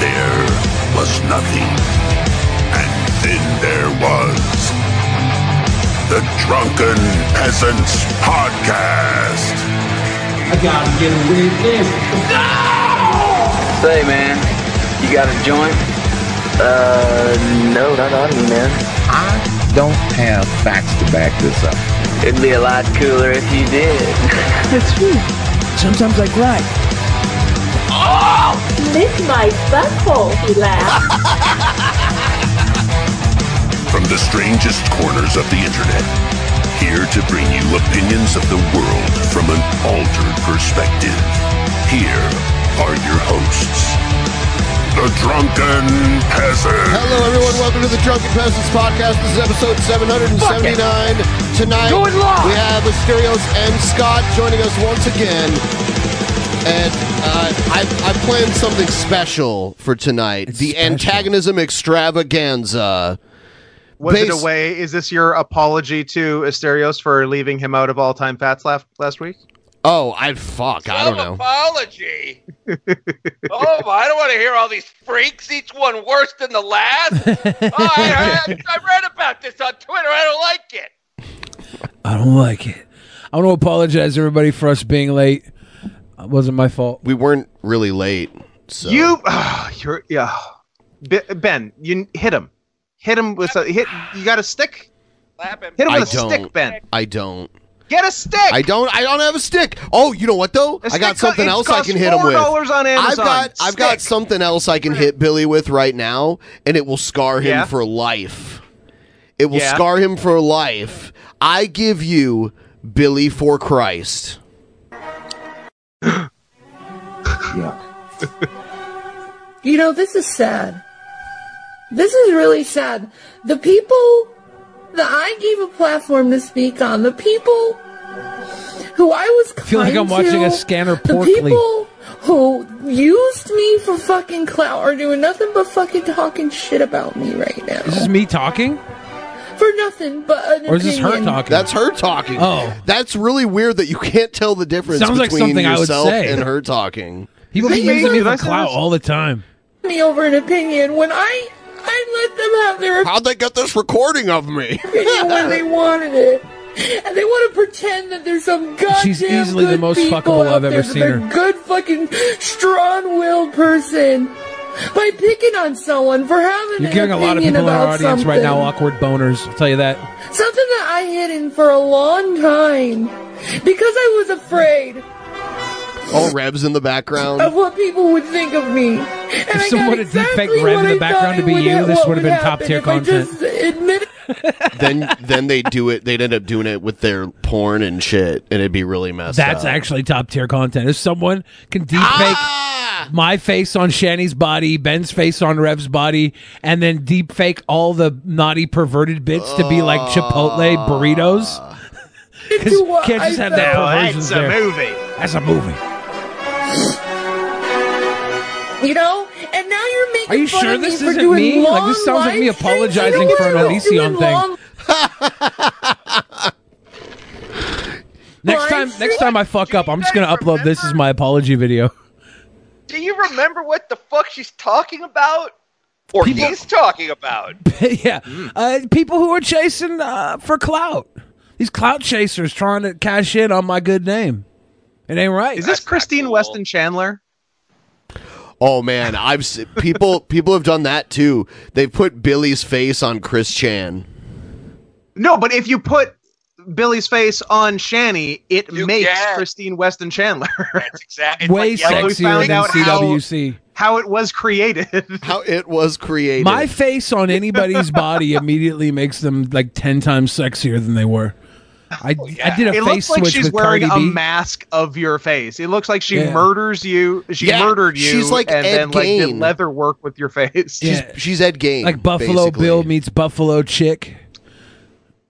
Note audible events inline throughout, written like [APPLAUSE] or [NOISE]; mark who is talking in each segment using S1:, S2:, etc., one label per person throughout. S1: there was nothing, and then there was the Drunken Peasants Podcast.
S2: I gotta get away with this.
S3: Say, man, you got a joint? Uh, no, not on me, man.
S4: I don't have facts to back this up.
S3: It'd be a lot cooler if you did. [LAUGHS] That's true.
S4: Sometimes I cry.
S5: Lick my butthole, he laughed.
S1: From the strangest corners of the internet, here to bring you opinions of the world from an altered perspective. Here are your hosts, the Drunken Peasant.
S6: Hello, everyone. Welcome to the Drunken Peasants Podcast. This is episode 779. Tonight, we have Asterios and Scott joining us once again. And uh, I, I planned something special for tonight the antagonism extravaganza.
S7: Was it
S6: Base-
S7: a way? Is this your apology to Asterios for leaving him out of all time fats last last week?
S8: [LAUGHS]
S6: Oh, I fuck. I don't know.
S8: apology. oh, I don't want to hear all these freaks, each one worse than the last. oh, I, heard, I read about this on Twitter. I don't like it.
S9: I don't like it. I want to apologize, everybody, for us being late. It wasn't my fault.
S6: We weren't really late. So.
S7: You, ah, you're yeah. B- ben, you hit him. Hit him with a hit. You got a stick.
S8: Slap him.
S7: Hit him
S6: I
S7: with a
S6: don't.
S7: stick, Ben.
S6: I don't.
S7: Get a stick.
S6: I don't. I don't have a stick. Oh, you know what though?
S7: A
S6: I got
S7: stick co-
S6: something
S7: it
S6: else I
S7: costs
S6: can hit him with.
S7: $4 on
S6: I've
S7: Amazon.
S6: got. I've got
S7: Stick.
S6: something else I can hit Billy with right now, and it will scar him
S7: Yeah?
S6: for life. It will
S7: Yeah.
S6: scar him for life. I give you Billy for Christ.
S10: You know, this is sad. This is really sad. The people that I gave a platform to speak on, the people who I was kind
S9: I feel like I'm watching
S10: to,
S9: a scanner
S10: the
S9: porkly.
S10: people who used me for fucking clout are doing nothing but fucking talking shit about me right now.
S9: Is this me talking?
S10: For nothing but an
S9: Or is this her
S10: opinion.
S9: talking?
S6: That's her talking.
S9: Oh.
S6: that's really weird that you can't tell the difference
S9: Sounds like
S6: between
S9: something I would
S6: yourself
S9: say.
S6: and her talking.
S9: People
S7: Did
S9: be
S7: I say
S9: using
S7: this?
S9: me
S7: Did I
S9: for
S7: say
S9: clout
S7: this?
S9: all the time.
S10: Me over an opinion when I I let them have their
S6: How'd they get this recording of me?
S10: opinion when they wanted it. And they want to pretend that there's some goddamn
S9: She's easily the
S10: good
S9: most
S10: people
S9: fuckable
S10: out
S9: I've
S10: there
S9: ever
S10: that
S9: seen
S10: they're
S9: her.
S10: Good fucking strong-willed person by picking on someone for having
S9: You're
S10: an
S9: giving a lot of
S10: opinion
S9: people in our
S10: about
S9: audience right now
S10: something.
S9: awkward boners. I'll tell you that.
S10: Something that I hid in for a long time because I was afraid
S6: [LAUGHS] All Reb's in the background.
S10: of what people would think of me. And Oh, I got
S9: someone had
S10: exactly
S9: deepfaked Rev in
S10: what
S9: the
S10: I
S9: background
S10: thought
S9: to
S10: it
S9: be
S10: would
S9: you,
S10: ha-
S9: this
S10: what
S9: would have been top-tier
S10: happen if I just admitted [LAUGHS]
S6: then then they do it. They'd end up doing it with their porn and shit, and it'd be really messed
S9: That's
S6: up.
S9: actually top tier content. If someone can deepfake
S6: Ah!
S9: my face on Shani's body, Ben's face on Rev's body, and then deepfake all the naughty perverted bits to be like Chipotle burritos, [LAUGHS]
S10: into what
S9: can't
S10: I
S9: just have
S10: felt.
S7: That's
S9: that perversion's
S7: a
S9: there.
S7: movie.
S9: That's a movie.
S10: You know, and now you're making.
S9: Are you
S10: fun
S9: sure
S10: of
S9: this
S10: me for
S9: isn't
S10: doing
S9: me? Like, this
S10: long
S9: sounds like me
S10: live streams.
S9: apologizing
S10: You know
S9: for an
S10: what?
S9: Onision
S10: Doing
S9: thing.
S3: [LAUGHS]
S10: long-
S9: Next
S10: Well,
S9: time,
S10: I
S9: [LAUGHS] next
S10: sure-
S9: time I fuck up, I'm just gonna upload this as my apology video. [LAUGHS]
S8: Do you remember what the fuck she's talking about? Or he's talking about?
S9: yeah,
S10: Hmm.
S9: uh, people who are chasing uh, for clout. These clout chasers trying to cash in on my good name. It ain't right.
S7: Is this
S8: not
S7: Christine
S8: cool.
S7: Weston Chandler?
S6: Oh man, I've s- people people have done that too. They've put Billy's face on Chris Chan.
S7: No, but if you put Billy's face on Shani, it makes Christine Weston Chandler. That's
S8: exactly
S9: Way sexier than CWC.
S7: How, how it was created. [LAUGHS]
S6: How it was created.
S9: My face
S7: [LAUGHS]
S9: on anybody's body immediately makes them like ten times sexier than they were. I, I did a
S7: Oh, it looks
S9: face
S7: like
S9: switch
S7: she's
S9: with
S7: wearing
S9: Cardi
S7: a
S9: B.
S7: mask of your face. It looks like she
S9: Yeah.
S7: murders you. She
S9: Yeah,
S7: murdered you.
S9: she's like
S7: and
S9: Ed
S7: then like did
S9: Gein.
S7: leather work with your face.
S9: Yeah.
S6: She's Ed Gain.
S9: like Buffalo
S6: basically.
S9: Bill meets Buffalo Chick.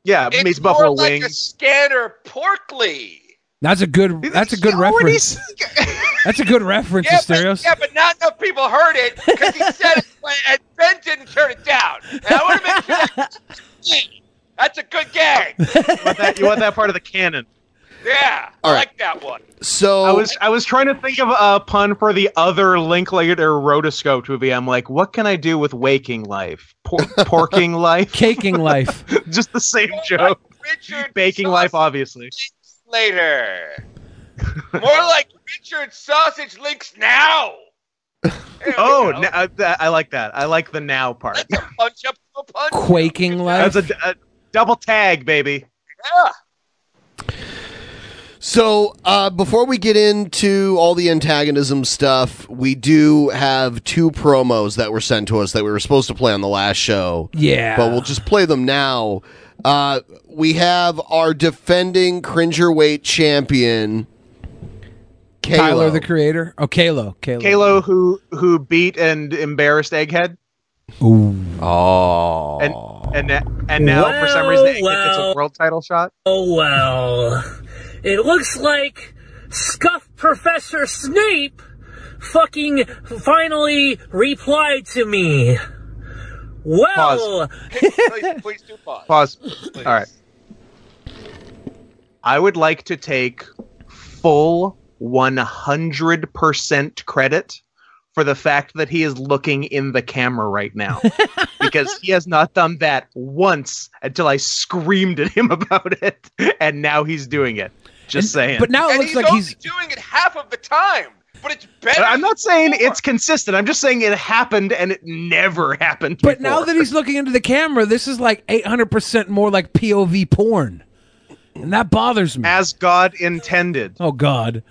S7: Yeah,
S8: It's
S7: meets
S8: more
S7: buffalo
S8: like a
S7: wings.
S8: scanner porkly.
S9: That's a good. That's a good reference.
S7: [LAUGHS]
S9: That's a good reference,
S8: Yeah, but,
S9: Asterios.
S8: yeah, but not enough people heard it because he said it, when- and Ben didn't turn it down. And I want to make sure
S7: [LAUGHS]
S8: that- that's a good gag.
S7: you, want that, you want that part of the canon.
S8: Yeah,
S7: All
S8: I
S7: right.
S8: like that one.
S6: So
S7: I was I was trying to think of a pun for the other Linklater rotoscope movie. I'm like, what can I do with waking life, Por- porking life,
S9: caking life?
S7: [LAUGHS] Just the same joke. Baking life, obviously.
S8: Later, more like Richard Sausage Links now.
S7: Oh, now, I, I like that. I like the now part.
S8: Punch up to a punch.
S9: Quaking life.
S7: That's a, a double tag, baby.
S8: Yeah.
S6: So uh, before we get into all the antagonism stuff, we do have two promos that were sent to us that we were supposed to play on the last show.
S9: Yeah.
S6: but we'll just play them now. Uh, we have our defending cringerweight champion, Kalo.
S9: Tyler the Creator. Oh, Kalo. Kalo.
S7: Kalo, who who beat and embarrassed Egghead,
S9: Ooh.
S6: Oh.
S7: and and that- and now for some reason Egghead gets a world title shot.
S11: Oh well. It looks like Scuff Professor Snape fucking finally replied to me. Well,
S8: Please, please do pause.
S7: Pause. All right. I would like to take full 100% credit for the fact that he is looking in the camera right
S9: [LAUGHS]
S7: now because he has not done that once until I screamed at him [LAUGHS] about it and now he's doing it. Just saying.
S9: But now it
S8: and
S9: looks
S8: he's
S9: like
S8: only
S9: he's.
S8: doing it half of the time, but it's better.
S7: I'm not saying it's consistent. I'm just saying it happened and it never happened.
S9: But now that he's looking into the camera, this is like 800% more like POV porn. And that bothers me.
S7: as God intended.
S9: Oh, God.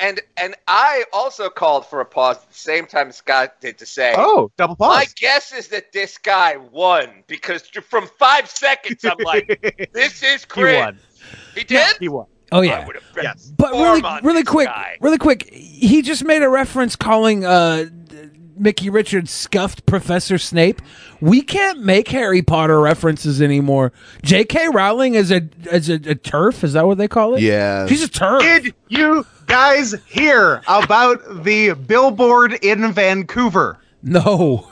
S8: And and I also called for a pause at the same time Scott did to say,
S7: Oh, double pause.
S8: My guess is that this guy won because from five seconds I'm
S7: [LAUGHS]
S8: like, this is
S7: he
S8: cringe.
S7: won.
S8: He, did.
S7: He won.
S9: Oh, yeah.
S8: I would have bet
S7: Yes.
S9: But
S8: farm
S9: really,
S8: on
S9: really
S8: this
S9: quick,
S8: guy.
S9: really quick, he just made a reference calling uh, Mickey Richards scuffed Professor Snape. We can't make Harry Potter references anymore. J.K. Rowling is a is a, a turf. Is that what they call it?
S6: Yeah.
S9: she's a turf.
S7: Did you guys hear about the billboard in Vancouver?
S9: no,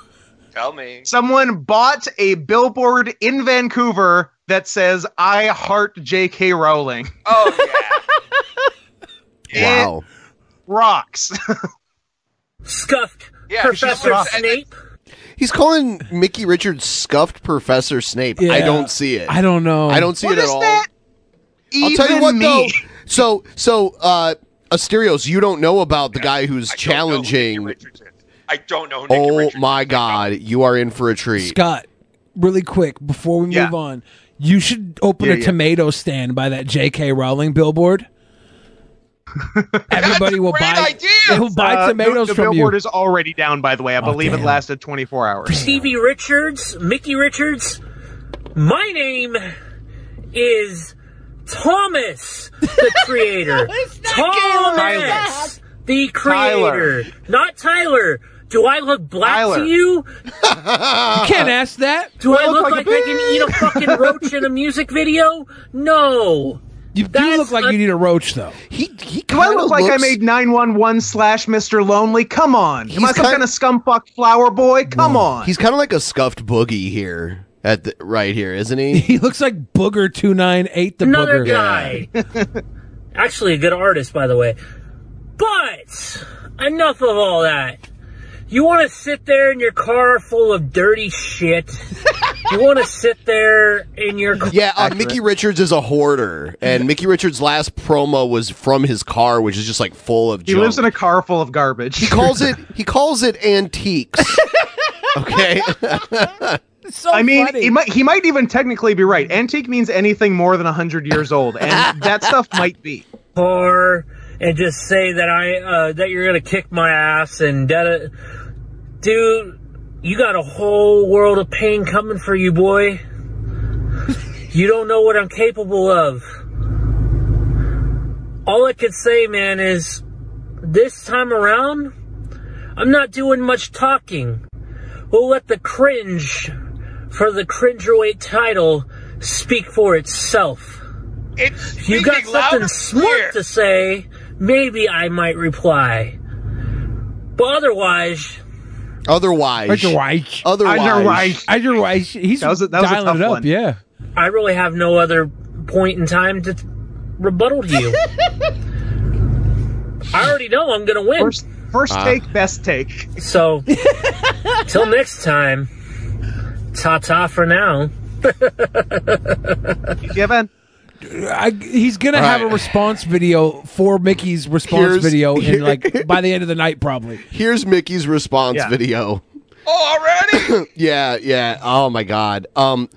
S8: Tell me.
S7: Someone bought a billboard in Vancouver that says "I heart J.K. Rowling."
S8: Oh
S7: [LAUGHS]
S8: yeah.
S6: Wow.
S7: Rocks. [LAUGHS]
S11: scuffed
S8: Yeah,
S11: Professor
S8: she's-
S11: Snape.
S6: He's calling Mickey Richards scuffed Professor Snape. I
S9: Yeah.
S6: don't see it.
S9: I don't know.
S6: I don't see
S7: What
S6: it at
S7: is
S6: all.
S7: that?
S6: I'll tell you
S7: Even
S6: what
S7: me.
S6: though. [LAUGHS] So so uh Asterios, you don't know about the guy who's
S8: I don't know who Nicky
S6: challenging.
S8: Richards is. I don't know. Who Nicky
S6: Oh
S8: Richards
S6: my
S8: is.
S6: god, you are in for a treat.
S9: Scott. Really quick before we
S7: Yeah.
S9: move on, you should open
S7: Yeah,
S9: a
S7: yeah.
S9: tomato stand by that J.K.
S7: [LAUGHS]
S9: Rowling billboard. Everybody
S8: a
S9: will
S8: great
S9: buy.
S8: idea.
S9: They will buy
S7: Uh,
S9: tomatoes
S7: the, the
S9: from you. Oh,
S7: billboard is already down, by the way. I believe it
S9: damn.
S7: lasted 24 hours.
S11: Stevie E. Richards, Mickey Richards. My name is Thomas [LAUGHS] the creator. Thomas the creator. Not Tyler. Do I look black
S7: Tyler.
S11: to [LAUGHS] you?
S9: you can't ask that.
S11: Do I look, like, I can eat a fucking roach [LAUGHS] in a music video? No.
S9: You do
S11: That's
S9: look like
S11: a-
S9: you need a roach, though.
S6: He he
S7: Do I
S6: kinda
S7: look like I
S6: looks-
S7: made 911 slash Mr. Lonely? Come on. Am
S6: He's
S7: I some
S6: kind-
S7: kind of scumfuck flower boy? Come on.
S6: He's kind of like a scuffed boogie here at the, right here, isn't he?
S9: [LAUGHS] He looks like Booger two nine eight the
S11: Another
S9: Booger.
S11: guy. [LAUGHS] Actually, a good artist, by the way. But enough
S9: [LAUGHS]
S11: of all that. You want to sit there in your car full of dirty shit you want to sit there in your
S6: Yeah, uh, Mickey Richards is a hoarder, and Mickey Richards' last promo was from his car, which is just like full of.
S7: He
S6: junk.
S7: lives in a car full of garbage.
S6: He calls it. He calls it
S7: [LAUGHS]
S6: antiques. okay.
S9: so
S7: I mean, he might he might even technically be right. Antique means anything more than hundred years old,
S6: [LAUGHS]
S7: and that stuff might be.
S11: car and just say that I uh, that you're gonna kick my ass and da dude, you got a whole world of pain coming for you, boy. [LAUGHS] You don't know what I'm capable of. All I could say, man, is this time around, I'm not doing much talking. We'll let the cringe for the cringerweight title speak for itself. If you got
S8: speaking loud
S11: something
S8: and
S11: smart to say, maybe I might reply. But otherwise,
S6: Otherwise.
S9: Otherwise.
S6: Otherwise.
S9: Otherwise. Otherwise. He's
S11: That was a- that was a
S9: dialing
S11: tough
S9: it up.
S11: one.
S9: Yeah.
S11: I really have no other point in time to rebuttal
S9: [LAUGHS]
S11: to you. I already know I'm going to win. First,
S7: first Ah. take, best take.
S11: So,
S9: [LAUGHS]
S11: till next time, ta ta for now.
S7: Given.
S9: I, he's gonna
S11: All
S9: have
S11: right.
S9: a response video for Mickey's response
S6: Here's-
S9: video in like by the end of the night probably.
S6: Here's Mickey's response
S9: Yeah.
S6: video. Oh, already? [COUGHS] yeah, yeah. Oh my god. Um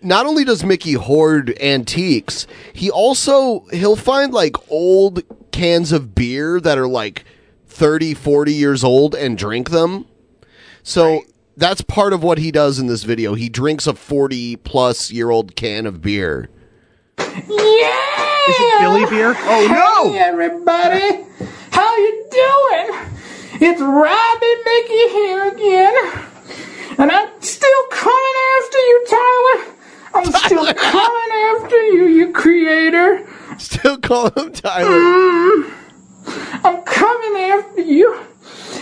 S6: not only does Mickey hoard antiques, he also he'll find like old cans of beer that are like 30, 40 years old and drink them. So that's part of what he does in this video. He drinks a 40 plus year old can of beer.
S10: Is it
S7: Billy beer?
S10: Oh no! Hey everybody, how you doing? It's Robbie Mickey here again, and I'm still coming after you, Tyler. I'm still coming after you, you creator. Mm.
S6: Still call him Tyler.
S10: I'm coming after you,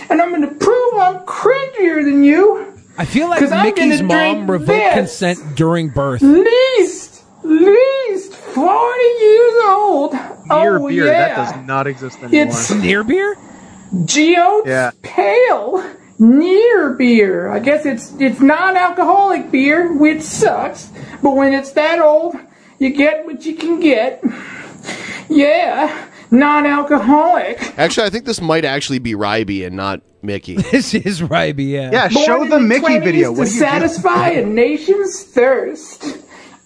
S10: and I'm gonna prove I'm cringier than you.
S9: I feel like
S10: 'Cause I'm
S9: Mickey's
S10: gonna
S9: mom
S10: drink
S9: revoked
S10: this.
S9: consent during birth.
S10: Least, least forty years old.
S7: Near
S10: oh
S7: beer, that
S10: yeah.
S7: does not exist anymore.
S10: It's-
S9: near beer?
S10: Geodes
S7: Yeah.
S10: Pale Near Beer. I guess it's it's non-alcoholic beer, which sucks. But when it's that old, you get what you can get. Yeah, non-alcoholic.
S6: Actually, I think this might actually be Ryby and not
S9: [LAUGHS]
S6: Mickey.
S9: this is Ryby, yeah.
S10: Born in 20s To satisfy a nation's thirst.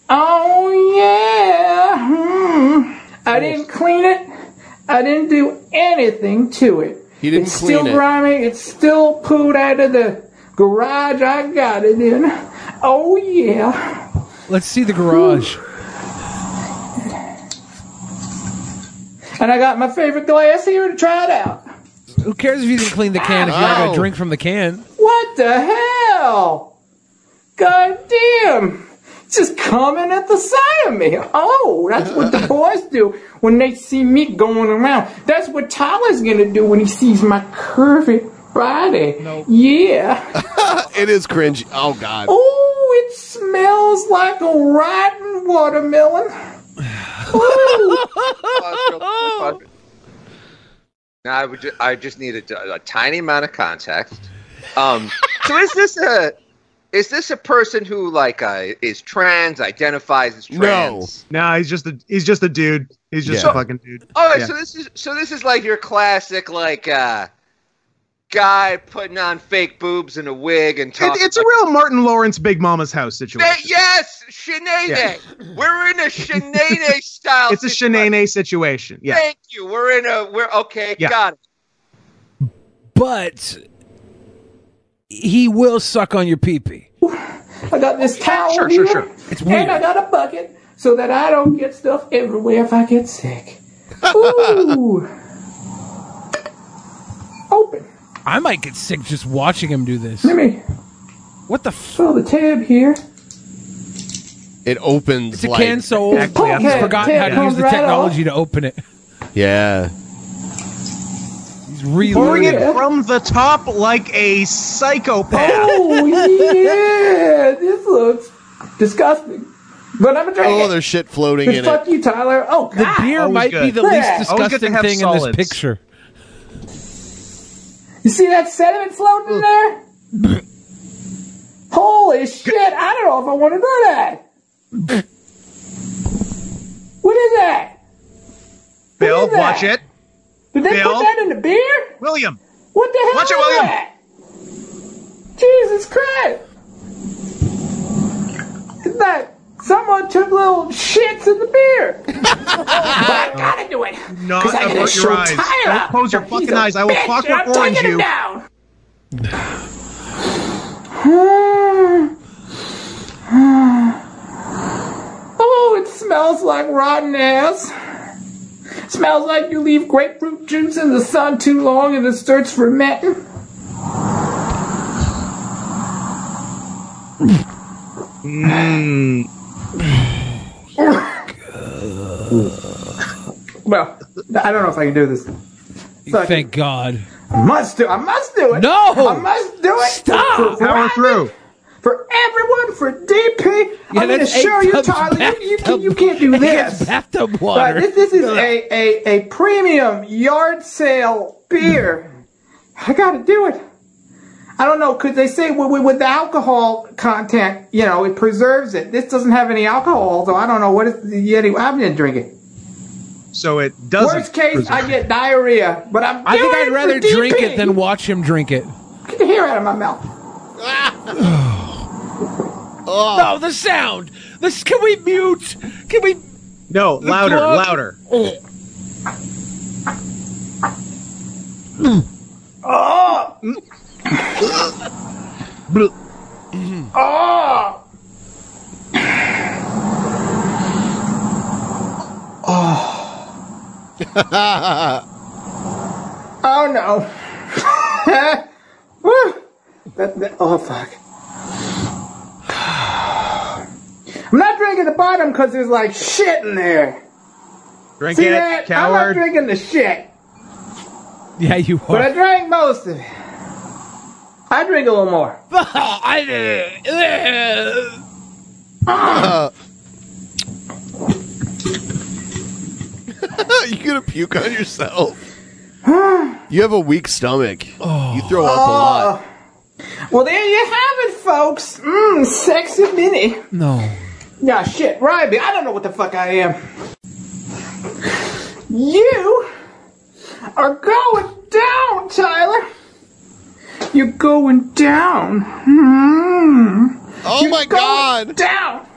S10: Oh yeah. Hmm. I didn't clean it. I didn't do anything to it.
S6: He didn't
S10: it's
S6: clean
S10: still
S6: it.
S10: grimy. It's still pooed out of the garage I got it in. Oh yeah.
S9: Let's see the garage.
S10: And I got my favorite glass here to try it out.
S9: Who cares if you didn't clean the can if you're not
S10: Ow.
S6: Oh.
S9: gonna drink from the can?
S10: What the hell? God damn! It's Just coming at the side of me. Oh, that's what the boys do when they see me going around. That's what Tyler's gonna do when he sees my curvy body. Yeah.
S6: [LAUGHS] it is cringe. Oh god.
S10: Oh, it smells like a rotten watermelon. Ooh.
S8: Now I would. Ju- I just need a, t- a tiny amount of context. Um, so is this a is this a person who like uh, is trans, identifies as trans?
S7: No, he's just a he's just a dude. He's just
S8: Yeah.
S7: a fucking dude.
S8: Oh,
S7: Yeah.
S8: so this is so this is like your classic like uh, guy putting on fake boobs and a wig and
S7: It-
S8: talking.
S7: it's a real Martin Lawrence Big Mama's house situation.
S8: That- yes, Shenane. We're in a
S7: [LAUGHS]
S8: Shenane style.
S7: It's a shenane situation. Yeah.
S8: Thank you. We're in a. We're okay.
S7: Yeah.
S8: Got it.
S9: But he will suck on your pee pee.
S10: I got this towel
S9: sure,
S10: here,
S9: sure, sure. It's weird.
S10: and I got a bucket so that I don't get stuff everywhere if I get sick. Ooh.
S9: I might get sick just watching him do this.
S10: Let me.
S9: What the?
S10: Fill the tab here.
S6: It opens
S9: It's a
S6: like-
S9: can so old.
S10: Actually,
S9: he's
S10: I'm-
S9: forgotten
S10: Yeah.
S9: how to use the
S10: Comes right
S9: technology to open it.
S6: Yeah.
S9: He's
S7: Pouring
S9: reloading.
S7: it from the top like a psychopath.
S10: Oh [LAUGHS] yeah, this
S3: [LAUGHS]
S10: looks disgusting. But I'm a drink.
S6: Oh,
S10: it.
S6: there's shit floating
S10: Then
S6: in
S10: fuck
S6: it.
S10: you, Tyler. Oh god, Oh,
S9: The beer might be the
S10: Look
S9: least
S10: at that.
S9: disgusting thing in this
S7: solids.
S9: picture.
S10: You see that sediment floating in there? Holy shit! I don't know if I want to do that. what is that?
S7: Bill,
S10: is that?
S7: watch it.
S10: Did they
S7: Bill?
S10: put that in the beer?
S7: William.
S10: What the hell
S7: Watch
S10: is
S7: it, William.
S10: that? Jesus Christ! Is that someone took little shits in the beer? I gotta do it.
S7: Not
S10: 'cause I gotta
S7: avert
S10: show
S7: your eyes.
S10: Tyler
S7: Don't close your
S10: that
S7: fucking
S10: he's a
S7: eyes. I will
S10: bitch
S7: fucking
S10: and I'm taking
S7: orange
S10: him
S7: you.
S10: down. [SIGHS] oh, it smells like rotten ass. Smells like you leave grapefruit juice in the sun too long and it starts fermenting.
S7: Mm.
S10: [LAUGHS] Well, I don't know if I can do this.
S3: Thank God.
S10: I must do. I must do it.
S3: No!
S10: I must do it.
S3: Stop!
S10: For
S3: Power
S7: through.
S10: For everyone, for DP.
S3: Yeah,
S10: I'm going to
S3: that's eight
S10: show you,
S3: tubs
S10: Tyler. You, you, can, you can't
S3: [LAUGHS]
S10: do this.
S3: Bathtub
S10: Right,
S3: water.
S10: this,
S3: [LAUGHS]
S10: this is a, a, a premium yard sale beer. I got to do it. I don't know. Could they say with, with- with the alcohol content, you know, it preserves it. This doesn't have any alcohol, so I don't know what is yet. I'm going to drink it.
S7: So it doesn't.
S10: Worst case,
S7: preserve-
S10: I get diarrhea, but I'm.
S3: I think
S10: doing
S3: I'd
S10: it
S3: rather
S10: for DP.
S3: drink it than watch him drink it.
S10: Get the hair out of my mouth.
S6: Oh.
S3: No, the sound. This can we mute? Can we?
S7: No, louder,
S3: glove-
S7: louder.
S3: Ah!
S10: Oh!
S3: Ah!
S10: Oh! Oh! [LAUGHS] oh no! [LAUGHS] Woo. that, that, oh fuck! [SIGHS] I'm not drinking the bottom because there's like shit in there.
S7: Drink
S10: See
S7: it,
S10: that? I'm not
S7: coward.
S10: drinking the shit.
S3: Yeah, you
S10: But I
S3: are.
S10: drank most of it. I drink a little more.
S6: [LAUGHS] you gonna puke
S10: [SIGHS]
S6: on yourself? You have a weak stomach.
S10: Oh.
S6: You throw up a lot.
S10: Well, there you have it, folks. Mmm, sexy mini.
S3: No.
S10: Nah, shit, Ryby, I don't know what the fuck I am. You are going down, Tyler. You're going down. Mm.
S6: [LAUGHS] Oh
S10: You're
S6: my
S10: going
S6: God.
S10: Down.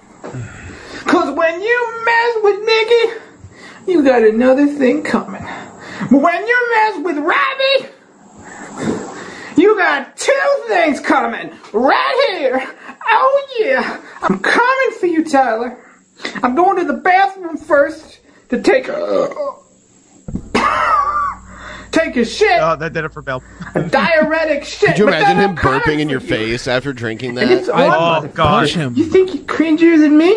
S10: Cause when you mess with Mickey, you got another thing coming. When you mess with Robbie, you got two things coming right here. Oh yeah, I'm coming for you, Tyler. I'm going to the bathroom first to take a take a shit,
S7: Oh, that did it for Bill. [LAUGHS]
S10: a diuretic shit.
S6: Could you
S10: but
S6: imagine
S10: then
S6: him
S10: I'm coming
S6: burping in
S10: for
S6: your
S10: you.
S6: face after drinking
S10: And
S6: that?
S10: it's on,
S7: oh
S10: motherfucker.
S7: gosh.
S10: You think you're cringier than me?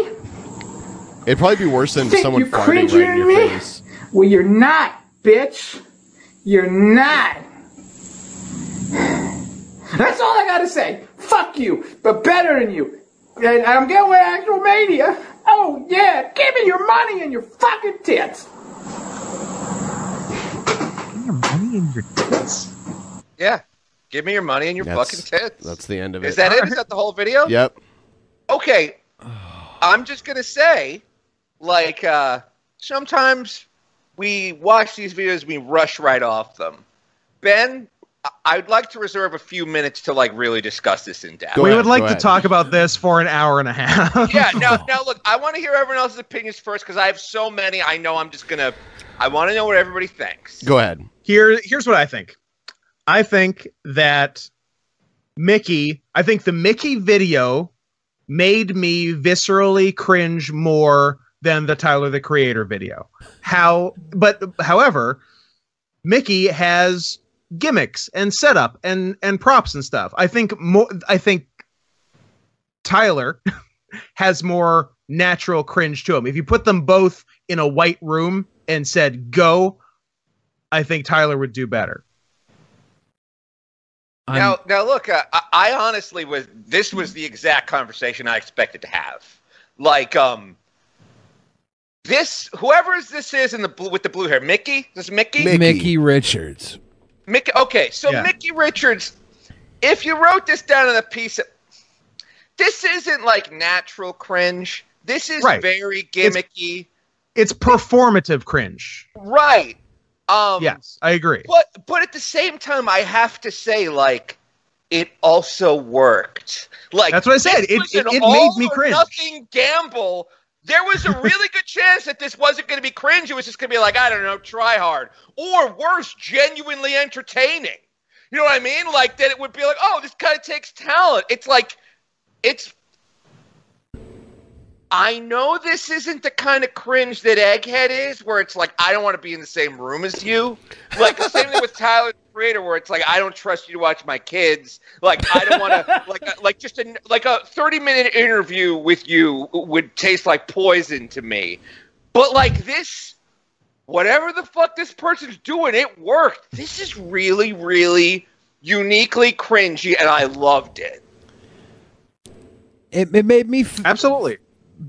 S6: It'd probably be worse than
S10: Think
S6: someone
S10: you
S6: farting
S10: cringe
S6: right in
S10: at
S6: your
S10: me?
S6: face.
S10: Well, you're not, bitch. You're not. That's all I gotta say. Fuck you, but better than you. And I'm getting with actual mania. Oh yeah, give me your money and your fucking tits.
S8: Yeah. Give me your money and your
S6: That's-
S8: fucking tits.
S6: That's the end of it.
S8: Is that it?
S10: [LAUGHS]
S8: Is that the whole video?
S6: Yep.
S8: Okay. I'm just gonna say, like, uh, sometimes we watch these videos, we rush right off them. Ben, I- I'd like to reserve a few minutes to like really discuss this in depth.
S6: Go
S7: we
S6: ahead,
S7: would like
S6: go
S7: to
S6: ahead.
S7: talk about this for an hour and a half.
S8: yeah.
S7: [LAUGHS]
S8: Now, now look, I want to hear everyone else's opinions first because I have so many. I know I'm just gonna. I want to know what everybody thinks.
S6: Go ahead.
S7: Here, here's what I think. I think that Mickey, I think the Mickey video made me viscerally cringe more than the Tyler the Creator video. How but however, Mickey has gimmicks and setup and and props and stuff. I think more I think Tyler [LAUGHS] has more natural cringe to him. If you put them both in a white room and said go, I think Tyler would do better.
S3: I'm-
S8: Now, now look, uh, I, I honestly was. This was the exact conversation I expected to have. Like, um, this whoever this is in the blue with the blue hair, Mickey. This is Mickey.
S6: Mickey.
S3: Mickey Richards.
S8: Mickey. Okay, so
S7: Yeah.
S8: Mickey Richards. If you wrote this down in a piece, of, this isn't like natural cringe. This is
S7: Right.
S8: very
S7: It's-
S8: gimmicky.
S7: It's performative cringe.
S8: right. Um
S7: yes, I agree.
S8: but but at the same time I have to say like it also worked. Like
S7: That's what I said.
S8: this
S7: It-
S8: was
S7: it-
S8: an
S7: it made
S8: all
S7: me
S8: or
S7: cringe.
S8: Nothing gamble. There was
S7: [LAUGHS]
S8: a really good chance that this wasn't going to be cringe. It was just going to be like I don't know, try hard, or worse, genuinely entertaining. You know what I mean? Like that it would be like, oh, this kind of takes talent. It's like, it's. I know this isn't the kind of cringe that Egghead is, where it's like I don't want to be in the same room as you. Like the same thing with Tyler the Creator, where it's like I don't trust you to watch my kids. Like I don't want to [LAUGHS] like a- like just a like a thirty minute interview with you would taste like poison to me. But like this, whatever the fuck this person's doing, it worked. This is really, really uniquely cringy, and I loved it.
S9: It, it made me f-
S7: absolutely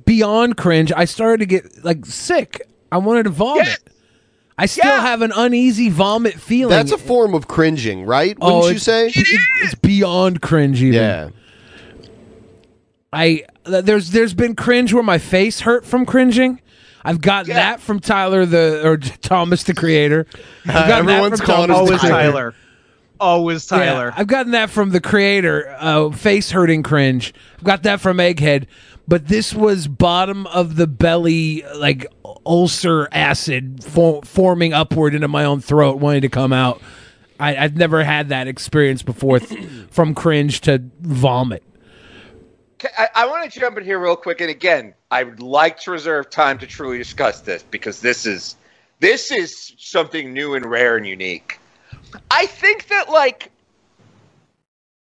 S9: beyond cringe. I started to get like sick. I wanted to vomit. I still have an uneasy vomit feeling.
S6: That's a form of cringing, right?
S9: Oh,
S6: Wouldn't you
S9: it's-
S6: say?
S9: it's beyond cringe. Even.
S6: Yeah.
S9: I th- there's there's been cringe where my face hurt from cringing. I've got that from Tyler the or Thomas the creator.
S7: [LAUGHS]
S9: I've
S7: Uh,
S9: gotten that
S7: everyone's
S9: from
S7: calling
S9: Thomas
S7: us
S9: the
S7: Tyler.
S9: Creator.
S7: Tyler. Always Tyler.
S9: Yeah, I've gotten that from the creator, uh, face hurting cringe. I've got that from Egghead, but this was bottom of the belly, like ulcer acid fo- forming upward into my own throat, wanting to come out. I, I've never had that experience before, [CLEARS THROAT] th- from cringe to vomit.
S8: Ca- I, I want to jump in here real quick, and again, I would like to reserve time to truly discuss this because this is this is something new and rare and unique. I think that like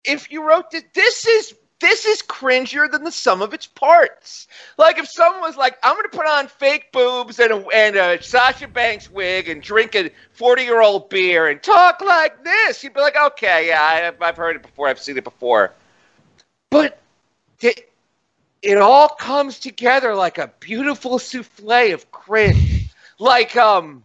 S8: if you wrote that this is this is cringier than the sum of its parts. Like if someone was like, I'm gonna put on fake boobs and a and a Sasha Banks wig and drink a 40 year old beer and talk like this, you'd be like, okay, yeah, I, I've- I've heard it before, I've seen it before. But it, it all comes together like a beautiful souffle of cringe. Like um,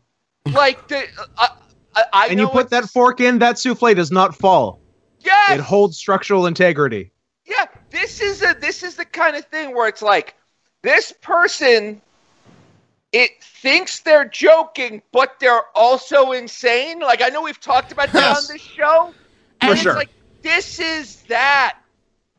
S8: like the uh, I, I
S7: and
S8: know
S7: you put that fork in, that souffle does not fall.
S8: Yes!
S7: It holds structural integrity.
S8: Yeah, this is a this is the kind of thing where it's like this person it thinks they're joking, but they're also insane. Like I know we've talked about that on this show.
S7: For
S8: and
S7: sure.
S8: it's like this is that.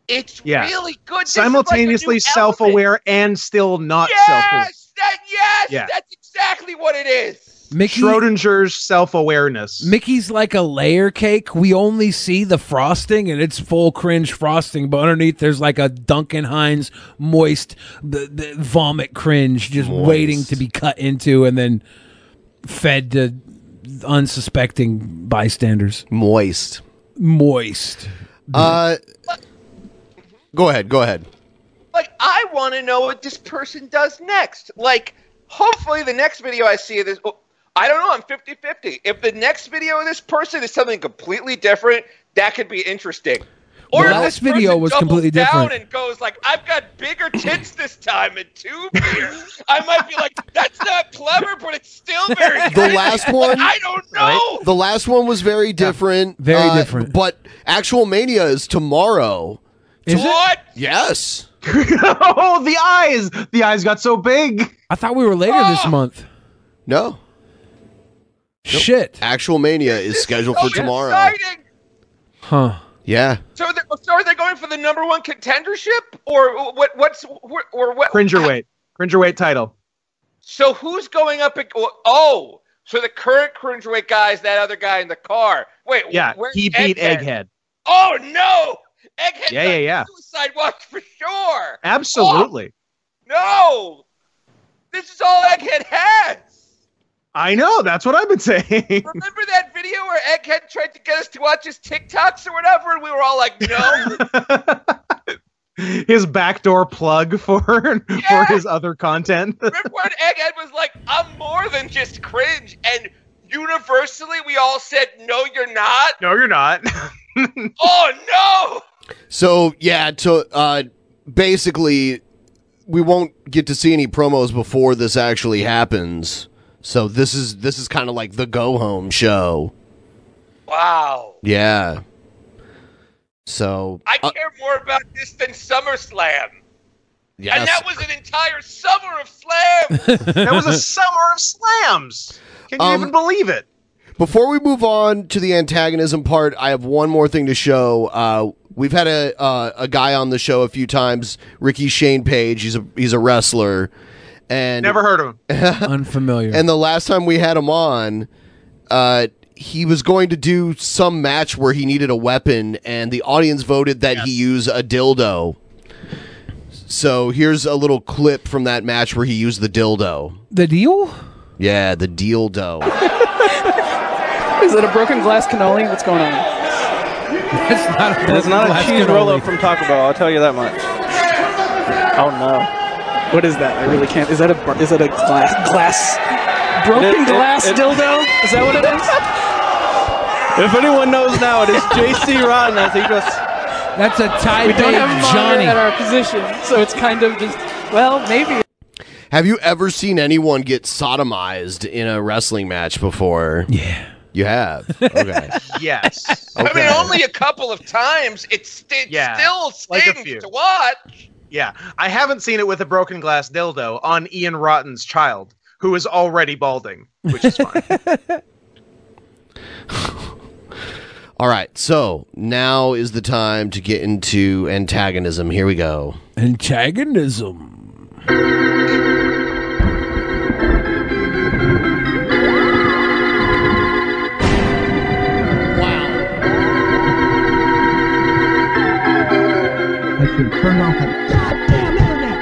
S8: It's
S7: Yeah.
S8: really good. This is like a new
S7: Simultaneously self aware and still not self aware.
S8: Yes, that yes,
S7: Yeah.
S8: that's exactly what it is.
S9: Mickey,
S7: Schrodinger's self awareness.
S9: Mickey's like a layer cake. We only see the frosting and it's full cringe frosting, but underneath there's like a Duncan Hines moist the, the vomit cringe just waiting to be cut into and then fed to unsuspecting bystanders.
S6: Moist.
S9: Moist.
S6: Uh, go ahead. Go ahead.
S8: like I want to know what this person does next. Like, hopefully, the next video I see of this, oh, I don't know. I'm 50 50. If the next video of this person is something completely different, that could be interesting. Or
S9: the
S8: if
S9: last
S8: this
S9: video
S8: person
S9: was
S8: doubles
S9: completely
S8: down
S9: different.
S8: and goes like, "I've got bigger tits this time and two beers," I might be like, "That's not clever, but it's
S9: [LAUGHS]
S8: still very."
S6: The
S8: crazy."
S6: last one.
S8: I don't know.
S6: The last one was very different. uh,
S9: very different.
S6: But actual mania is tomorrow.
S9: Is
S8: what?
S6: Yes.
S7: oh, the eyes! The eyes got so big.
S9: I thought we were later this month.
S6: Ah. No.
S9: Shit.
S6: Actual mania is scheduled for
S8: So
S6: tomorrow.
S8: exciting.
S9: Huh.
S6: Yeah.
S8: So, are they, so are they going for the number one contendership, or what? What's or, or what?
S7: Cringerweight. Cringerweight title.
S8: So who's going up? ag- Oh, so the current cringerweight guy is that other guy in the car. Wait,
S7: Yeah,
S8: where's
S7: he beat
S8: Egghead?
S7: Egghead.
S8: Oh no, Egghead's
S7: Yeah, yeah,
S8: on
S7: yeah.
S8: Suicide watch for sure.
S7: Absolutely.
S8: No, this is all
S7: [LAUGHS]
S8: Egghead had.
S7: I know. That's what I've been saying.
S8: Remember that video where Egghead tried to get us to watch his TikToks or whatever, and we were all like,
S7: [LAUGHS]
S8: no.
S7: his backdoor plug for [LAUGHS] for his other [LAUGHS] content.
S8: Remember when Egghead was like, I'm more than just cringe, and universally we all said, no, you're not.
S7: no, you're not. [LAUGHS]
S8: oh
S6: So yeah, to uh, basically, we won't get to see any promos before this actually happens. So this is this is kind of like the go home show.
S8: no! Wow.
S6: Yeah. So uh,
S1: I care more about this than SummerSlam.
S6: Yes.
S1: And that was an entire summer of slams.
S7: [LAUGHS]
S6: That [LAUGHS] was a
S7: summer of slams. Can
S6: you Um, even
S7: believe it?
S6: Before we move on to the antagonism part, I have one more thing to show. Uh, we've had a uh, a guy on the show a few times, Ricky Shane Page. He's a he's a wrestler, and
S7: Never heard of him.
S9: [LAUGHS] Unfamiliar.
S6: And the last time we had him on, uh, he was going to do some match where he needed a weapon, and the audience voted that he use a dildo. So here's a little clip from that match where he used the dildo.
S9: The deal?
S6: Yeah, the dildo.
S12: Is it a broken glass cannoli? What's
S9: [LAUGHS]
S12: going on? That's
S9: not
S13: It's not a cheese roll up from Taco Bell. I'll tell you that much.
S12: Oh no! What is that? I really can't. Is that a br- is that a glass glass broken
S13: It- it-
S12: glass
S13: it-
S12: dildo? Is that what it is?
S13: If anyone knows now, it is J.C. Rodden as he just.
S9: That's a
S12: we don't have a monitor at our position, so it's kind of just well maybe.
S6: Have you ever seen anyone get sodomized in a wrestling match before? Yeah. You have?
S9: [LAUGHS]
S6: Okay.
S7: [LAUGHS] Yes.
S1: I mean, only a couple of times. It sti- still stings to watch.
S7: Yeah, I haven't seen it with a broken glass dildo on Ian Rotten's child, who is already balding.
S6: All right. So now is the time to get into antagonism. Here we go.
S9: Antagonism.
S14: Turn off that goddamn internet.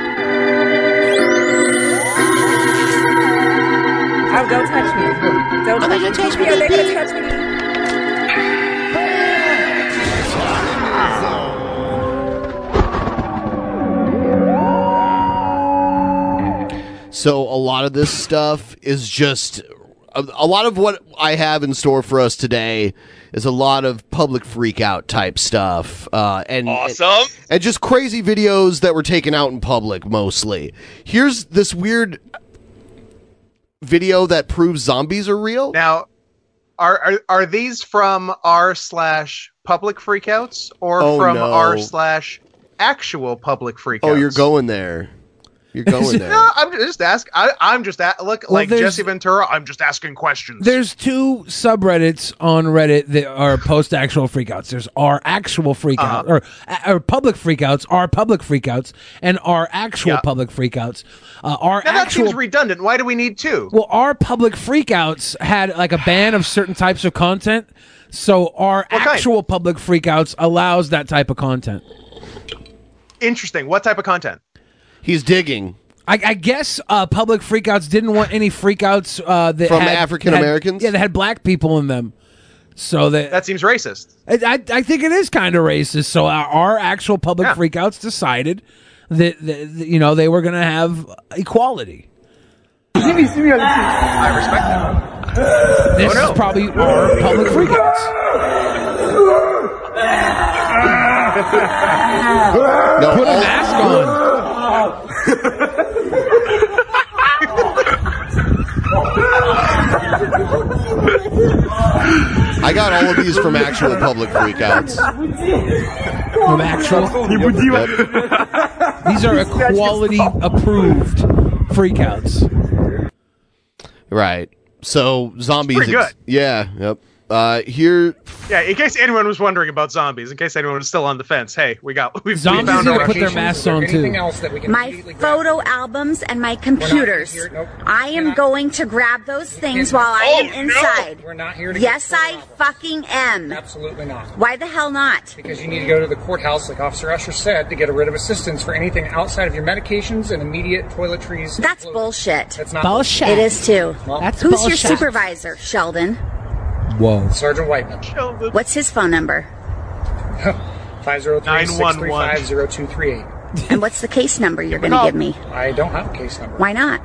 S15: Oh, don't touch me.
S13: Oh,
S15: Don't touch me. Yeah, they're gonna touch me.
S6: So a lot of this stuff is just a, a lot of what I have in store for us today is a lot of public freakout type stuff, uh, and
S1: awesome,
S6: and just crazy videos that were taken out in public mostly. Here's this weird video that proves zombies are real.
S7: Now, are are, are these from r slash public freakouts or
S6: Oh,
S7: from
S6: no.
S7: r slash actual public freakouts?
S6: Oh, you're going there. You're going there.
S7: [LAUGHS] No, I'm just ask. I, I'm just at look
S9: Well,
S7: like
S9: there's-
S7: Jesse Ventura. I'm just asking questions.
S9: There's two subreddits on Reddit that are post actual freakouts. There's our actual
S7: Uh-huh.
S9: freakout or, or public freakouts, our public freakouts, and our actual public freakouts. Uh, our
S7: Now that
S9: actual
S7: seems redundant. Why do we need two?
S9: well, our public freakouts had like a ban of certain types of content. So our actual public freakouts allows that type of content.
S7: Interesting. What type of content?
S6: He's digging.
S9: I, I guess uh, public freakouts didn't want any freakouts uh, that
S6: From
S9: had- that had-
S6: African-Americans?
S9: Yeah, that had black people in them. So that
S7: That seems racist.
S9: I, I, I think it is kind of racist. So our, our actual public freakouts decided that, that, that, you know they were going to have equality.
S7: I respect that. Oh,
S9: This is probably our public freakouts.
S6: Put a
S9: mask on.
S6: I got all of these from actual public freakouts.
S9: From actual, these
S7: [LAUGHS]
S9: are equality approved freakouts.
S6: Right. So zombies.
S7: pretty good.
S6: yeah. Yep. Uh, here,
S7: Yeah, in case anyone was wondering about zombies, in case anyone was still on the fence, hey, we got we've we
S9: Zombies
S7: found
S9: need
S7: our
S9: to put their
S7: locations.
S9: masks on, too. Anything else
S15: My photo albums and my computers. I am going to grab those things while I am
S16: Oh, no.
S15: inside.
S16: We're not here to get
S15: Yes, I fucking am.
S16: Absolutely not.
S15: Why the hell not?
S16: Because you need to go to the courthouse, like Officer Usher said, to get rid of assistance for anything outside of your medications and immediate toiletries.
S15: That's bullshit.
S16: That's not
S15: It is too.
S16: Well,
S15: Who's your supervisor, Sheldon?
S9: Whoa.
S16: Sergeant Whiteman.
S15: What's his phone number?
S16: 503-635-0238.
S15: and what's the case number you're going to give me?
S16: I don't have a case number
S15: Why not?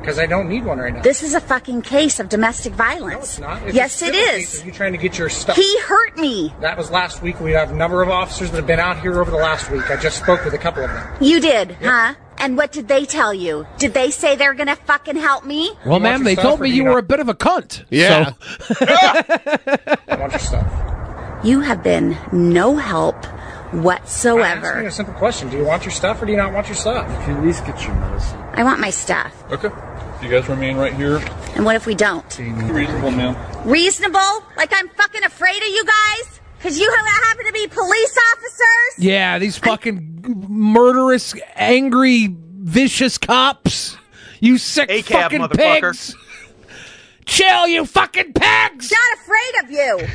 S16: because I don't need one right now.
S15: This is a fucking case of domestic violence.
S16: Not if
S15: yes,
S16: it's
S15: it
S16: still a case
S15: is.
S16: of You trying to get your stuff?
S15: He hurt me.
S16: That was last week. We have a number of officers that have been out here over the last week. I just spoke with a couple of them.
S15: You did, huh? And what did they tell you? Did they say they're going to fucking help me?
S9: Well, ma'am, [LAUGHS] they told me you were a bit of a cunt.
S6: Yeah.
S9: So,
S16: I want your stuff.
S15: You have been no help
S3: Asking
S15: whatsoever.
S3: a simple question: Do you want your stuff or do you not want your stuff? You can at least get your medicine.
S15: I want my stuff.
S11: Okay. You guys remain right here.
S15: And what if we don't?
S11: Reasonable, ma'am.
S15: Reasonable? Like I'm fucking afraid of you guys? Because you ha- happen to be police officers?
S9: Yeah, these fucking g- murderous, angry, vicious cops. You sick fucking pigs. Chill, you fucking pigs!
S15: Not afraid of you.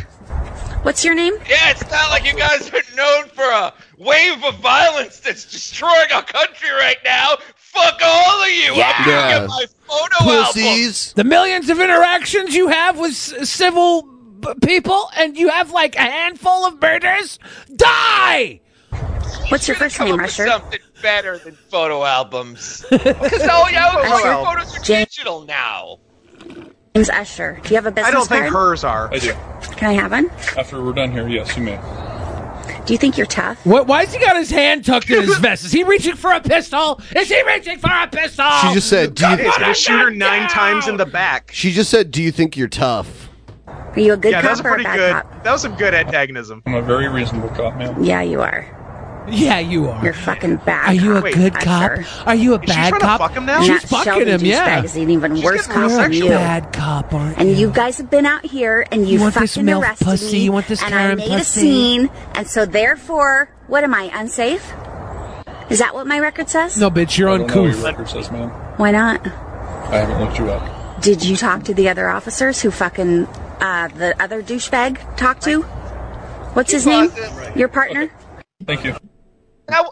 S15: What's your name?
S8: Yeah, it's not like you guys are known for a wave of violence that's destroying our country right now. Fuck all of you. I'm gonna get my photo album.
S9: The millions of interactions you have with s- civil b- people, and you have like a handful of murders. Die!
S15: What's your first name, Rusher?
S8: Something better than photo albums.
S15: [LAUGHS]
S8: Because all your all your
S15: Well,
S8: photos are digital now.
S15: James Usher. Do you have a business card?
S11: hers are. I do.
S15: Can I have one?
S11: After we're done here, yes, you may.
S15: Do you think you're tough?
S9: What? Why's he got his hand tucked in his vest? Is he reaching for a pistol? Is he reaching for a pistol?
S6: She just said, "Do you
S7: He's gonna shoot her nine times in the back.
S6: She just said, "Do you think you're tough?"
S15: Are you a
S7: yeah, that was a pretty good. That was some good antagonism.
S11: I'm a very reasonable cop, ma'am.
S15: Yeah, you are.
S9: Yeah, you are.
S15: You're fucking bad.
S9: Are you a
S15: cop,
S9: good
S15: Usher.
S9: cop? Are you a bad cop? She's
S15: That
S9: fucking
S15: Shelby
S9: him.
S15: douchebag
S9: Yeah.
S15: Is an even worse cop
S9: You're
S15: than
S9: a
S15: you.
S9: bad cop, aren't
S15: And you guys have been out here and you,
S9: You want
S15: fucking
S9: this milf
S15: arrested
S9: pussy?
S15: me.
S9: You want this
S15: and I
S9: Karen
S15: made a
S9: pussy?
S15: scene, and so therefore, what am I unsafe? Is that what my record says?
S9: No, bitch, you're
S11: I don't know what
S9: uncouth.
S11: your record says, ma'am.
S15: Why not?
S11: I haven't looked you up.
S15: Did you talk to the other officers who fucking uh, the other douchebag talked to? What's his name? Your partner?
S11: Thank you.
S8: Now,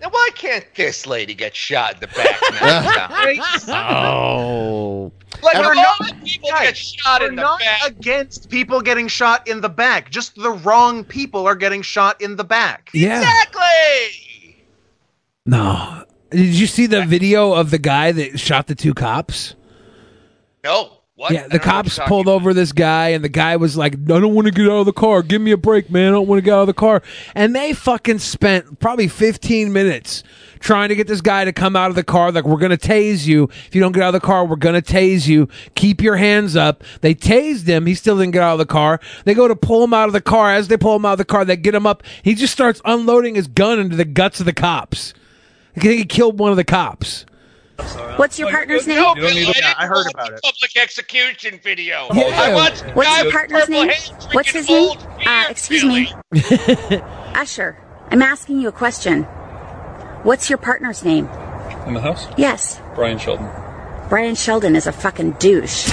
S8: now why can't this lady get shot in the back?
S11: [LAUGHS]
S8: now?
S6: Oh.
S8: Like
S7: we're
S8: all
S7: not,
S8: people get shot
S7: we're
S8: in the
S7: not
S8: back.
S7: against people getting shot in the back. Just the wrong people are getting shot in the back.
S9: Yeah.
S8: Exactly.
S9: No. Did you see the video of the guy that shot the two cops?
S8: No. What? I
S9: Yeah,
S8: don't
S9: the
S8: know what
S9: cops
S8: you're
S9: pulled over this guy, and the guy was like, "I don't want to get out of the car. Give me a break, man. I don't want to get out of the car." And they fucking spent probably 15 minutes trying to get this guy to come out of the car. Like, we're gonna tase you if you don't get out of the car. We're gonna tase you. Keep your hands up. They tased him. He still didn't get out of the car. They go to pull him out of the car. As they pull him out of the car, they get him up. He just starts unloading his gun into the guts of the cops. I think he killed one of the cops.
S15: What's
S8: Oh,
S15: your partner's name?
S8: No, Bill, I, didn't
S7: I heard about
S8: watch the Public execution video.
S9: Yeah.
S8: Oh, I watched the
S15: What's
S8: guy
S15: your
S8: with
S15: partner's
S8: purple
S15: name?
S8: hair drinking
S15: What's his name?
S8: old
S15: Uh, excuse me.
S9: [LAUGHS]
S15: Usher, I'm asking you a question. What's your partner's name?
S11: In the house?
S15: Yes,
S11: Brian Sheldon.
S15: Brian Sheldon is a fucking douche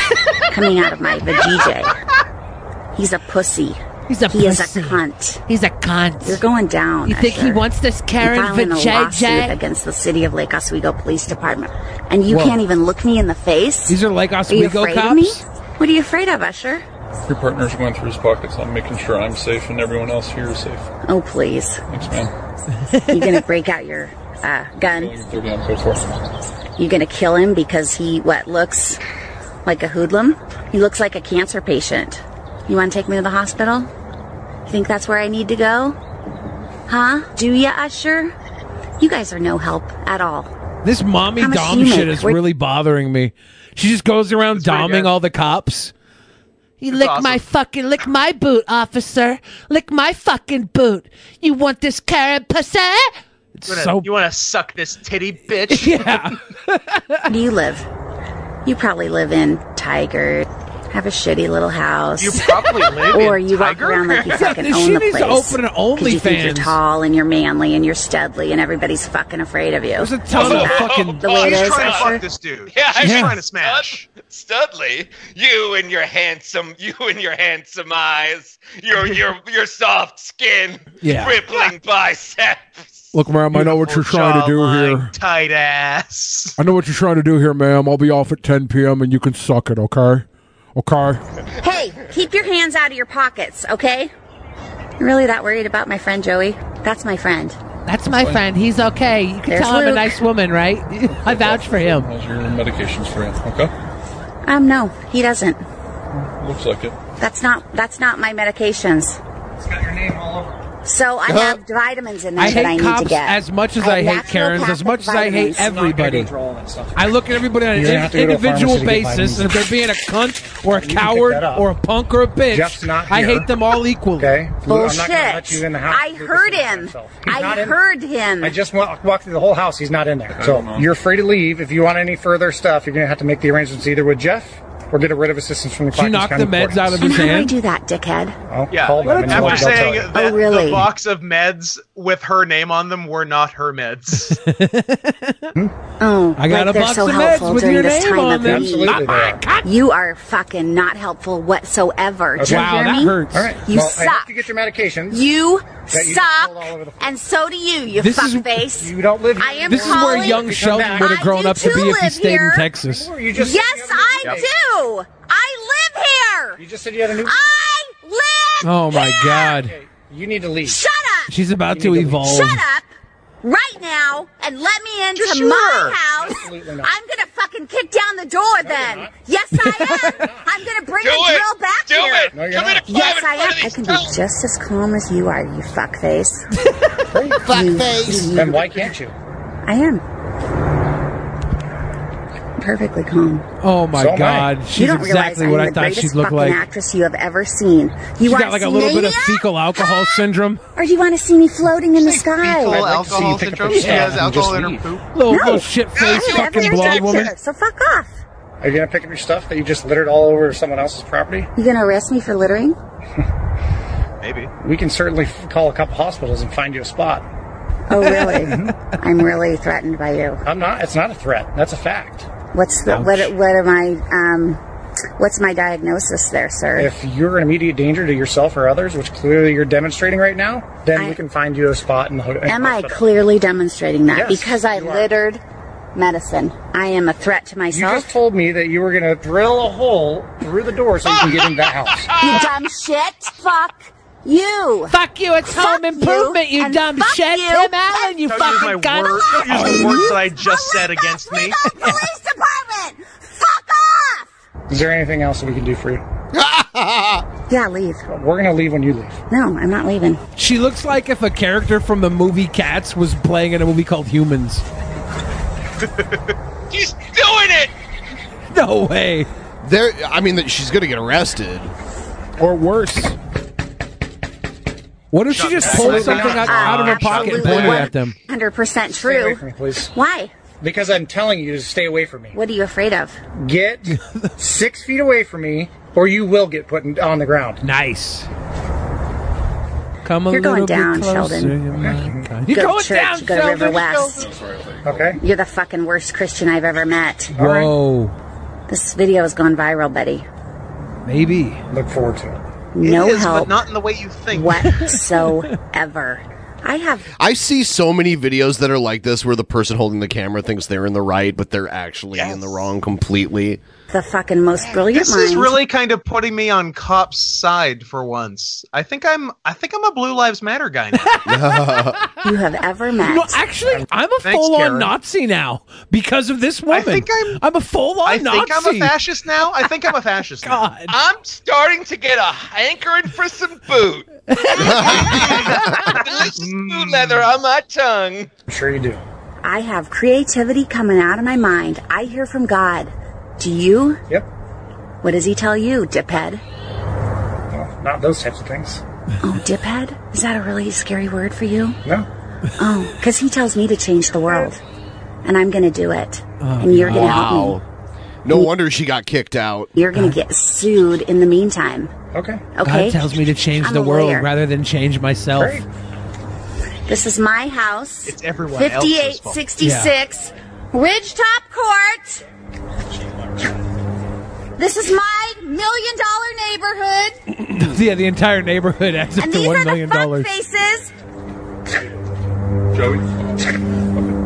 S15: coming out of my vajayjay. He's a pussy.
S9: He's a
S15: he is
S9: pussy.
S15: a cunt.
S9: He's a cunt.
S15: You're going down.
S9: You think he
S15: Usher.
S9: wants this
S15: I'm
S9: Karen
S15: filing a
S9: vajayjay?
S15: lawsuit against the city of Lake Oswego Police Department, and you
S9: Whoa.
S15: can't even look me in the face.
S9: These are Lake
S15: you
S9: Oswego
S15: afraid of
S9: cops?
S15: me? What are you afraid of, Usher?
S11: Your partner's going through his pockets. I'm making sure I'm safe and everyone else here is safe.
S15: Oh please!
S11: Thanks, ma'am.
S15: you gonna break out your uh, gun?
S11: 30 on code 4.
S15: You gonna kill him because he what looks like a hoodlum? He looks like a cancer patient. You wanna take me to the hospital? You think that's where I need to go? Huh? Do ya, Usher? You guys are no help at all.
S9: This mommy
S15: How much do
S9: dom
S15: you
S9: shit
S15: make?
S9: is
S15: Where-
S9: really bothering me. She just goes around doming all the cops.
S10: You lick my fucking lick my boot, officer. Lick my fucking boot. You want this carrot pussy?
S7: You wanna-
S9: So-
S7: you want to suck this titty, bitch?
S9: [LAUGHS] yeah.
S15: Where [LAUGHS] do you live? You probably live in Tiger. Have a shitty little house.
S7: You probably
S15: [LAUGHS]
S7: live
S15: Or
S7: in
S15: you walk
S7: Tiger?
S15: around like
S7: [LAUGHS]
S15: you
S7: Yeah,
S15: fucking
S7: she
S15: own the
S7: needs
S15: place.
S7: to open an
S15: 'Cause You think you're
S7: OnlyFans.
S15: tall and you're manly and you're studly and everybody's fucking afraid of you.
S9: There's a ton
S15: Isn't
S9: of
S15: that
S9: fucking-
S15: the way it
S7: She's
S15: is,
S7: trying to
S15: Usher?
S7: fuck this dude.
S8: Yeah,
S7: she's
S8: yeah.
S7: trying to smash.
S8: Studley, you and your handsome, you and your handsome eyes, your your your soft skin,
S9: Yeah.
S8: rippling bicep.
S9: Look, ma'am, I know what you're trying to do here.
S7: Tight ass.
S9: I know what you're trying to do here, ma'am. I'll be off at 10 p.m. and you can suck it, okay? Okay.
S15: Hey, keep your hands out of your pockets, okay? You're really that worried about my friend Joey? That's my friend.
S10: That's my friend. He's okay. You can
S15: There's
S10: tell I'm a
S15: Luke.
S10: nice woman, right? [LAUGHS] I vouch for him.
S11: How's your medications for him? Okay.
S15: Um, no, he doesn't.
S11: Looks like it.
S15: That's not that's not my medications.
S3: It's got your name all over.
S15: So I have vitamins in there
S9: I
S15: that I
S9: hate
S15: need to
S9: cops
S15: get.
S9: as much as
S15: I
S9: I, hate
S15: have
S9: Karens, as
S15: naturopathic
S9: much as I hate
S15: vitamins.
S9: everybody. I look at everybody on
S15: You're gonna
S9: an
S15: have to go to a
S9: individual
S15: pharmacy to get
S9: basis, and if they're being a cunt or a
S15: can pick
S9: coward
S15: that up.
S9: or a punk or a bitch,
S15: Jeff's not
S9: I
S15: here.
S9: hate them all equally.
S16: Okay.
S15: Bullshit. I heard him.
S16: not
S15: I
S16: in-
S15: heard him.
S16: I just wa- walked through the whole house. He's not in there. So you're free to leave. If you want any further stuff, you're going to have to make the arrangements either with Jeff or get rid of assistance from the Clackamas County Courthouse. [LAUGHS]
S15: and How do I do that, dickhead?
S16: I'll
S7: Yeah,
S16: call them and they'll-
S7: after
S16: they'll tell
S7: saying
S16: you.
S7: that the box of meds with her name on them were not her meds.
S15: Oh,
S7: I got
S15: like
S7: a
S15: they're
S7: box
S15: so
S7: of meds
S15: helpful
S7: with
S15: during
S7: your
S15: this
S7: name
S15: time
S7: on
S15: of
S7: them.
S15: the
S7: Absolutely they
S15: week. You are fucking not helpful whatsoever. Do you
S16: Wow,
S15: hear
S16: that
S15: me?
S16: hurts. All right.
S15: You
S16: Well, I hope
S15: suck.
S16: you get your medications.
S15: You
S16: That you just
S15: suck, and so do you, you
S9: This is-
S15: fuckbase.
S16: You don't live. Here.
S15: I am
S9: This is where
S15: calling-
S9: young Sheldon would have grown up to be if he stayed in Texas.
S16: just-
S15: yes, I do. I live here.
S16: You just said you had a new.
S15: I live.
S9: Oh my god,
S16: You need to leave.
S15: Shut up.
S9: she's about to evolve.
S15: Shut up right now and let me into
S16: Sure.
S15: my house. I'm gonna fucking kick down the door then. Yes, I am. I'm gonna bring
S1: Do
S15: the
S1: it.
S15: drill back
S1: Do
S15: here.
S1: it. No, you're Come in not. and
S15: yes,
S1: climb in
S15: I am. I can be just as calm as you are, you fuckface.
S16: Fuckface. Then why can't you?
S15: I am. Perfectly calm.
S9: Oh my
S16: So am I.
S9: god,
S16: You
S9: she's
S15: you don't
S9: exactly
S15: realize
S9: what
S15: I'm
S9: I
S15: the
S9: thought
S15: greatest
S9: she'd look
S15: fucking
S9: like.
S15: actress you have ever seen. You
S9: She's
S15: want
S9: got like
S15: to
S9: a
S15: see
S9: little
S15: me?
S9: bit of fecal alcohol syndrome.
S15: Or do you want to see me floating in the sky?
S7: fecal I'd like to see you alcohol pick up syndrome? your She stuff has and alcohol just in her leave.
S16: poop?
S9: Little,
S16: No.
S9: little shit face
S16: No,
S9: fucking
S16: everyone's
S9: blonde
S16: active.
S9: woman.
S15: So fuck off.
S16: Are you gonna pick up your stuff that you just littered all over someone else's property?
S15: You gonna arrest me for littering?
S16: Maybe. We can certainly f- call a couple hospitals and find you a spot.
S9: [LAUGHS]
S15: Oh, really? I'm really threatened by you.
S16: I'm not. It's not a threat. That's a fact.
S15: What's the what? What am I? Um, what's my diagnosis there, sir?
S16: If you're an immediate danger to yourself or others, which clearly you're demonstrating right now, then we can find you a spot in the ho- in the
S15: am I
S16: hospital.
S15: clearly demonstrating that
S16: Yes,
S15: because I littered medicine? I am a threat to
S16: You
S15: myself.
S16: just told me that you were gonna drill a hole through the door so you can get in that house.
S15: You dumb shit. Fuck you.
S10: Fuck you. It's home improvement, you,
S15: and
S10: dumb
S15: fuck
S10: shit.
S15: you,
S10: Tim Allen, you
S7: Don't use my
S10: fucking cunt.
S7: word- [LAUGHS] don't use the words that I just said against me.
S16: Is there anything else that we can do for you?
S15: [LAUGHS] yeah, leave.
S16: We're gonna leave when you leave.
S15: No, I'm not leaving.
S9: She looks like if a character from the movie Cats was playing in a movie called Humans.
S1: He's doing it.
S9: No way.
S6: There, I mean, that she's gonna get arrested,
S9: or worse. What if she just pulled something out, out of her pocket and pointed at them?
S15: Hundred percent
S16: Stay away
S15: true.
S16: from me, please.
S15: Why?
S16: Because I'm telling you to stay away from me.
S15: What are you afraid of?
S16: Get six feet away from me, or you will get put in, on the ground.
S9: Nice. Come a
S15: You're going
S9: little bit
S15: down,
S9: closer,
S15: Sheldon.
S9: you might die.
S15: go
S9: You're
S15: to
S9: going
S15: church,
S9: down,
S15: go to River
S9: Sheldon.
S15: West.
S16: Okay.
S15: You're the fucking worst Christian I've ever met.
S9: Whoa.
S15: This video has gone viral, buddy.
S9: Maybe.
S16: Look forward to it.
S15: No
S7: It is,
S15: help
S7: but not in the way you think.
S15: whatsoever. I have
S6: I see so many videos that are like this where the person holding the camera thinks they're in the right, but they're actually in the wrong completely.
S15: the fucking
S7: [LAUGHS]
S15: most brilliant
S7: This
S15: mind.
S7: is really kind of putting me on cop's side for once. I think I'm I think I'm a Blue Lives Matter guy now.
S9: [LAUGHS]
S15: you have ever met.
S9: No, actually, I'm a
S7: Thanks,
S9: full-on
S7: Karen.
S9: Nazi now because of this woman. I think I'm, a full-on
S7: I think
S9: Nazi.
S7: I'm a fascist now. I think I'm a
S9: [LAUGHS]
S7: fascist now.
S1: I'm starting to get a hankering for some boot. Delicious boot leather on my tongue.
S16: I'm sure you do.
S15: I have creativity coming out of my mind. I hear from God. Do you?
S16: Yep.
S15: What does he tell you, diphead?
S16: Not those types of things.
S15: Oh, diphead? Is that a really scary word for you?
S16: No.
S15: Oh, because he tells me to change the world. And I'm going to do it.
S6: Oh,
S15: and you're going to help me.
S6: wow. No wonder she got kicked out.
S15: You're going to get sued in the meantime.
S16: Okay.
S15: Okay?
S9: God tells me to change
S15: I'm
S9: the
S15: a
S9: world
S15: lawyer.
S9: rather than change myself.
S15: Great. This is my house. It's
S7: everyone else's fault.
S15: 5866 Ridgetop Court. This is my million dollar neighborhood.
S9: [LAUGHS] yeah, the entire neighborhood adds up
S15: And
S9: to
S15: these
S9: one
S15: are
S9: million
S15: the fuck
S9: dollars.
S15: faces.
S17: Joey.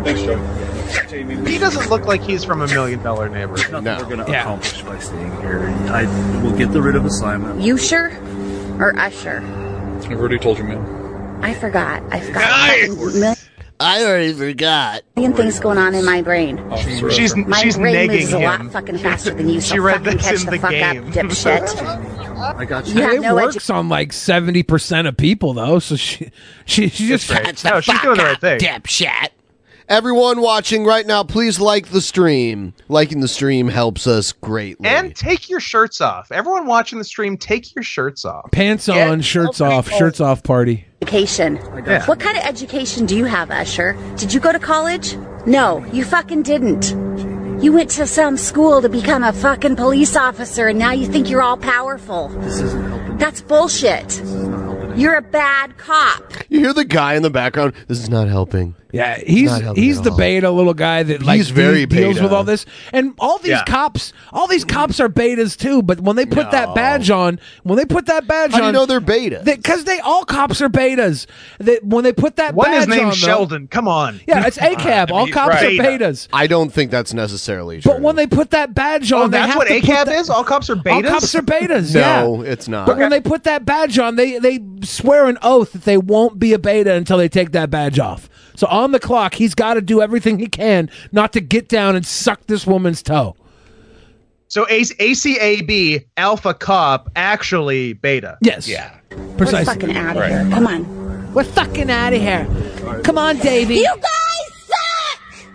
S17: Thanks, Joey.
S7: He doesn't look like he's from a million dollar neighborhood.
S6: No.
S18: We're gonna accomplish by staying here. I will get the rid of assignment.
S15: You sure? Or Usher?
S17: I've already told you, man.
S15: I forgot. I forgot. Nice.
S6: I already forgot.
S15: Million things going on in my brain.
S6: She's- she's-
S15: my
S6: she's
S15: brain
S6: negging
S15: moves a lot
S6: him.
S15: fucking faster than you. So
S6: She read
S15: fucking
S6: this
S15: catch
S6: in
S15: the,
S6: the
S15: fuck
S6: game.
S15: up, dipshit.
S9: I
S18: got
S15: you. You have
S9: it
S15: no
S9: works on like seventy percent of people though, so she she, she just
S6: That's right. No, she's doing the right thing.
S9: Dipshit.
S6: Everyone watching right now, please like the stream. Liking the stream helps us greatly.
S7: And take your shirts off. Everyone watching the stream, take your shirts off.
S9: Pants on, shirts off, shirts off party.
S15: Education.
S9: Yeah.
S15: What kind of education do you have, Usher? Did you go to college? No, you fucking didn't. You went to some school to become a fucking police officer and now you think you're all powerful. This isn't helping. That's bullshit. You're a bad cop.
S6: You hear the guy in the background. This is not helping.
S9: Yeah, he's he's the beta little guy that like
S6: He's very
S9: de- deals
S6: beta.
S9: with all this, and all these
S6: Yeah.
S9: cops, all these cops are betas too. But when they put that badge on, when they put that badge
S6: How do
S9: on,
S6: you know they're betas?
S9: Because they, all cops are betas. That when they put that
S7: One
S9: badge
S7: is named
S9: on, though-
S7: Sheldon. Come on.
S9: Yeah, it's ACAB. All cops are betas.
S6: I don't think that's necessarily true.
S9: But when they put that badge
S6: Oh,
S9: on, they
S6: that's
S9: have
S6: what
S9: to put
S6: ACAB
S9: that-
S6: is? All cops are
S9: All
S6: betas?
S9: cops are betas.
S6: No,
S9: yeah.
S7: Uh,
S6: it's not.
S9: But when they put that badge on, they they swear an oath that they won't be a beta until they take that badge off. So on the clock, he's got to do everything he can not to get down and suck this woman's toe.
S7: So A- ACAB, Alpha Cop, actually beta.
S9: Yes.
S7: Yeah.
S9: Precisely.
S10: We're fucking out of here. Come on. We're fucking out of here. Come on, Davey.
S14: You
S10: guys
S14: suck!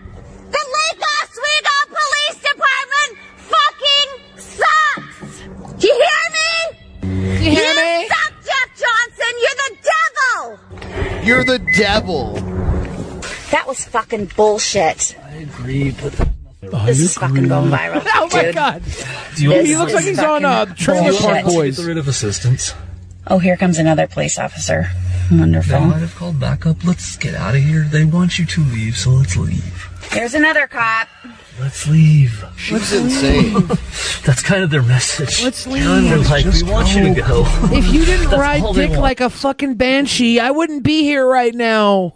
S14: The Lake Oswego Police Department fucking sucks! Do you hear me?
S10: Do you hear me?
S14: suck, Jeff Johnson! You're the devil!
S6: You're the devil.
S15: That was fucking bullshit. I
S13: agree, but
S15: this is fucking
S9: [LAUGHS]
S15: going
S13: [LAUGHS]
S15: viral.
S14: Oh my
S15: dude.
S14: God.
S13: Do you want-
S15: This
S13: He looks like
S15: is
S13: he's on,
S15: fucking
S13: uh, Trailer
S15: bullshit.
S13: Park Boys. Get rid of assistance.
S15: Oh, here comes another police officer. Wonderful.
S13: They might have called backup. Let's get out of here. They want you to leave, so let's leave.
S15: There's another cop.
S13: Let's leave.
S6: She's insane.
S13: [LAUGHS] That's kind of their message.
S9: Let's
S13: Karen
S9: leave.
S13: was like,
S9: Just
S13: we want you to go.
S9: If you didn't
S13: That's
S9: ride
S13: all they
S9: dick
S13: want.
S9: like a fucking banshee, I wouldn't be here right now.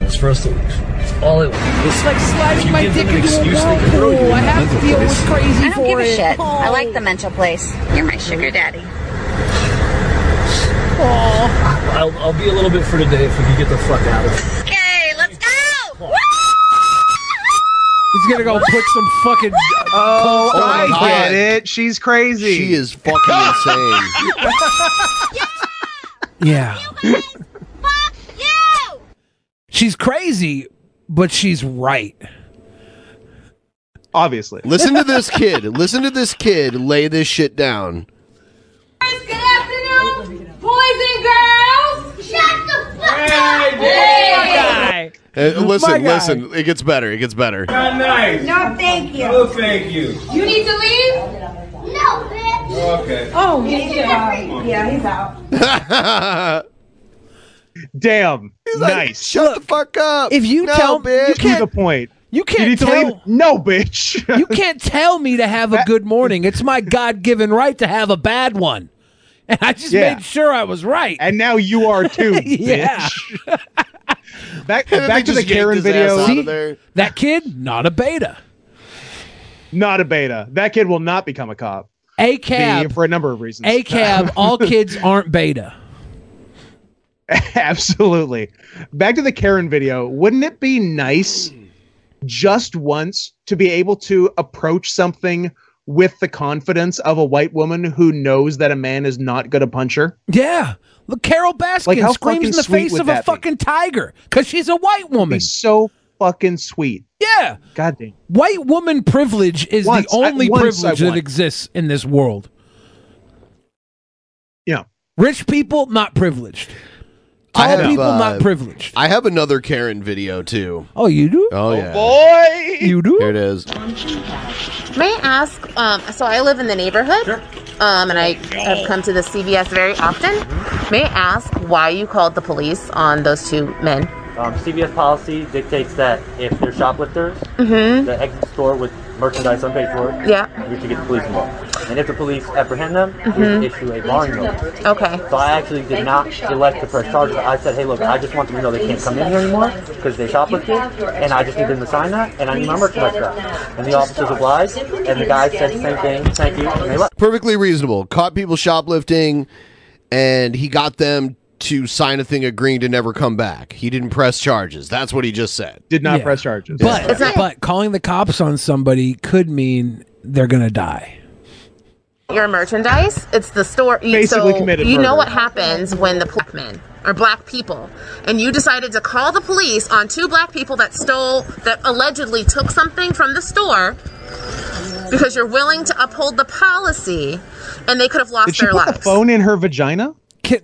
S13: It's for us to leave. It's all it was.
S9: It's like sliding my dick into a
S13: you
S9: whirlpool. I
S13: in
S9: have to
S13: another
S9: deal with
S13: place.
S9: crazy
S15: I don't give
S9: for
S15: a
S9: it.
S15: shit. I like the mental place. You're my sugar daddy.
S13: I'll, I'll be a little bit for today if we can get the fuck out of here.
S15: Okay, let's go.
S9: He's gonna go put some fucking.
S7: Oh,
S9: cold
S7: I
S9: on
S7: get
S9: it.
S7: it. She's crazy. She
S6: is fucking insane. [LAUGHS]
S9: Yeah. She's crazy, but she's right.
S7: [LAUGHS]
S6: [LAUGHS]
S7: Obviously.
S6: Listen to this kid. Listen to this kid lay this shit down.
S14: Good afternoon, boys and girls! Shut the fuck up!
S6: Hey, Uh,
S14: My
S6: listen,
S14: guy.
S6: listen. It gets better. It gets better.
S14: Not nice. No, thank you.
S6: No, Oh, thank you.
S14: You need to leave? No, bitch.
S6: Okay.
S14: Oh, yeah. Yeah, he's out.
S7: Damn. nice.
S6: Shut the fuck up.
S9: If you
S6: No,
S9: tell
S6: bitch.
S9: you can't,
S7: the point.
S9: you can't
S7: need to
S9: tell
S7: leave? no, bitch.
S9: [LAUGHS] you can't tell me to have a good morning. It's my God given right to have a bad one, and I just
S7: Yeah.
S9: made sure I was right.
S7: And now you are
S9: [LAUGHS]
S7: too.
S9: yeah.
S7: [LAUGHS] Back back to the Karen video.
S9: See? That kid, not a beta.
S7: Not a beta. That kid will not become a cop.
S9: A cab.
S7: Be- for a number of reasons.
S9: A
S7: [LAUGHS]
S9: cab. all kids aren't beta.
S7: Absolutely. Back to the Karen video. Wouldn't it be nice just once to be able to approach something with the confidence of a white woman who knows that a man is not going to punch her?
S9: Yeah. Look, Carol Baskin
S7: Like, how
S9: screams in
S7: fucking
S9: the
S7: sweet
S9: face
S7: would
S9: of a
S7: that be?
S9: fucking tiger because she's a white woman.
S7: so fucking sweet.
S9: Yeah.
S7: God damn.
S9: White woman privilege is
S7: Once,
S9: the
S7: I-
S9: only
S7: once I
S9: privilege that
S7: want.
S9: exists in this world.
S7: Yeah.
S9: Rich people, not privileged. Tall people,
S6: uh,
S9: not privileged.
S6: I have another Karen video too.
S9: Oh, you do?
S6: Oh, yeah.
S7: Boy!
S9: You do?
S6: Here it is.
S19: May I ask? Um, so I live in the neighborhood, um, and I have come to the CVS very often. May I ask why you called the police on those two men?
S20: Um, CVS policy dictates that if they're shoplifters,
S19: Mhm.
S20: the exit store with merchandise unpaid for,
S19: Yeah.
S20: you should get the police involved. And if the police apprehend them, you
S19: Mhm.
S20: issue a barring notice.
S19: Okay.
S20: So I actually did not elect to press charges. I said, hey, look, I just want them to know they can't come in here anymore because they shoplifted, and I just need them to sign that, and I need my merchandise back. And the officers obliged, and the guy said the same thing, thank you, and they left.
S6: Perfectly reasonable. Caught people shoplifting, and he got them to sign a thing agreeing to never come back. He didn't press charges. That's what he just said.
S7: Did not
S9: press
S7: charges.
S9: But but calling the cops on somebody could mean they're gonna die.
S19: your merchandise. It's the store. you-
S7: Basically
S19: so
S7: committed
S19: You know
S7: murder.
S19: what happens when the black men or black people, and you decided to call the police on two black people that stole, that allegedly took something from the store, because you're willing to uphold the policy, and they could have lost
S7: Did she
S19: their
S7: put
S19: lives.
S7: the phone in her vagina?
S9: Can,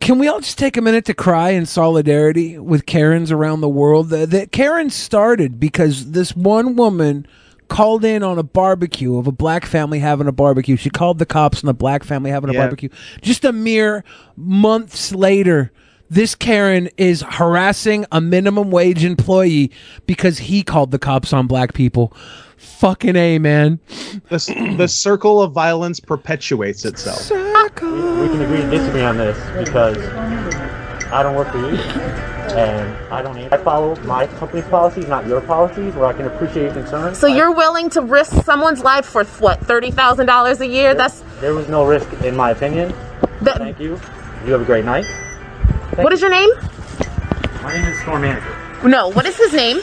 S9: can we all just take a minute to cry in solidarity with Karens around the world? That, that Karen started because this one woman called in on a barbecue of a black family having a barbecue. She called the cops on the black family having a
S7: Yeah.
S9: barbecue. Just a mere months later, this Karen is harassing a minimum wage employee because he called the cops on black people. Fucking A, man.
S7: The, s- the circle of violence perpetuates itself.
S3: We can agree to disagree on this because I don't work for you, and I don't. I follow my company's policies, not your policies. Where I can appreciate your concern.
S19: So you're willing to risk someone's life for what thirty thousand dollars a year? That's
S3: There was no risk, in my opinion. Thank you. You have a great night.
S19: what is your name?
S3: My name is Store Manager.
S19: No, what is his name?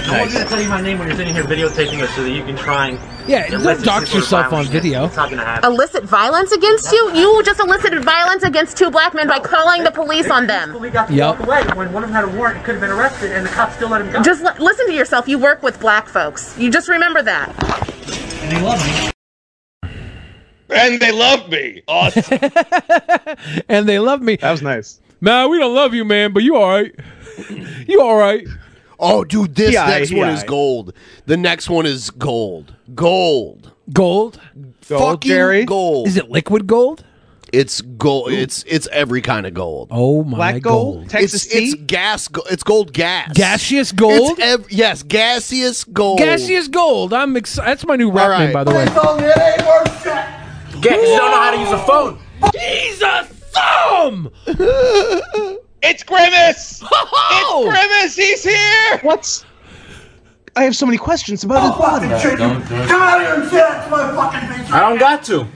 S3: I want you to tell you my name when you're sitting here videotaping us so that you can try and
S9: Yeah,
S3: elicit
S9: don't
S3: some
S9: dox
S3: sort of
S9: yourself on
S3: violence.
S9: video.
S3: It's not gonna happen.
S19: Illicit violence against you? You just elicited violence against two black men by calling the police on them.
S3: We got to
S9: Yup.
S3: walk away when one of them had a warrant and could have been arrested, and the cops still let him go.
S19: Just li- listen to yourself. You work with black folks. You just remember that.
S3: and they love me.
S8: And they love me. Awesome.
S9: [LAUGHS] and they love me. That
S7: was nice.
S9: Nah, we don't love you, man, but you all right. you all right.
S6: Oh, dude, this next one is gold. The next one is gold. Gold.
S9: Gold?
S6: Fucking
S9: Jerry?
S6: gold.
S9: Is it liquid gold?
S6: It's gold. It's it's every kind of gold.
S9: Oh my Black gold? gold. Texas
S6: it's, it's gas. go- It's gold gas.
S9: Gaseous
S6: It's ev- yes, gaseous gold.
S9: Gaseous gold. I'm excited. That's my new rap
S6: All
S9: name,
S6: right.
S9: by the way.
S3: Get, you don't know how to use a phone.
S9: He's a thumb.
S8: [LAUGHS] it's Grimace. It's Grimace. He's here.
S7: What's? I have so many questions about his body.
S8: Come
S3: out here and say that to my fucking face. I don't got to.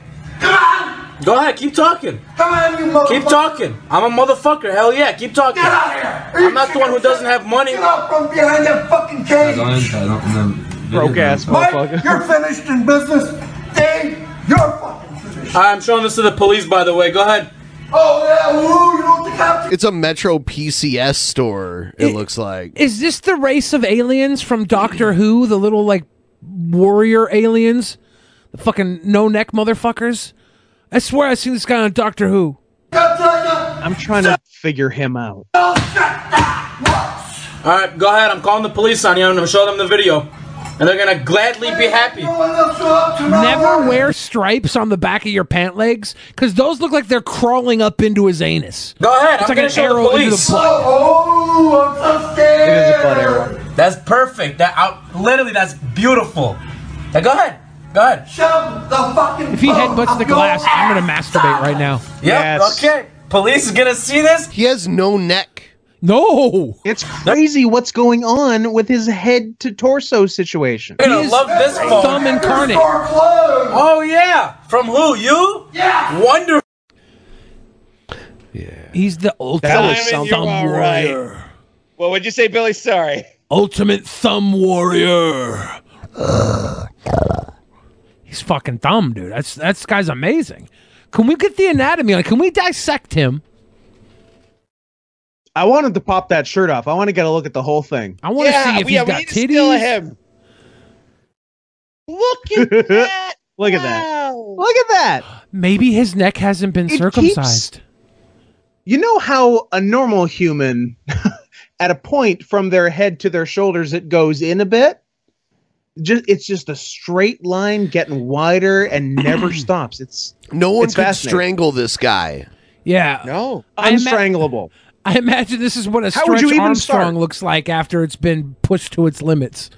S3: Come on. Go ahead, keep talking. Come on, you motherfucker. Keep talking. I'm a motherfucker. Hell yeah, keep talking. Get out here. I'm not the one who doesn't have money. Get out from behind that fucking cage.
S7: Broke ass motherfucker.
S3: you're finished in business. Dave, you're fucking finished. I'm showing this to the police, by the way. Go ahead. Oh yeah, woo, you don't think I'm
S6: It's a Metro PCS store. It, looks like.
S9: Is this the race of aliens from Doctor Who? The little like warrior aliens, the fucking no neck motherfuckers. I swear I seen this guy on Doctor Who.
S7: I'm trying to figure him out.
S3: All right, go ahead. I'm calling the police on you. I'm gonna show them the video, and they're gonna gladly be happy.
S9: Never wear stripes on the back of your pant legs because those look like they're crawling up into his anus.
S3: Go ahead. I'm
S9: It's like
S3: gonna
S9: an
S3: show
S9: arrow
S3: the
S9: into the
S3: police.
S9: butt.
S3: oh, I'm so scared.
S9: It is a butt arrow.
S3: That's perfect. That out. Literally, that's beautiful. Now go ahead. Go ahead. Shove the fucking.
S9: If he headbutts the glass, I'm gonna masturbate right now.
S3: Yeah. Okay. Police is gonna see this.
S6: He has no neck.
S9: No.
S7: It's crazy what's going on with his head to torso situation.
S3: You're gonna love this phone. Oh yeah. From who? You? Yeah. Wonderful.
S9: He's the ultimate
S8: Diamond, you're
S9: thumb
S8: all right.
S9: warrior.
S8: What would you say, Billy? Sorry.
S9: Ultimate thumb warrior. [SIGHS] He's fucking thumb, dude. That's that's guy's amazing. Can we get the anatomy on? Can we dissect him?
S7: I wanted to pop that shirt off. I want to get a look at the whole thing.
S9: I want to see if he's got titties.
S7: [LAUGHS] Look at that. Look at that. Look at
S21: Uh,
S7: that.
S9: Maybe his neck hasn't been
S7: It
S9: circumcised.
S7: You know how a normal human, [LAUGHS] at a point from their head to their shoulders, it goes in a bit. Just it's just a straight line getting wider and
S9: [CLEARS THROAT]
S7: never stops. It's
S6: No one
S7: it's
S6: could
S7: fascinating.
S6: strangle this guy.
S9: Yeah.
S7: No.
S9: I ima-
S7: Unstrangleable.
S9: I imagine this is what a
S7: How would
S9: stretch
S7: you even
S9: Armstrong
S7: start?
S9: looks like after it's been pushed to its limits.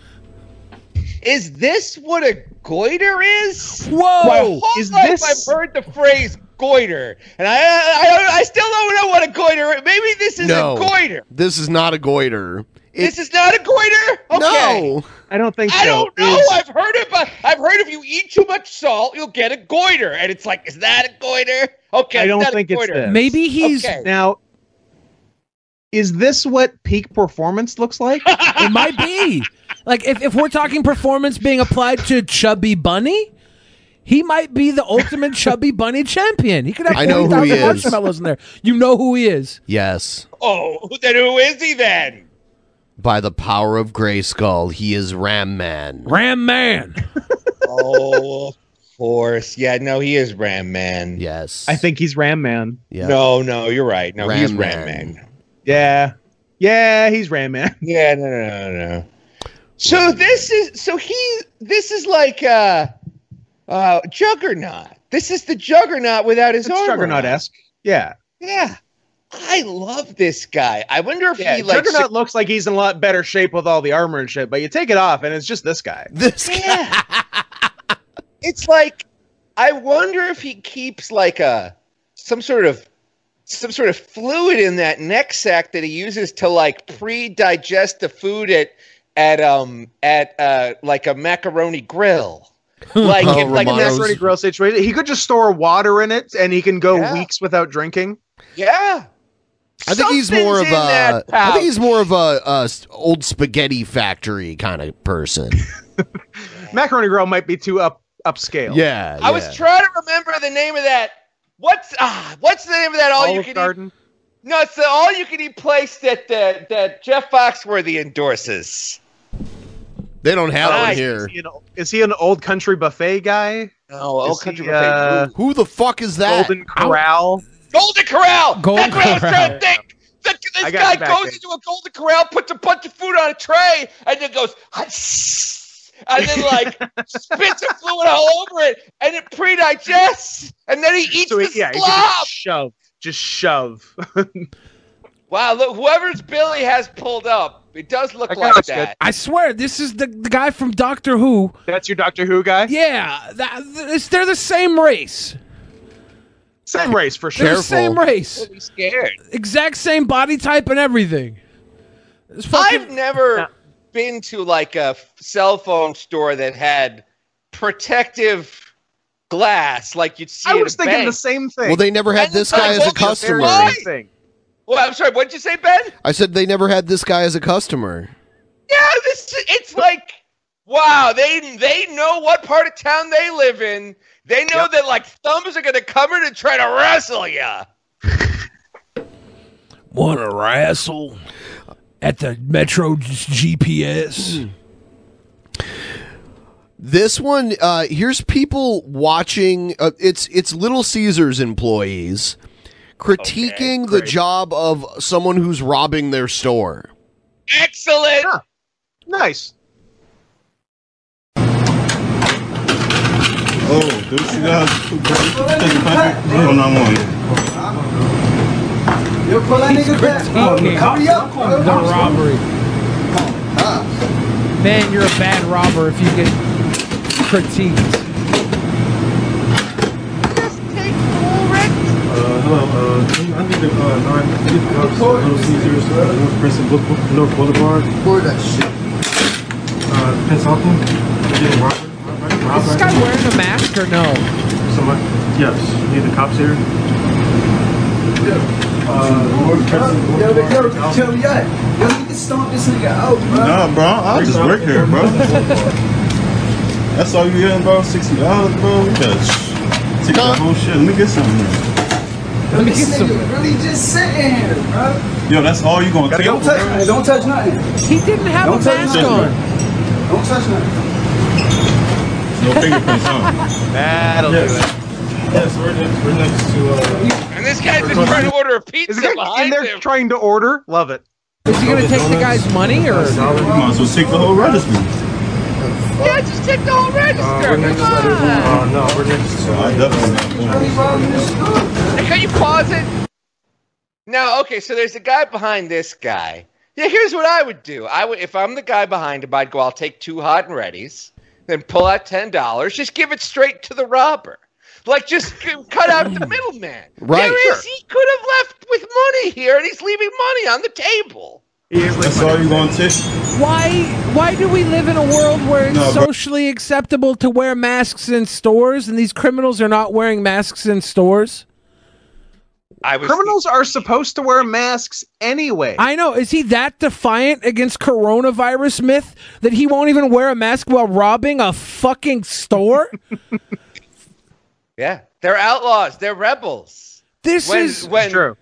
S8: Is this what a goiter is?
S9: Whoa!
S8: My whole
S7: Is
S8: life
S7: this-
S8: I've heard the phrase goiter, and I, I, I, I still don't know what a goiter is. Maybe this is
S6: no,
S8: a goiter.
S6: This is not a goiter.
S8: this is not a goiter. Okay.
S6: No,
S7: I don't think
S8: I don't know. I've heard about. I've heard if you eat too much salt, you'll get a goiter, and it's like, is that a goiter? Okay,
S7: I
S8: it's
S7: don't
S8: not a
S7: think it's
S8: goiter.
S7: this.
S9: Maybe he's-
S8: Okay.
S7: Now, is this what peak performance looks like?
S9: [LAUGHS] it might be. Like if, if we're talking performance being applied to chubby bunny, He might be the
S7: [LAUGHS]
S9: ultimate chubby bunny champion. He could have
S6: I know who
S9: 40,000
S6: he is.
S9: marshmallows in there. You know who he is.
S6: Yes.
S8: Oh, who- then who is he then?
S6: By the power of Grayskull, he is Ram Man.
S9: Ram Man.
S8: [LAUGHS] oh, of course. Yeah, no, he is Ram Man.
S6: Yes.
S7: I think he's Ram Man.
S8: No, no, you're right. No, he's Ram Man.
S7: Yeah. Yeah, he's Ram Man.
S8: Yeah, no, no, no, no. So this is so he this is like uh uh Juggernaut. This is the Juggernaut without his armor.
S7: Juggernaut esque. Yeah.
S8: Yeah. I love this guy. I wonder if
S7: Yeah,
S8: he like
S7: Juggernaut looks like he's in a lot better shape with all the armor and shit, but you take it off and it's just this guy.
S6: This
S8: Yeah. [LAUGHS] it's like I wonder if he keeps like a some sort of some sort of fluid in that neck sack that he uses to like pre-digest the food at at um at uh like a macaroni grill. Like if,
S7: like
S8: like
S7: a
S8: that's
S7: macaroni grill situation. He could just store water in it and he can go
S8: Yeah.
S7: weeks without drinking.
S8: Yeah.
S6: I think he's more of
S8: Something's in
S6: a.
S8: that
S6: I think
S8: pouch.
S6: he's more of a, a s- old spaghetti factory kind of person.
S7: Macaroni grill might be too up upscale.
S6: Yeah,
S8: [LAUGHS] I was trying to remember the name of that. What's ah, what's the name of that all you
S7: Olive
S8: can
S7: Garden?
S8: eat? No, it's the all you can eat place that that, that Jeff Foxworthy endorses.
S6: They don't have
S7: Oh,
S6: one
S7: is-
S6: here.
S7: Is he, an, is he an old country buffet guy? uh,
S8: No,
S6: old country buffet. Who the fuck is that?
S7: Golden Corral.
S8: Golden Corral.
S7: Golden
S8: That's what I was trying
S7: Corral.
S8: to think. The, this
S7: I got
S8: guy
S7: your back,
S8: goes
S7: Dave.
S8: into a Golden Corral, puts a bunch of food on a tray, and then goes, "Hush," and then like
S7: [LAUGHS]
S8: spits a fluid all over it, and it pre-digests, and then he eats
S7: So
S8: the
S7: he, yeah, he could
S8: slob.
S7: just shove. Just shove. [LAUGHS]
S8: Wow, look, whoever's Billy has pulled up, it does look like
S9: That's
S8: that.
S9: good. I swear, this is the, the guy from Doctor Who.
S7: That's your Doctor Who guy?
S9: Yeah. That, it's, they're the same race.
S7: Same race for
S9: They're
S7: sure.
S9: the same race.
S8: Scared.
S9: Exact same body type and everything.
S8: I've never been to like a f- cell phone store that had protective glass like you'd see.
S7: I
S8: at
S7: was
S8: a
S7: thinking
S8: bank.
S7: the same thing.
S6: Well, they never had
S8: And it's
S6: this
S8: like,
S6: guy as a
S8: well, it's
S6: customer.
S8: fine. Well, I'm sorry. What did you say, Ben?
S6: I said they never had this guy as a customer.
S8: Yeah, this it's like wow, they they know what part of town they live in. They know that like thumbs are gonna come in and try to wrestle ya.
S9: What a wrestle at the Metro G- GPS.
S6: Hmm. This one uh, here's people watching. Uh, it's it's Little Caesars employees critiquing the job of someone who's robbing
S9: [LAUGHS]
S6: their store.
S8: Excellent.
S7: Nice.
S21: Oh, those two guys who broke the bank, no, not one.
S3: Yo, pull that nigga back. Hurry up.
S9: The robbery. Man, you're a bad robber if you get critiqued.
S21: Uh, hello, uh, can you- I need to, uh, nine, get the cops, uh, Little Caesars, uh, North Princeton, Book, Book- North Boulevard. Pour that shit. Uh, Pensacola. Getting robbed.
S9: Is this guy wearing a mask or no?
S21: Somebody, yes, you need the cops here. Uh, North Princeton, Book-
S3: Yo, the girl tell me that. Yo, you can stomp this nigga out, bro.
S21: Nah, bro, I just work here, bro. That's all you getting, bro. Sixty dollars, bro. We gotta sh- take that whole shit. Let me get something. here.
S3: Let me get some. really just sitting here, bro.
S21: Yo, that's all you gonna take,
S3: Don't touch nothing. Don't touch nothing.
S9: He didn't have
S3: Don't
S9: a
S3: touch
S9: mask
S21: nothing.
S9: on.
S3: Don't touch nothing.
S21: No fingerprints, huh?
S7: That'll
S21: yes. do it. Yes, we're next. We're next to. Uh,
S8: And this guy's been
S21: Or-
S8: trying to order a pizza
S7: And
S8: behind
S7: they're
S8: him.
S7: trying to order. Love it.
S9: Is he gonna take the guy's money or?
S21: you might as well take the whole register.
S8: Yeah, just take the whole register.
S21: Uh, no, we're next to. I definitely not going.
S8: Hey, Can you pause it? Now, okay, so there's a guy behind this guy. Yeah, here's what I would do. I would, if I'm the guy behind him, I'd go. I'll take two hot and ready's, then pull out ten dollars. Just give it straight to the robber. Like, just c- cut out the middleman.
S21: Right.
S8: There is. He could have left with money here, and he's leaving money on the table.
S21: That's all you gonna take.
S9: Why? Why do we live in a world where it's
S21: No, but-
S9: socially acceptable to wear masks in stores, and these criminals are not wearing masks in stores?
S8: I was
S7: Criminals are supposed to wear masks anyway.
S9: I know. Is he that defiant against coronavirus myth that he won't even wear a mask while robbing a fucking store?
S8: Yeah, they're outlaws. They're rebels.
S9: This
S8: When-
S9: is
S8: when- True.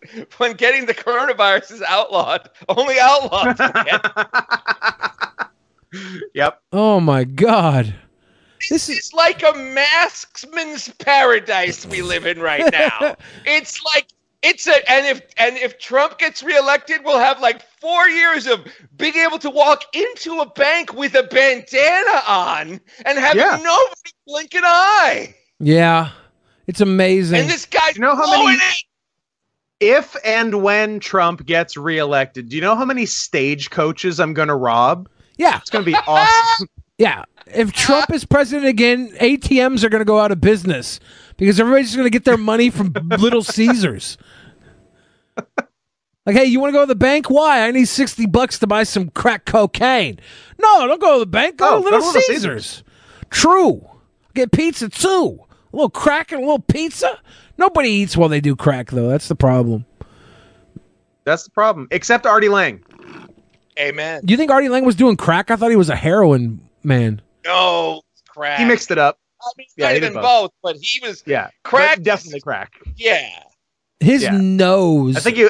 S8: [LAUGHS] When getting the coronavirus is outlawed, only outlaws. will get it.
S7: [LAUGHS] Yep.
S9: Oh my God.
S8: This is like a masksman's paradise we live
S7: [LAUGHS]
S8: in right now. it's like it's a and if and if Trump gets reelected, we'll have like four years of being able to walk into a bank with a bandana on and have
S9: Yeah.
S8: nobody blink an eye.
S9: Yeah. It's amazing.
S8: And this guy's
S7: you know how many if and when Trump gets reelected, do you know how many stagecoaches I'm going to rob?
S9: Yeah,
S7: it's going to be
S8: [LAUGHS]
S7: awesome.
S9: Yeah. If Trump is president again, ATMs are going to go out of business because everybody's just going to get their money from [LAUGHS] Little Caesars. Like, hey, you want to go to the bank? Why? I need 60 bucks to buy some crack cocaine. No, don't go to the bank. Go
S7: Oh,
S9: to Little
S7: go to Little
S9: Caesars. True. Get pizza too. A little crack and a little pizza. Nobody eats while they do crack, though. That's the problem.
S7: That's the problem. Except Artie Lang.
S8: Amen.
S9: You think Artie Lang was doing crack? I thought he was a heroin man.
S8: No crack.
S7: He mixed it up.
S8: I mean,
S7: Yeah,
S8: not
S7: he
S8: even
S7: did
S8: both.
S7: both.
S8: but he was
S7: Yeah.
S8: Crack
S7: but definitely crack.
S8: yeah.
S9: His nose.
S7: I think he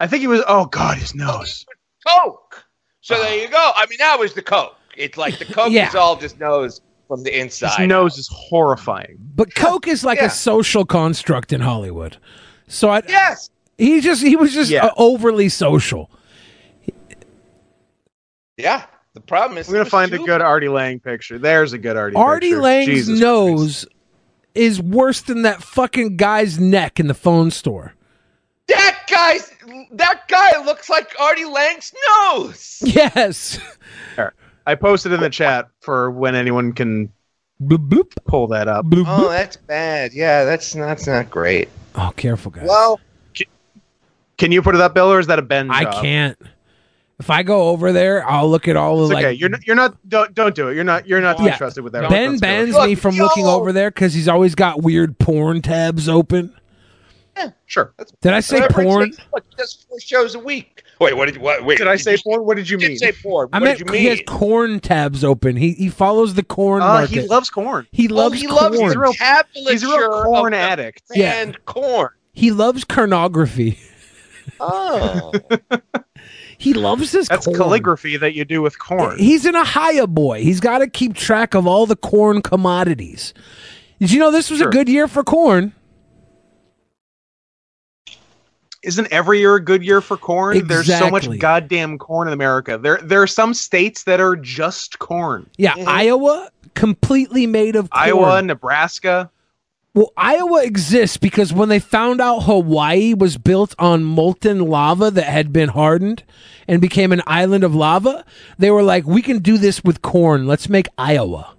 S7: I think he was oh god, his nose.
S8: Coke. So there
S7: Ah.
S8: you go. I mean, that was the Coke. It's like the Coke
S9: Yeah.
S8: dissolved his nose from the inside.
S7: His nose is horrifying.
S9: But Coke is like
S8: Yeah.
S9: a social construct in Hollywood. So I
S8: yes,
S9: he just he was just uh, overly social.
S8: Yeah. The problem is
S7: We're gonna find a good Artie Lang picture. There's a good Artie.
S9: Artie
S7: picture.
S9: Lang's
S7: Jesus.
S9: nose is worse than that fucking guy's neck in the phone store.
S8: That guy's that guy looks like Artie Lang's nose.
S9: [LAUGHS] Yes.
S7: There. I posted in the chat for when anyone can pull that up.
S8: Oh, that's bad. Yeah, that's not, that's not great.
S9: Oh, careful, guys.
S8: Well,
S7: Can you put it up, Bill, or is that a Ben?
S9: I
S7: job?
S9: can't. If I go over there, I'll look at all
S7: It's
S9: the
S7: okay.
S9: like
S7: you're not. You're not. Don't don't do it. You're not. You're not to be
S9: Yeah.
S7: trusted with that.
S9: Ben
S7: responsibility.
S9: bans me from looking over there because he's always got weird porn tabs open.
S7: Sure.
S9: Did I say
S8: Whatever it
S9: porn?
S8: takes, look, he does four shows a week. Wait, what did what? Wait,
S7: Did I say porn? What did you
S8: did
S7: mean?
S8: Say porn.
S9: I
S8: what
S9: meant
S8: did you
S9: he has
S8: mean?
S9: corn tabs open. He he follows the corn
S7: Uh,
S9: market.
S7: he loves corn.
S9: He
S8: Oh,
S9: loves
S7: he
S9: corn.
S7: loves. He's a real. He's a real corn addict.
S9: Yeah.
S8: corn.
S9: He loves pornography.
S8: Oh.
S9: [LAUGHS] he loves his
S7: That's
S9: corn.
S7: calligraphy that you do with corn.
S9: He's an Ohio boy. He's got to keep track of all the corn commodities. Did you know this was a
S7: Sure.
S9: good year for corn?
S7: Isn't every year a good year for corn? There's so
S9: Exactly.
S7: much goddamn corn in America. There there are some states that are just corn.
S9: Yeah,
S8: Mm-hmm.
S9: Iowa completely made of corn.
S7: Mm-hmm. Iowa, Nebraska.
S9: Well, Iowa exists because when they found out Hawaii was built on molten lava that had been hardened and became an island of lava, they were like, we can do this with corn. Let's make Iowa.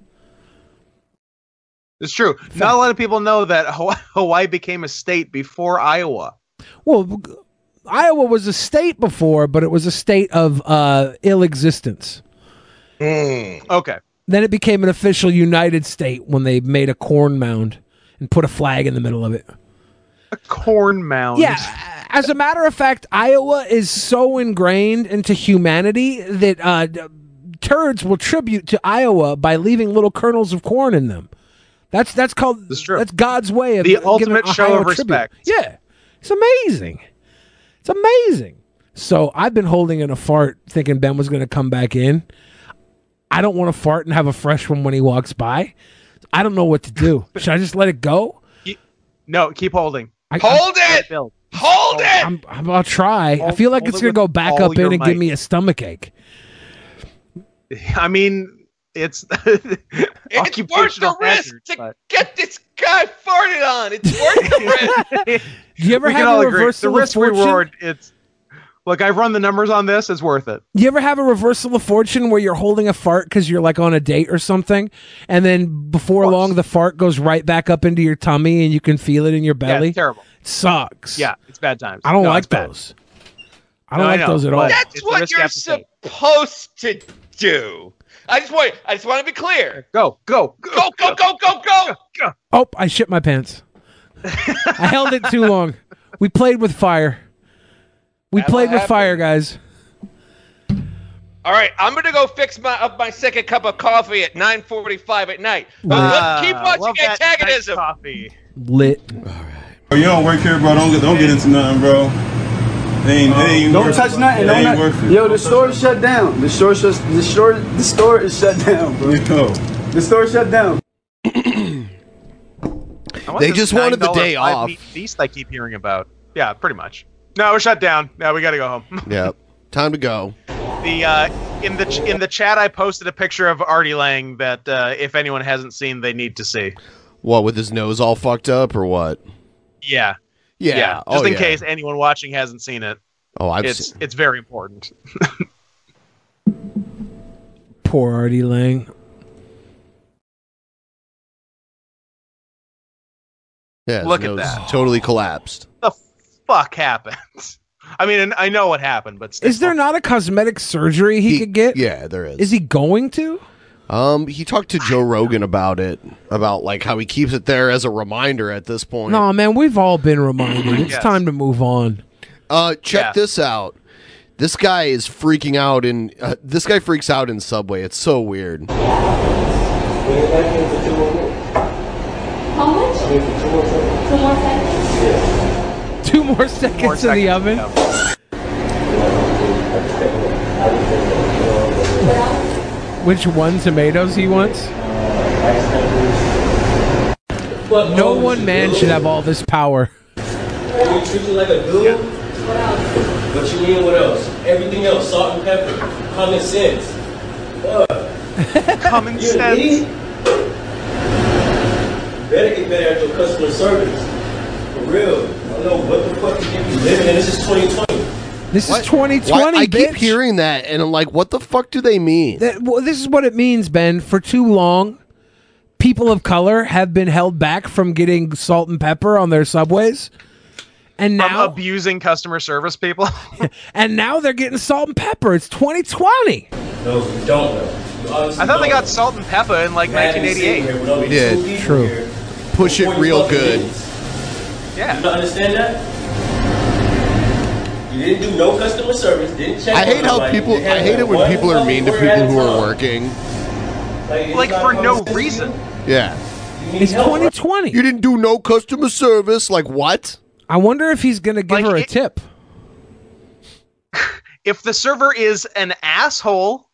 S7: It's true. Not a lot of people know that Haw- [LAUGHS] Hawaii became a state before Iowa.
S9: Well, Iowa was a state before, but it was a state of uh, ill existence.
S8: Mm.
S7: Okay.
S9: Then it became an official United State when they made a corn mound and put a flag in the middle of it.
S7: A corn mound.
S9: Yeah. As a matter of fact, Iowa is so ingrained into humanity that uh, d- turds will tribute to Iowa by leaving little kernels of corn in them. That's that's called that's, God's way of
S7: The
S9: giving
S7: ultimate show
S9: Ohio
S7: of
S9: tribute.
S7: respect.
S9: Yeah, it's amazing. It's amazing. So I've been holding in a fart, thinking Ben was going to come back in. I don't want to fart and have a fresh one when he walks by. I don't know what
S7: [LAUGHS]
S9: to do. Should I just let it go?
S7: No, keep holding.
S9: I- Hold
S7: it.
S8: Hold it.
S9: Oh, I'm, I'm, I'll try. I feel like
S7: hold
S9: it's
S7: it
S9: gonna
S7: with
S9: go back
S7: all
S9: up in
S7: your
S9: and give
S7: might.
S9: me a stomach ache.
S7: [LAUGHS] I mean, it's [LAUGHS]
S8: It's worth the risk to get this guy farted on.
S9: [LAUGHS]
S8: It's worth the risk.
S9: Do you ever
S7: we
S9: have
S7: can
S9: a
S7: all agree. The
S9: reversal of
S7: risk
S9: fortune?
S7: reward. It's look. I've run the numbers on this. It's worth it.
S9: You ever have a reversal of fortune where you're holding a fart because you're like on a date or something, and then before long the fart goes right back up into your tummy and you can feel it in your belly?
S7: it's terrible.
S9: Sucks.
S7: Yeah, it's bad times.
S9: I don't
S7: No,
S9: like
S7: it's bad.
S9: those. I don't
S7: No, I
S9: like
S7: know,
S9: those at
S7: but-
S9: all.
S7: That's
S8: That's what you're supposed to do. I just want. I just want to be clear.
S7: Go, go,
S8: go, go, go, go, go.
S9: Oh, I shit my pants. I held it too long. We played with fire. We
S7: That'll
S9: played with
S7: happen.
S9: fire, guys.
S8: All right, I'm gonna go fix my up my second cup of coffee at 9:45 at night. But let's keep
S7: Ah, love
S8: watching
S7: that nice
S8: antagonism.
S7: coffee.
S9: Lit.
S1: Bro, you don't work here, bro. Don't get don't get into nothing, bro. They ain't, they ain't
S3: Don't
S1: worth
S3: touch
S1: it.
S3: nothing.
S1: It
S3: Don't
S1: ain't
S3: not-
S1: worth it.
S3: Yo, the store is shut down. The store shut. The store. The store is shut down, bro. The store shut down.
S7: I want
S6: They
S7: this
S6: just wanted the
S7: $9
S6: day
S7: five
S6: off.
S7: meat Feast I keep hearing about. Yeah, pretty much. No, we're shut down. No, we got to go home.
S6: Yep. Time to go.
S7: The uh, in the ch- in the chat, I posted a picture of Artie Lang that uh, if anyone hasn't seen, they need to see.
S6: What with his nose all fucked up or what?
S7: Yeah,
S6: Yeah.
S7: Just
S6: Oh,
S7: in
S6: yeah.
S7: case anyone watching hasn't seen it,
S6: Oh, I've
S7: it's
S6: seen-
S7: it's very important. [LAUGHS]
S9: Poor Artie Lang.
S6: Yeah, his
S7: Look at
S6: nose
S7: that.
S6: Totally collapsed.
S7: the fuck happened? [LAUGHS] I mean, and I know what happened, but still.
S9: Is there not a cosmetic surgery he, could get?
S6: Yeah, there is.
S9: Is he going to?
S6: Um, he talked to Joe Rogan about it, about like how he keeps it there as a reminder at this point.
S9: No, man, we've all been reminded. It's
S6: Yes.
S9: time to move on.
S6: Uh, check
S9: Yeah.
S6: this out. This guy is freaking out in. Uh, this guy freaks out in subway. It's so weird.
S5: How much? Two more seconds.
S9: Two more seconds in the oven. Which one tomatoes he wants? No one man should have all this power.
S13: We treat you like a dude. What you mean? What else? Everything else, salt and pepper, common sense.
S10: [LAUGHS]
S7: common
S13: sense. Better get better at your customer service. For real. I don't know what the fuck you think you living in. This is 2020.
S9: This is
S6: is
S9: 2020,
S6: I keep
S9: bitch.
S6: hearing that, and I'm like, what the fuck do they mean?
S9: That, well, this is what it means, Ben. For too long, people of color have been held back from getting salt and pepper on their subways, [LAUGHS] and now
S7: From abusing customer service people. [LAUGHS]
S9: and now they're getting salt and pepper. It's 2020.
S13: No, you don't know. You obviously
S7: I thought they
S13: don't
S7: got salt and pepper in like
S13: know. Imagine sitting here with
S7: 1988.
S13: only
S6: We did.
S13: two people
S6: True.
S13: here.
S6: Push it real good.
S13: You don't understand that? You didn't do no customer service. Didn't check.
S6: I
S13: on
S6: hate how
S13: nobody,
S6: people.
S13: didn't have
S6: I hate it when
S13: one
S6: people are
S13: fucking
S6: mean to
S13: word at
S6: people
S13: a
S6: who are
S13: time.
S6: working.
S13: Like,
S7: for no reason.
S6: Yeah.
S9: It's 2020.
S6: You didn't do no customer service. Like what?
S9: I wonder if he's gonna give her a tip.
S7: If the server is an asshole,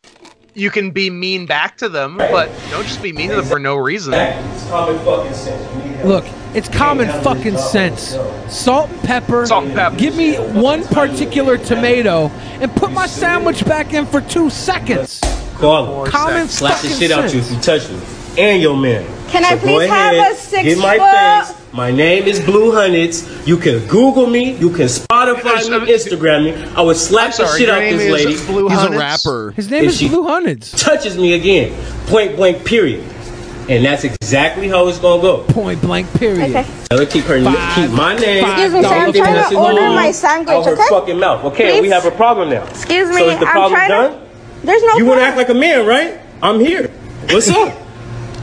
S7: you can be mean back to them, but don't just be mean to them for no reason.
S13: It's common fucking sense. You need help.
S9: Look, it's common fucking sense. Salt and pepper. Salt and pepper. Give me one particular tomato and put my sandwich back in for two seconds.
S13: Call him.
S9: Common
S13: Slap the
S9: fucking
S13: shit out you if you touch me. And your man.
S5: Can I
S13: go
S5: please have
S13: ahead,
S5: a six
S13: Get my
S5: foot-
S13: face. My name is Blue Hundreds. You can Google me. You can Spotify me, Instagram me. I would slap the
S9: sorry,
S13: shit
S9: your
S13: out
S9: name
S13: this
S9: is
S13: lady.
S9: Blue He's a Hunnits? rapper. His name
S13: If
S9: is
S13: she
S9: Blue Hundreds.
S13: Touches me again. Point blank period. And that's exactly how it's gonna go.
S9: Point blank period.
S13: Okay. Tell her keep her keep my name.
S5: Excuse me,
S13: don't
S5: sir, I'm
S13: look
S5: trying
S13: at
S5: to
S13: her
S5: order
S13: long
S5: my sandwich,
S13: out her
S5: okay?
S13: fucking mouth. Okay, we
S5: Please?
S13: have a problem now.
S5: Excuse me,
S13: So is the
S5: I'm
S13: problem
S5: trying to-
S13: done?
S5: There's no
S13: You want to act like a man, right? I'm here. What's up?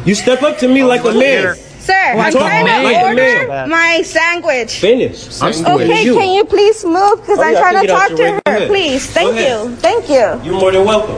S13: You step up to me like a man.
S5: Sir, I'm
S13: Like a
S5: trying
S13: man.
S5: to
S13: Like a
S5: order
S13: man.
S5: my sandwich.
S13: Finish. I'm still
S5: Okay,
S13: with you.
S5: can you please move? Because
S13: Oh,
S5: I'm
S13: yeah, I
S5: trying
S13: can
S5: to
S13: get
S5: talk
S13: out your way.
S5: to
S13: Go
S5: her.
S13: ahead.
S5: Please,
S13: Go
S5: thank
S13: ahead.
S5: you, thank you.
S13: You're more than welcome.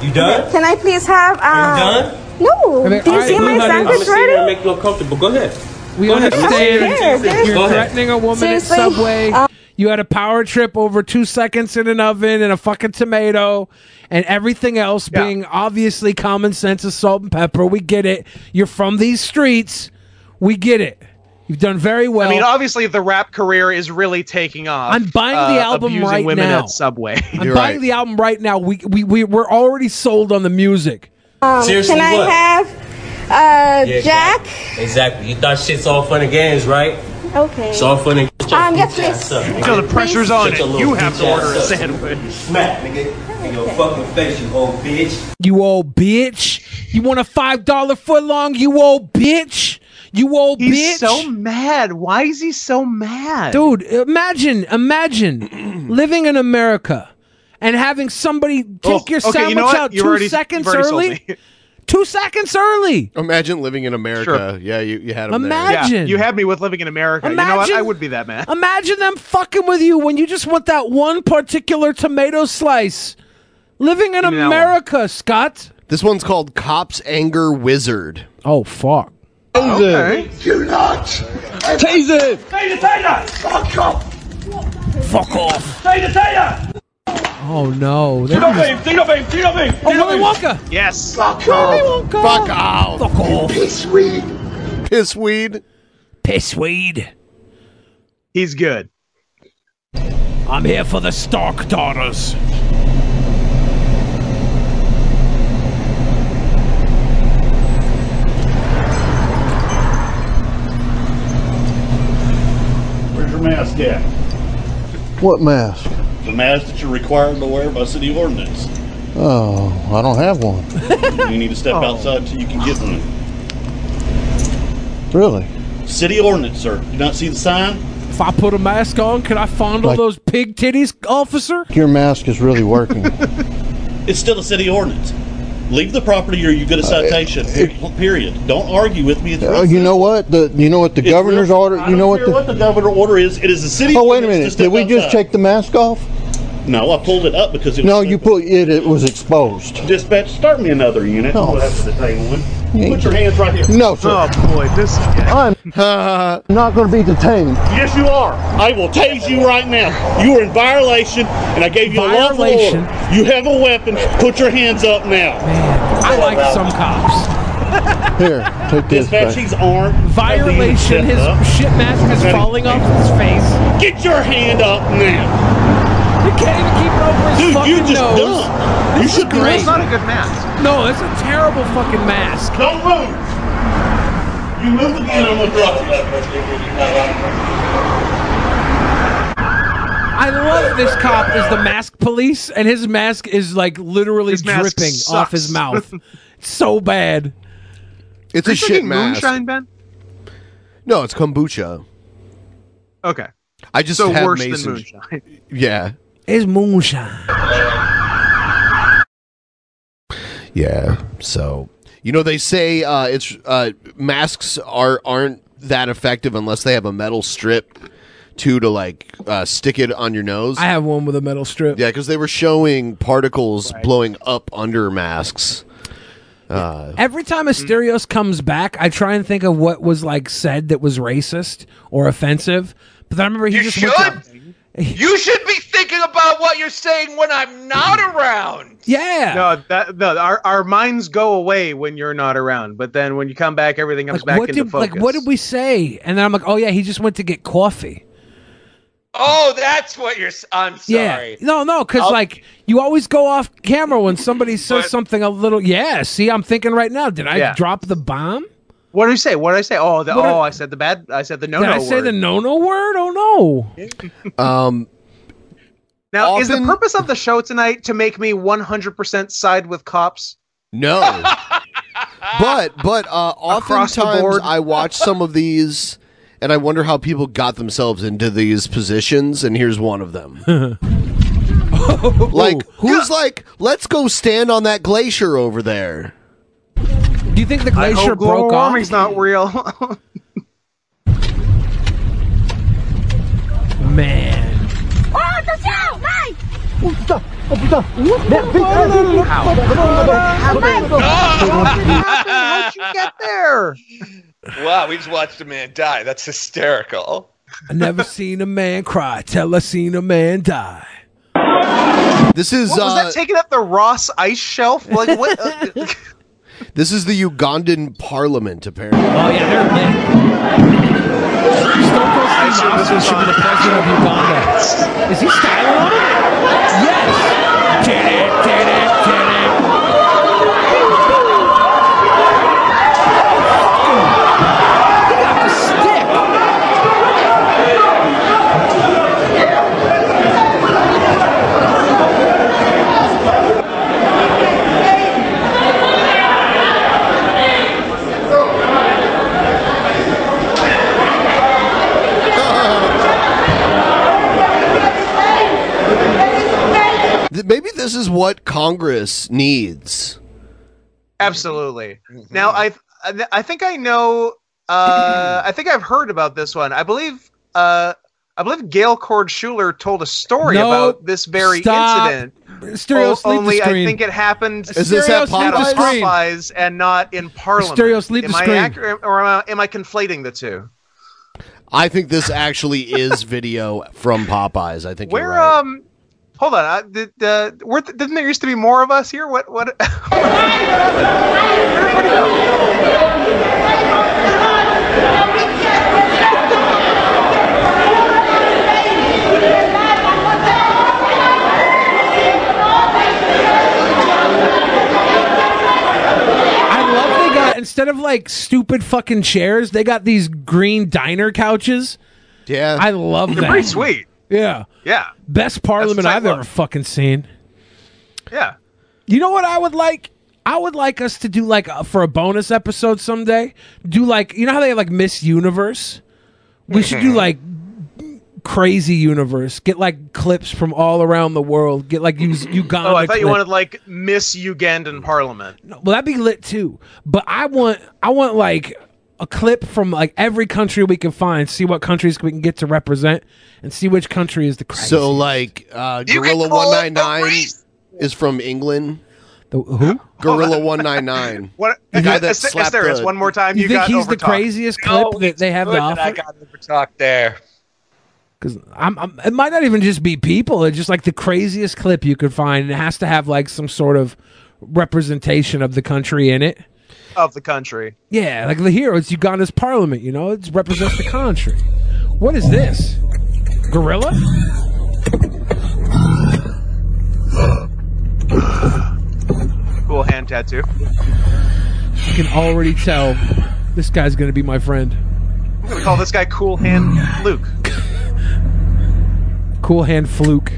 S13: You done?
S5: Can I please have? Um,
S13: You done?
S5: No.
S13: I mean,
S5: Do you
S13: alright,
S5: see my
S13: I'm gonna
S5: sandwich
S13: sit here and
S5: ready?
S13: make you uncomfortable. Go ahead.
S9: We
S13: Go ahead.
S9: understand
S13: Go ahead.
S9: you're threatening a woman at
S13: Seriously?
S9: Subway.
S5: Um,
S9: You had a power trip over two seconds in an oven and a fucking tomato and everything else being obviously common sense is salt and pepper. We get it. You're from these streets. We get it. You've done very well.
S7: I mean, obviously, the rap career is really taking off.
S9: I'm buying the
S7: uh,
S9: album
S7: abusing
S9: right
S7: women
S9: now.
S7: at Subway.
S9: [LAUGHS] I'm buying the album right now. We, we, we, we're already sold on the music.
S5: Um,
S13: Seriously,
S5: can I
S13: what?
S5: have uh,
S13: Yeah,
S5: Jack?
S13: Exactly. You thought shit's all fun and games, right?
S5: Okay.
S13: It's all fun and games.
S5: [LAUGHS] Um, yes,
S13: Ass up,
S5: please.
S13: nigga.
S5: So the
S13: Shut
S5: pressure's
S13: your
S5: on
S13: little
S5: it. You
S13: bitch
S5: have to
S13: ass
S5: order a
S13: up.
S7: sandwich.
S13: Smack, nigga. In your fucking face, you old bitch.
S9: You old bitch. You want a five dollar foot long? You old bitch. You old
S7: He's
S9: bitch.
S7: so mad. Why is he so mad,
S9: dude? Imagine, imagine [CLEARS THROAT] living in America and having somebody take
S6: Oh,
S9: your
S6: okay,
S9: sandwich
S6: you know what?
S9: out
S6: You've
S9: 2
S6: already-
S9: seconds
S6: you've already sold
S9: early.
S6: [LAUGHS]
S9: two seconds early.
S6: Imagine living in America. Yeah, you, you had him
S9: Imagine.
S6: there.
S9: Yeah, you
S7: had me with living in America.
S6: You know what?
S9: Imagine-
S6: I
S7: would be that mad.
S6: [LAUGHS]
S9: Imagine them fucking with you when you just want that one particular tomato slice. Living in America, Scott.
S6: This one's called Cops Anger Wizard.
S9: Oh, fuck.
S6: Okay.
S3: Do not.
S6: Taser!
S3: Taser, taser! Fuck off!
S9: Fuck off.
S3: Taser, taser!
S9: Oh no. They
S3: Tino beam, Tino beam, Tino beam!
S9: Oh, Willy Wonka!
S7: Yes.
S3: Fuck
S9: off!
S6: Fuck off!
S9: Fuck off!
S3: Pissweed!
S6: Pissweed.
S9: Pissweed.
S7: He's good.
S9: I'm here for the Stark daughters.
S21: Where's your mask at?
S4: What mask?
S21: The mask that you're required to wear by city
S9: [LAUGHS]
S21: ordinance.
S4: Oh, I don't have one.
S21: you need to step
S9: Oh.
S21: outside till you can get one.
S4: Really?
S21: City ordinance, sir. You not see the sign?
S9: If I put a mask on, can I fondle
S4: Like-
S9: those pig titties, officer?
S4: Your mask is really
S6: [LAUGHS]
S4: working.
S21: It's still a city ordinance. Leave the property or you get a citation. period. Don't argue with me. It's
S4: Uh, you know what? The you know what the governor's order. You know what
S21: Here, what
S4: the.
S21: the governor order is, it is a city.
S4: Oh wait a
S21: ordinance
S4: minute!
S21: to
S4: Did
S21: step
S4: we just
S21: outside.
S4: take the mask off?
S21: No, I pulled it up because it was
S4: No, you put it. It was exposed.
S21: dispatch. Start me another unit.
S4: No.
S21: We'll have to detain one. Put your hands right here.
S4: No, sir.
S7: Oh boy, this.
S4: I'm [LAUGHS] not going to be detained.
S21: Yes, you are. I will tase you right now. You are in violation, and I gave you a
S9: Violation.
S21: lawful order. You have a weapon. Put your hands up now.
S9: I like some cops. [LAUGHS]
S4: Here, take this
S21: Dispatch,
S4: back.
S21: he's armed.
S9: Violation. His shit mask is falling off his face.
S21: Get your hand up now.
S9: You can't even keep it over his
S21: Dude,
S9: fucking
S21: you just
S9: nose.
S21: dumb.
S9: This
S21: You
S9: is
S21: should be
S9: great.
S21: That's not a
S7: good mask.
S9: No, that's a terrible fucking mask.
S21: Don't move. You move again, I'm gonna drop you.
S9: I love this cop is the mask police, and his mask is like literally dripping
S7: mask
S9: off his
S7: sucks. [LAUGHS]
S9: mouth. It's so bad.
S6: It's
S7: Are you drinking Moonshine, Ben?
S6: No, it's kombucha.
S7: Okay.
S6: I just
S7: so
S6: had
S7: worse
S6: Mason's-
S7: than moonshine.
S6: Yeah.
S9: It's moonshine.
S6: Yeah. So you know they say uh, it's uh, masks are aren't that effective unless they have a metal strip too to like uh, stick it on your nose.
S9: I have one with a metal strip.
S6: yeah, because they were showing particles blowing up under masks. Uh,
S9: Every time Asterios comes back, I try and think of what was like said that was racist or offensive. But then I remember he just went to-
S8: You should be thinking about what you're saying when I'm not around.
S9: Yeah.
S7: No, that no, our our minds go away when you're not around, but then when you come back, everything comes back
S9: what
S7: into
S9: did
S7: focus.
S9: like what did we say? And then I'm like, oh yeah, he just went to get coffee.
S8: Oh, that's what you're. s- I'm sorry.
S9: Yeah, no, no, because like you always go off camera when somebody says something a little. Yeah, see, I'm thinking right now. Did I
S7: Yeah.
S9: drop the bomb?
S7: What did I say? What did I say? Oh, the,
S9: What did-
S7: oh, I said the bad. I said the no.
S9: Did I say the no-no word? Oh no!
S7: [LAUGHS]
S6: um,
S7: Now, is the purpose of the show tonight to make me 100% side with cops? [LAUGHS]
S6: No. but but uh,
S7: Across the
S6: oftentimes
S7: board.
S6: I watch some of these and I wonder how people got themselves into these positions. And here's one
S7: [LAUGHS]
S6: of them. like who's like, let's go stand on that glacier over there.
S9: Do you think the
S7: I
S9: glacier
S7: hope global
S9: broke off?
S7: warming's not real. [LAUGHS]
S9: Man,
S7: How'd you get there?
S8: Wow, we just watched a man die. That's hysterical.
S9: I [LAUGHS] never seen a man cry till I seen a man die.
S6: This is
S7: What, was
S6: uh,
S7: that taking up the Ross ice shelf? Like what?
S9: [LAUGHS]
S7: uh,
S6: this is the Ugandan parliament apparently.
S9: Oh yeah, they're Steve Austin should be the president of Uganda. Is he styling on him? Yes. Did it, did it, did it. He got the stick.
S6: Th- Maybe this is what Congress needs.
S7: Absolutely.
S6: Mm-hmm.
S7: Now I I th- I think I know. Uh, I think I've heard about this one. I believe. Uh, I believe Gail Cord Schuler told a story
S9: No,
S7: about this very
S9: Stop.
S7: incident.
S9: Stereo
S7: O-
S9: sleep
S7: only
S9: the screen.
S7: I think it happened.
S9: Is this Stereo at sleep the
S7: at
S9: screen.
S7: Popeyes and not in Parliament.
S9: Stereo sleep
S7: am
S9: the
S7: I
S9: screen.
S7: accurate or am I, am I conflating the two?
S6: I think this actually is
S7: [LAUGHS]
S6: video from Popeyes. I think
S7: Where
S6: you're right.
S7: um, hold on. Uh, did, uh, were, didn't there used to be more of us here? What what? [LAUGHS]
S9: I love they got instead of like stupid fucking chairs, they got these green diner couches.
S6: Yeah,
S9: I love
S7: They're
S9: that.
S7: pretty sweet.
S9: Yeah,
S7: Yeah.
S9: best
S7: what
S9: parliament
S7: I
S9: I've ever fucking seen.
S7: Yeah.
S9: You know what I would like? I would like us to do like a, for a bonus episode someday. Do like you know how they have like Miss Universe? We should
S7: Mm-hmm.
S9: do like crazy universe. Get like clips from all around the world. Get like Us- Uganda.
S7: Oh, I thought you
S9: clip.
S7: wanted like Miss Ugandan Parliament.
S9: Well, that'd be lit too. But I want I want like a clip from like every country we can find. See what countries we can get to represent, and see which country is the craziest.
S6: So like uh, Gorilla One Nine Nine is from England.
S9: The, who?
S7: [LAUGHS]
S6: Gorilla One Nine Nine.
S7: What?
S6: The guy that
S7: Is there- is
S6: slapped
S7: there is
S6: the-
S7: one more time.
S9: You,
S7: You,
S9: think
S7: got
S9: he's the
S7: overtalked.
S9: craziest clip that they have to
S8: good that I
S9: offer?
S8: got overtalked there.
S9: Because I'm, I'm, it might not even just be people. It's just like the craziest clip you could find. It has to have like some sort of representation of the country in it.
S7: of the country.
S9: Yeah, like the hero. It's Uganda's parliament. You know, it represents the country. What is this? Gorilla?
S7: Cool hand tattoo.
S9: I can already tell this guy's gonna be my friend.
S7: I'm gonna call this guy Cool Hand Luke.
S9: Cool hand fluke.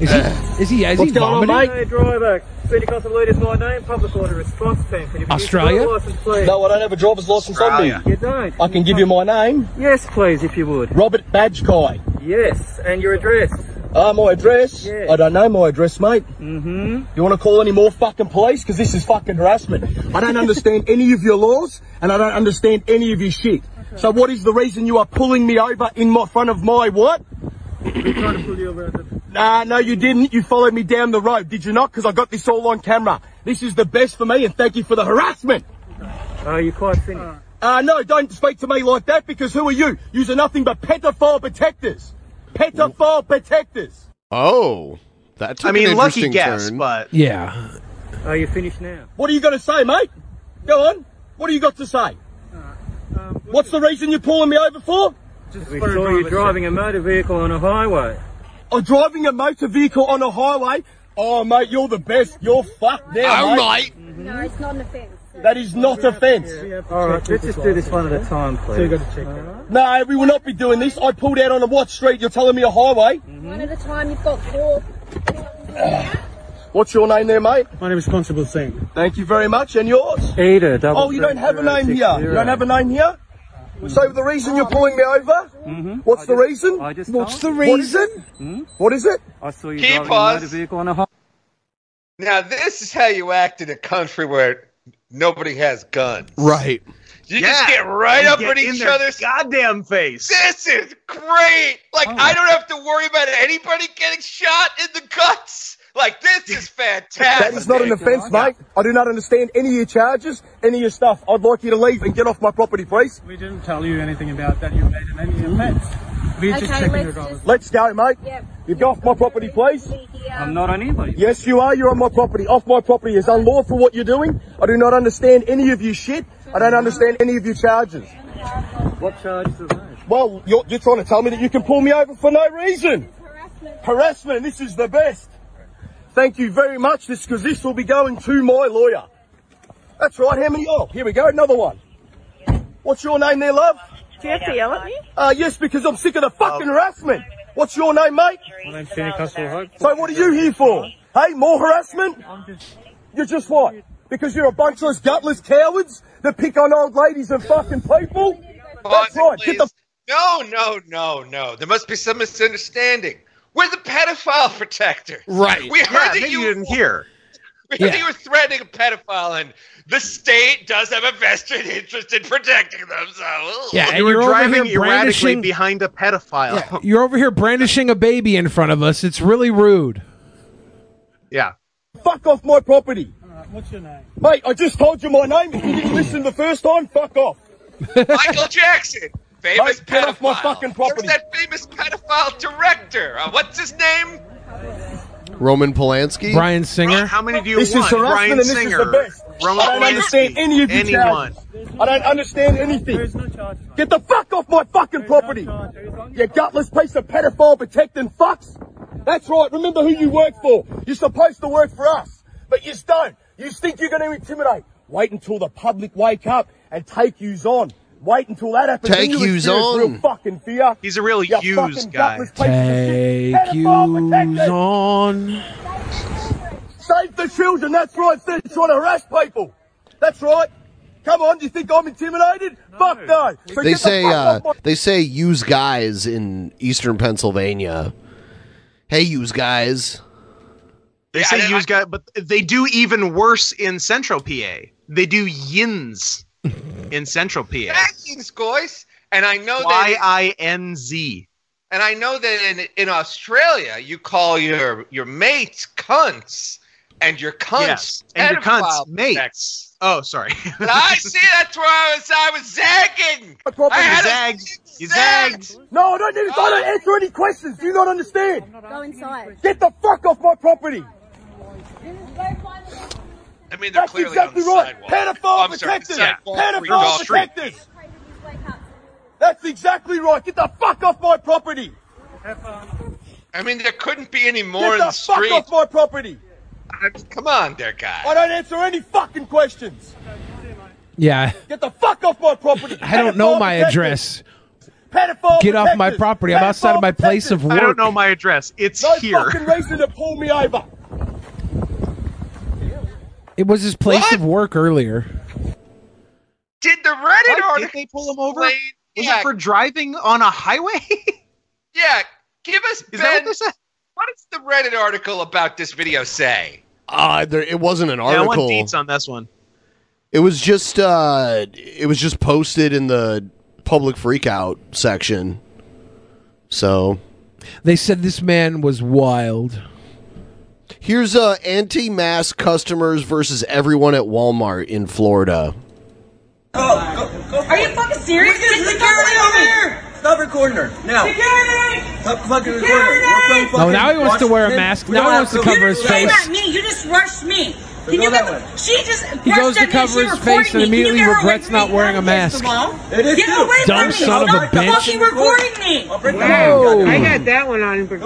S9: Is he? Is he? Is he vomiting?
S13: Hey, driver. City Council lead is my name. Public order response team. Can you produce
S9: Australia?
S13: your license, please?
S3: No, I don't have a driver's license on me.
S9: [CLEARS THROAT]
S13: You don't.
S3: I can give you my name.
S13: Yes, please, if you would.
S3: Robert Badgkai.
S13: Yes, and your address.
S3: Uh, my address?
S13: Yeah.
S3: I don't know my address, mate. Mm-hmm. You want to call any more fucking police? Because this is fucking harassment. I don't understand [LAUGHS] any of your laws, and I don't understand any of your shit. So what is the reason you are pulling me over in my front of my
S13: [COUGHS]
S3: what? Nah, no, you didn't. You followed me down the road, did you not? Because I got this all on camera. This is the best for me, and thank you for the harassment.
S13: Oh, you're quite finished.
S3: Uh, no, don't speak to me like that because who are you? Yous are nothing but pedophile protectors. Pedophile protectors.
S6: Oh, that. Took
S3: I mean,
S6: an
S3: lucky
S6: interesting
S3: guess,
S6: turn.
S7: but
S9: yeah.
S13: Oh,
S3: Are you finished now? What are you going to say, mate? Go on. What do you got to say?
S13: um,
S3: What's the reason you're pulling me over for?
S13: We saw you driving a motor vehicle on a highway.
S3: I'm Oh, driving a motor vehicle on a highway. Oh, mate, you're the best. You're fucked now,
S13: Oh,
S3: mate.
S11: No, it's not an offense.
S3: That is not offence.
S13: All right, let's just do this one at a time, please.
S3: So you gotta check No, we will not be doing this. I pulled out on a what street? You're telling me a highway?
S11: One at a time, you've got four.
S3: What's your name there, mate?
S13: My name is Constable Singh.
S3: Thank you very much. And yours?
S13: Ada. double
S3: Oh, you don't
S13: three
S3: have a
S13: zero
S3: name
S13: six
S3: here. You
S13: zero.
S3: don't have a name here? So the reason you're pulling me over?
S13: Mm-hmm.
S3: What's the reason?
S13: What's
S3: the reason? What is it?
S13: Hmm?
S3: What is it?
S13: I saw you
S3: Key
S13: driving
S3: pause.
S13: a motor vehicle on a highway.
S8: Now this is how you act in a country where nobody has guns.
S6: Right.
S8: You just get right
S7: You
S8: up
S7: get
S8: in
S7: in
S8: each
S7: their
S8: other's
S7: goddamn face.
S8: This is great. Like
S13: Oh.
S8: I don't have to worry about anybody getting shot in the guts. Like this is fantastic.
S3: That is not an offence, mate. I do not understand any of your charges, any of your stuff. I'd like you to leave and get off my property, please.
S13: We didn't tell you anything about that. You made an any offence. We're just
S3: Okay,
S13: checking
S3: let's
S13: your driver's
S3: Let's go, mate. You go off my property, please.
S13: I'm not on anybody.
S3: Yes, you are. You're on my property. Off my property. It's unlawful what you're doing. I do not understand any of your shit. I don't understand any of your charges.
S13: What charges are those?
S3: Well, you're, you're trying to tell me that you can pull me over for no reason. Harassment. Harassment. This is the best. Thank you very much. This because this will be going to my lawyer. That's right. How many? Oh, here we go. Another one. What's your name there, love? Do you have to yell at me? Uh, yes, because I'm sick of the fucking harassment. What's your name, mate?
S13: My name's Kenny Constable Hope.
S3: So what are you here for? Hey, more harassment? You're just what? Because you're a bunch of gutless cowards that pick on old ladies and fucking people? That's right. Get the
S8: No, no, no, no. There must be some misunderstanding. We're the pedophile protector.
S6: Right.
S8: We heard
S6: Yeah,
S8: that
S6: maybe
S8: you
S6: you didn't hear.
S8: Because you were threatening a pedophile, and the state does have a vested interest in protecting them. So
S9: Yeah, and
S7: you were
S9: you're over
S7: driving
S9: here
S7: erratically
S9: brandishing-
S7: behind a pedophile.
S9: Yeah, you're over here brandishing a baby in front of us. It's really rude.
S7: Yeah.
S3: Fuck off my property. what's your name? Mate, I just told you my name. If you didn't listen the first time, fuck off. [LAUGHS]
S8: Michael Jackson, famous
S3: Mate, get off my
S8: pedophile.
S3: fucking property.
S8: There's that famous pedophile director. Uh, what's his name?
S6: Roman Polanski,
S9: Brian Singer.
S7: How many do you
S3: This is
S7: want?
S3: harassment
S7: Brian
S3: and this
S7: Singer,
S3: is the best.
S7: Roman
S3: I don't understand
S7: Polanski,
S3: any of you
S7: anyone.
S3: charges. I don't understand anything. Get the fuck off my fucking property. you gutless piece of pedophile protecting fucks. That's right. Remember who you work for. You're supposed to work for us, but you don't. You think you're going to intimidate. Wait until the public wake up and take yous on. Wait until that happens. Then
S6: Take
S3: you'll
S6: yous
S3: experience
S6: on.
S3: Real fucking fear.
S7: He's a real
S3: You
S7: yous
S3: fucking
S7: guy.
S3: gutless piece of
S9: Take you on.
S3: Save the children, that's right, instead of trying to harass people. That's right. Come on, do you think I'm intimidated? Fuck no. So
S6: they
S3: get the
S6: say
S3: fuck
S6: uh,
S3: off my-
S6: they say use guys in eastern Pennsylvania. Hey, use guys.
S7: They say use guys, but they do even worse in Central PA. They do yins in Central PA.
S8: Jackson's voice, and I know
S7: Y
S8: that.
S7: I N Z.
S8: And I know that in, in Australia, you call your your mates cunts, and your cunts
S7: Yes, and your cunts
S8: pedophile
S7: mates.
S8: protectors.
S7: Oh,
S8: [LAUGHS]
S7: sorry.
S8: But I see. That's where I was. I was zagging. I had a
S7: You
S8: zagged.
S3: No, I don't need I don't answer any questions. Do you not understand?
S22: Go inside.
S3: Get the fuck off my property.
S8: I mean,
S3: they're That's
S8: clearly
S3: exactly
S8: on the
S3: right.
S8: sidewalk.
S3: Pedophile
S8: Oh, I'm sorry,
S3: protectors.
S8: sidewalk,
S3: Pedophile
S8: free dog.
S3: protectors. That's exactly right. Get the fuck off my property.
S8: I mean, there couldn't be any more
S3: Get
S8: in
S3: the
S8: the
S3: fuck
S8: street.
S3: off my property.
S8: I- Come on, there, guy.
S3: I don't answer any fucking questions.
S9: Yeah.
S3: Get the fuck off my property.
S9: I don't know
S3: Pedophile
S9: my
S3: protectors.
S9: address.
S3: Pedophile
S9: Get off my
S3: protectors.
S9: property. I'm outside of my place of work.
S7: I don't know my address. It's
S3: No
S7: here.
S3: fucking reason to pull me over.
S9: It was his place of work earlier.
S8: Did the Reddit article?
S7: Did they pull him over? Was
S8: Wait,
S7: it for driving on a highway? [LAUGHS]
S8: Yeah, give us
S7: Is that
S8: ben,
S7: what they
S8: What does the Reddit article about this video say?
S6: Uh, there, it wasn't an
S7: Yeah, I want
S6: article.
S7: deets on this one.
S6: It was just uh, it was just posted in the public freakout section. So
S9: They said this man was wild.
S6: here's uh, anti-mask customers versus everyone at Walmart in Florida.
S11: Oh,
S15: Are you fucking serious? Get security over here! Stop recording her now. Security! Stop fucking recording her.
S9: Oh, now he wants to wear a mask. Now he wants to cover his
S15: You're
S9: face.
S15: not me. You just rushed me.
S9: So
S15: Can
S9: go
S15: you
S9: that
S15: get, she just
S9: He goes
S15: brushed
S9: to
S15: at me.
S9: cover
S15: She
S9: his face
S15: recorded
S9: and
S15: me.
S9: immediately
S15: Can you get her away
S9: regrets
S15: from me?
S9: not wearing a
S15: First
S9: mask.
S15: of all, Get away from
S9: Dumb
S15: me.
S9: son of a
S15: Stop
S9: bitch.
S15: fucking recording me.
S9: Whoa. I got
S15: that one on.
S11: I got
S15: Get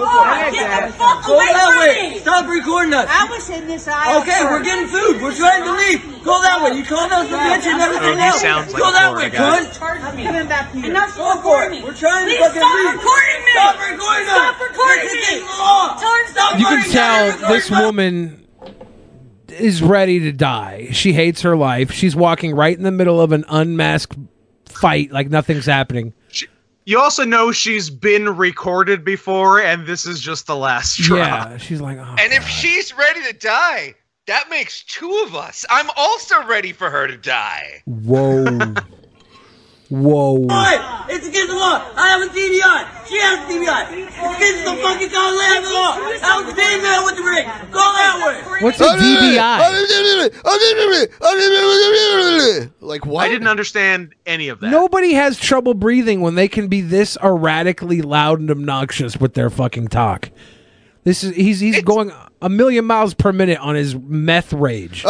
S11: that.
S15: the fuck
S11: Go
S15: away
S11: that
S15: from
S11: way.
S15: me.
S11: Stop recording us.
S15: I was in this aisle.
S11: Okay,
S15: first.
S11: we're getting food. We're trying to leave. Go that way. You called us a bitch and everything else. Go that way, cunt.
S15: Coming back here. Enough
S11: Go for it. We're trying to
S15: Please
S11: fucking
S15: stop
S11: leave.
S15: recording me.
S11: Stop recording us.
S15: Stop recording
S11: This is
S15: me.
S11: against the law.
S15: Tell her to stop
S9: You can
S15: recording me.
S9: tell this woman is ready to die. She hates her life. She's walking right in the middle of an unmasked fight like nothing's happening.
S7: You also know she's been recorded before, and this is just the last straw.
S9: Yeah, she's like,
S6: [LAUGHS]
S9: oh,
S8: And if she's ready to die, that makes two of us. I'm also ready for her to die.
S9: [LAUGHS] whoa. Whoa.
S11: Alright, it's against the law. I have a DVI. She has a DVI. It's against the fucking goddamn law. I was a damn man with the ring. Go that way.
S9: What's a
S6: DBI? Like what?
S7: I didn't understand any of that.
S9: Nobody has trouble breathing when they can be this erratically loud and obnoxious with their fucking talk. This is he's he's going a million miles per minute on his meth rage.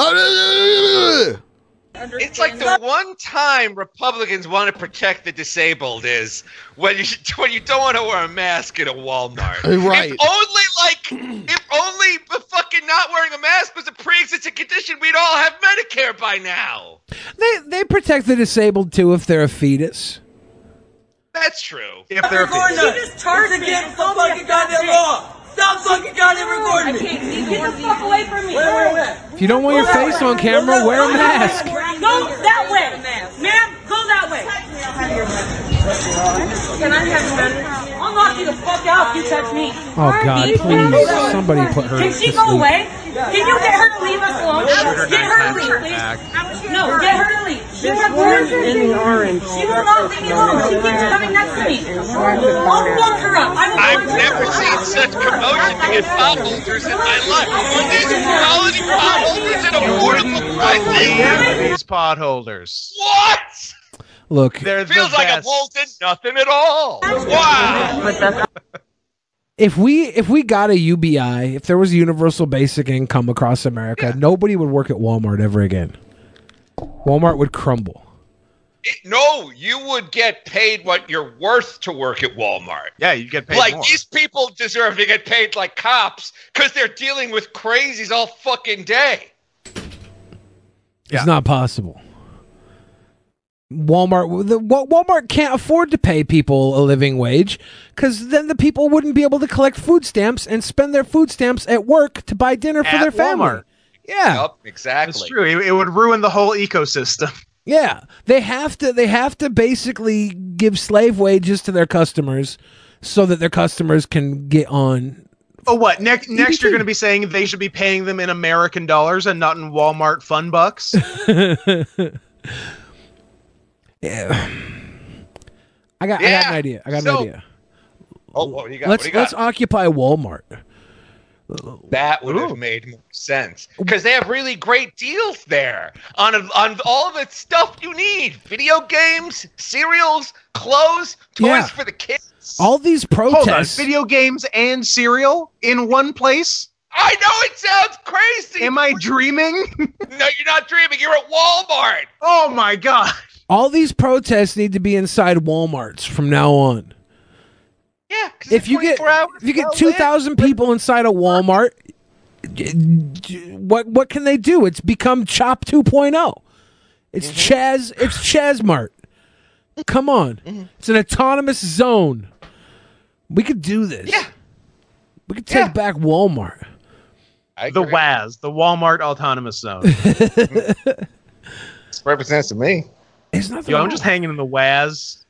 S8: It's like the one time Republicans want to protect the disabled is when you [LAUGHS] when you don't want to wear a mask at a Walmart.
S6: Right.
S8: If only like if only the fucking not wearing a mask was a pre-existing condition, we'd all have Medicare by now.
S9: They they protect the disabled too if they're a fetus.
S8: That's true.
S7: If
S11: Stop recording us.
S15: just charged
S11: It's
S15: me.
S11: against the fucking goddamn law. Stop fucking goddamn recording me.
S15: I can't see Get the fuck away from me.
S11: Wait, wait, wait.
S9: If you don't want your face on camera, wear a mask.
S15: Go that way. Ma'am, go that way. Can I have one? I'm not
S3: knock you the fuck out if you touch me.
S9: Oh God! Please, somebody put her.
S3: Can she
S9: to
S3: go
S9: sleep.
S3: away? Can you get her to leave us alone?
S9: Shoot her
S3: Get
S9: nine
S3: her to
S9: times
S3: leave,
S9: in the
S3: please. No, get her to leave. She's a woman.
S23: in the orange.
S3: She will not leave me alone. She keeps coming next to me. I'll fuck her up. I will
S8: I've never seen such commotion to get potholders in my life. These quality potholders in a wonderful crisis.
S7: These potholders.
S8: What?
S9: Look,
S7: They're
S8: Feels
S7: the
S8: like
S7: best.
S8: a Walton, nothing at all. Wow.
S9: if we if we got a UBI, if there was a universal basic income across America, nobody would work at Walmart ever again. Walmart would crumble.
S8: No, you would get paid what you're worth to work at Walmart.
S7: Yeah, you get paid
S8: like
S7: more.
S8: these people deserve to get paid like cops because they're dealing with crazies all fucking day.
S9: It's not possible. Walmart, the, Wa- Walmart can't afford to pay people a living wage because then the people wouldn't be able to collect food stamps and spend their food stamps at work to buy dinner for
S7: At
S9: their family.
S7: Walmart.
S9: Yeah,
S8: exactly.
S7: It's true. It, it would ruin the whole ecosystem.
S9: Yeah, they have to. They have to basically give slave wages to their customers so that their customers can get on. [SIGHS]
S7: Oh, what? Next, next you're going to be saying they should be paying them in American dollars and not in Walmart fun bucks.
S9: yeah. I got. I got
S7: Yeah,
S9: an idea. I got
S7: so-
S9: an idea.
S8: Oh, what do you got?
S9: let's
S8: what do you got?
S9: let's uh, occupy Walmart.
S8: That would have made more sense because they have really great deals there on on all the stuff you need: video games, cereals, clothes, toys
S9: Yeah.
S8: for the kids.
S9: All these
S7: Hold on.
S9: protests.
S7: Video games and cereal in one place?
S8: I know it sounds crazy.
S7: Am I dreaming? [LAUGHS]
S8: no, you're not dreaming. You're at Walmart.
S7: Oh my god.
S9: All these protests need to be inside Walmarts from now on.
S8: Yeah,
S9: if you get if you get two thousand people inside a Walmart, d- d- what what can they do? It's become Chop 2.0. It's Chaz. It's Chazmart. Come on, it's an autonomous zone. We could do this. Yeah, we could take back Walmart.
S7: The WAZ, the Walmart Autonomous Zone.
S8: represents to me.
S9: It's nothing
S7: Yo, I'm
S9: wrong.
S7: just hanging in the WAZ.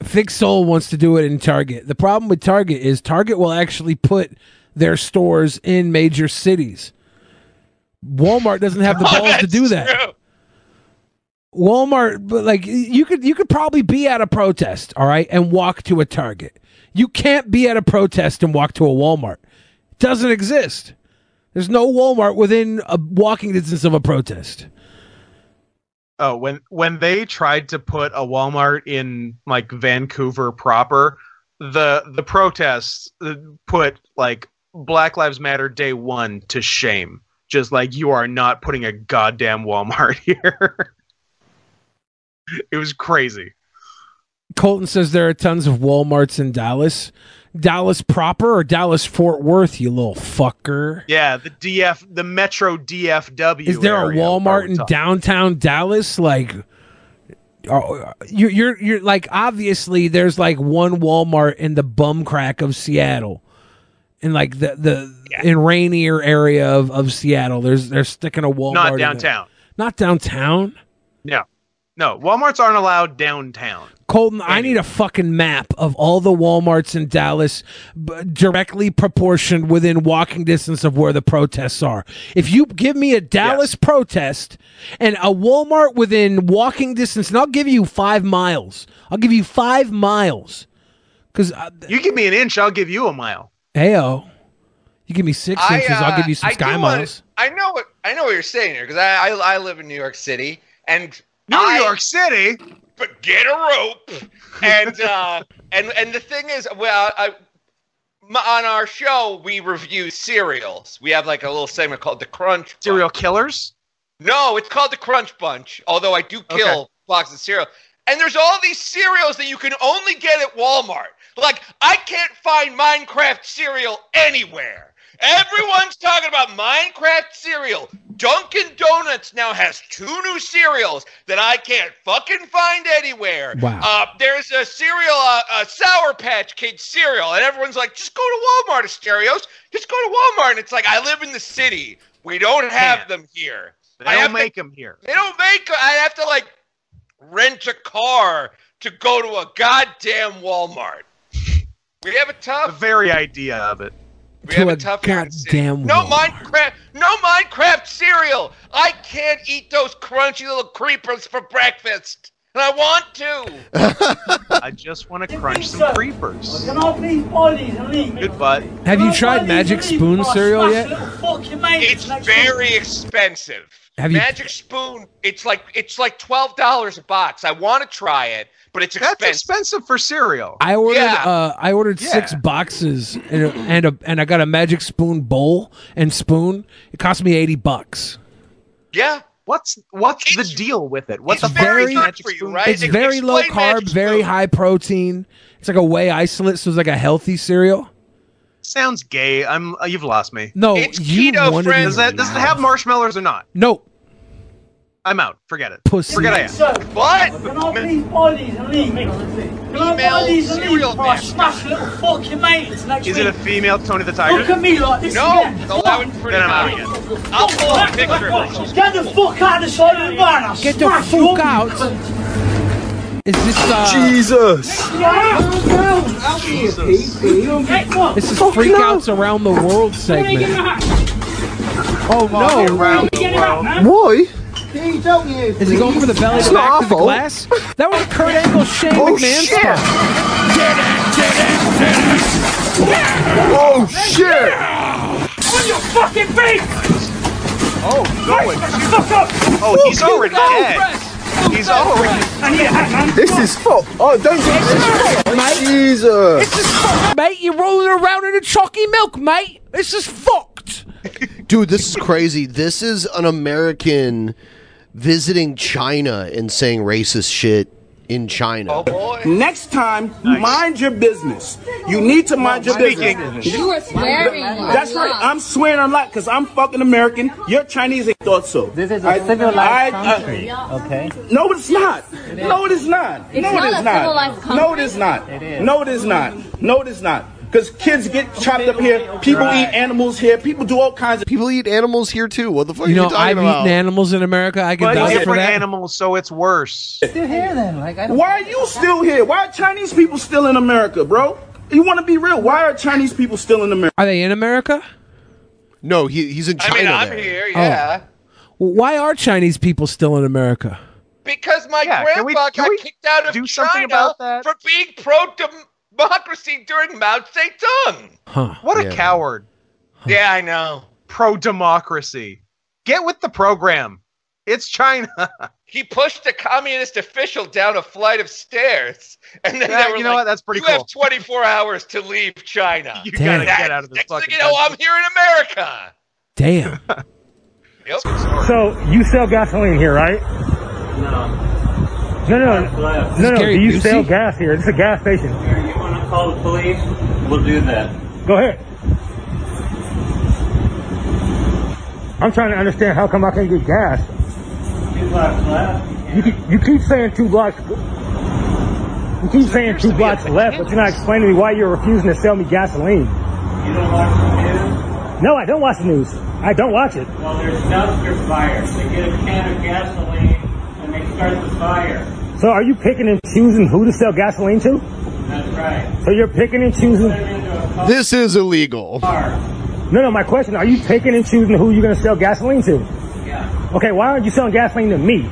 S9: Thick Soul wants to do it in Target. The problem with Target is Target will actually put their stores in major cities. Walmart
S8: [LAUGHS]
S9: doesn't have the
S8: Oh,
S9: balls to
S8: that's
S9: do that.
S8: true.
S9: Walmart, but like you could you could probably be at a protest, all right, and walk to a Target. You can't be at a protest and walk to a Walmart. It doesn't exist. There's no Walmart within a walking distance of a protest.
S7: Oh, when when they tried to put a Walmart in like Vancouver proper, the the protests uh, put like Black Lives Matter Day One to shame. Just like you are not putting a goddamn Walmart [LAUGHS] here. it was crazy.
S9: Colton says there are tons of Walmarts in Dallas. Dallas proper or Dallas Fort Worth, you little fucker.
S7: Yeah, the DF, the Metro DFW.
S9: Is there a
S7: area.
S9: Walmart in downtown Dallas? Like, are- you're you're you're like obviously there's like one Walmart in the bum crack of Seattle, in like the the in Rainier area of of Seattle. There's they're sticking a Walmart
S7: Not
S9: in there.
S7: downtown.
S9: Not downtown.
S7: No, no, WalMarts aren't allowed downtown.
S9: Colton, I need a fucking map of all the Walmarts in Dallas b- directly proportioned within walking distance of where the protests are. If you give me a Dallas protest and a Walmart within walking distance, and I'll give you five miles. I'll give you five miles. Because,
S7: You give me an inch, I'll give you a mile.
S9: ayo, you give me six
S8: I,
S9: inches, I'll
S8: uh,
S9: give you some
S8: I
S9: sky
S8: do wanna-
S9: miles.
S8: I know what I know what you're saying here because I, I I live in New York City and
S7: New York City.
S8: But get a rope and uh, and and the thing is, well, I, m- on our show we review cereals. We have like a little segment called the Crunch.
S7: Serial killers.
S8: No, it's called the Crunch Bunch. Although I do kill boxes of cereal. And there's all these cereals that you can only get at Walmart. Like I can't find Minecraft cereal anywhere. Everyone's [LAUGHS] talking about Minecraft cereal. Dunkin' Donuts now has two new cereals that I can't fucking find anywhere.
S9: Wow.
S8: Uh, there's a cereal, uh, a Sour Patch Kid cereal, and everyone's like, just go to Walmart, Asterios. Just go to Walmart. And it's like, I live in the city. We don't have them here.
S7: They
S8: I have
S7: don't
S8: to
S7: make them here.
S8: they don't make. I have to like rent a car to go to a goddamn Walmart. We have a
S7: The
S8: tough.
S7: very idea of it.
S8: We have
S9: to
S8: a
S9: a
S8: tough
S9: goddamn
S8: No
S9: world.
S8: Minecraft. No Minecraft cereal. I can't eat those crunchy little creepers for breakfast, and I want to.
S7: I just want to crunch some creepers.
S24: Get off these bodies and leave.
S7: Good butt.
S9: Have you tried Magic Spoon cereal yet?
S8: It's very expensive.
S9: Have you-
S8: Magic Spoon. It's like it's like twelve dollars a box. I want to try it, but it's expensive.
S7: That's expensive for cereal.
S9: I ordered
S8: Yeah.
S9: uh, I ordered six boxes and a, and a and I got a Magic Spoon bowl and spoon. It cost me eighty bucks.
S8: Yeah.
S7: What's what's the deal with it? What the
S9: very-
S7: fuck is Magic Spoon?
S9: It's very low carb, very high protein. It's like a whey isolate, so it's like a healthy cereal.
S7: Sounds gay. I'm uh, you've lost me.
S9: No, It's you keto, wanted friends. me
S7: Does, that, does it
S9: to
S7: have marshmallows or not?
S9: No,
S7: I'm out. Forget it.
S9: Pussy.
S7: Forget I asked.
S8: What?
S24: Get off these bodies and leave. Get off bodies and leave. Or I smash little fucking mates next
S7: Is
S24: week.
S7: it a female Tony the Tiger?
S24: Look at me like this again.
S7: No, that would pretty Then I'm out again.
S8: I'll pull
S24: a picture Get the fuck out of the side of the barn. I'll
S9: Get the
S24: smash
S9: fuck
S24: you up, you
S9: out.
S24: cunt.
S9: Is this uh,
S3: Jesus?
S9: This is freakouts around the world segment. Oh no!
S3: Boy,
S9: Is he going for the belly
S3: It's
S9: to back
S3: not
S9: to the
S3: awful.
S9: glass? That was Kurt Angle Shane
S3: Oh,
S9: McMahon
S3: shit.
S9: spot.
S3: Oh shit!
S24: On your fucking face.
S7: Oh, no, it-
S24: Fuck up.
S7: Oh, he's already dead. He's already.
S24: I need a hat, man.
S3: This is fuck. Oh, don't get
S9: mate.
S3: Jesus.
S9: It's just fucked, mate. You're rolling around in a chalky milk, mate. It's just fucked.
S6: Dude, this is crazy. This is an American visiting China and saying racist shit in China. Oh boy.
S3: Next time, mind your business. You need to mind your
S6: Speaking.
S3: business.
S10: You are swearing
S3: That's
S10: a
S3: right.
S10: lot.
S3: I'm swearing I'm not because I'm fucking American. You're Chinese. I thought so. This is a
S11: civilized
S19: uh,
S11: country, okay?
S3: No, it's not. No, it is not.
S10: It's
S3: no,
S10: not
S3: it is
S10: a civilized
S3: not.
S10: country.
S3: No, it is not.
S10: It is.
S3: No, it is not. No, it is not. Because kids get chopped up here. People
S6: Right.
S3: eat animals here. People do all kinds of.
S6: People eat animals here too. What the fuck
S9: You
S6: are
S9: know,
S6: you talking
S9: I've
S6: about?
S9: eaten animals in America. I can
S7: But
S9: vouch for
S7: different
S9: that.
S7: animals, so it's worse.
S3: Still here then? Like, I Why are you still here? Why are Chinese people still in America, bro? You want to be real? Why are Chinese people still in America?
S9: Are they in America?
S6: No, he, he's in
S8: I mean, I'm here. Yeah.
S9: Oh. Well, why are Chinese people still in America?
S8: Because my
S7: Yeah, can we-
S8: grandpa
S7: can
S8: got
S7: we
S8: kicked out of
S7: do
S8: China
S7: something about that?
S8: for being pro democracy during Mao Zedong.
S9: Huh.
S7: What a
S9: Yeah.
S7: coward.
S8: Yeah, I know.
S7: Pro democracy. Get with the
S9: [LAUGHS]
S7: program. It's China. [LAUGHS]
S8: He pushed a communist official down a flight of stairs, and then
S7: Yeah,
S8: they were
S7: you know
S8: like,
S7: what? That's pretty
S8: "You
S7: cool."
S8: have 24 hours to leave China."
S7: [LAUGHS] You gotta
S9: Damn.
S7: get
S8: That-
S7: out of this
S8: next thing
S7: fucking.
S8: you know, I'm here in America.
S9: Damn.
S8: Yep.
S13: [LAUGHS] So you sell gasoline here, right? No, no,
S9: This
S13: no,
S9: is
S13: no.
S9: Gary
S13: Do you
S9: Busey?
S13: sell gas here? This is a gas station.
S11: You want to call the police? We'll do that.
S13: Go ahead. I'm trying to understand how come I can't get gas. You, keep- you keep saying two blocks. You keep saying two blocks left, but you're not explaining to me why you're refusing to sell me gasoline. You don't watch the news? No, I don't watch the news. I don't watch it.
S11: Well, there's dumpster fires. They get a can of gasoline and they start the fire.
S13: So are you picking and choosing who to sell gasoline to?
S11: That's right.
S13: So you're picking and choosing.
S6: This is illegal.
S13: No, no. My question: Are you picking and choosing who you're going to sell gasoline to?
S11: Yeah.
S13: Okay, why aren't you selling gasoline to me?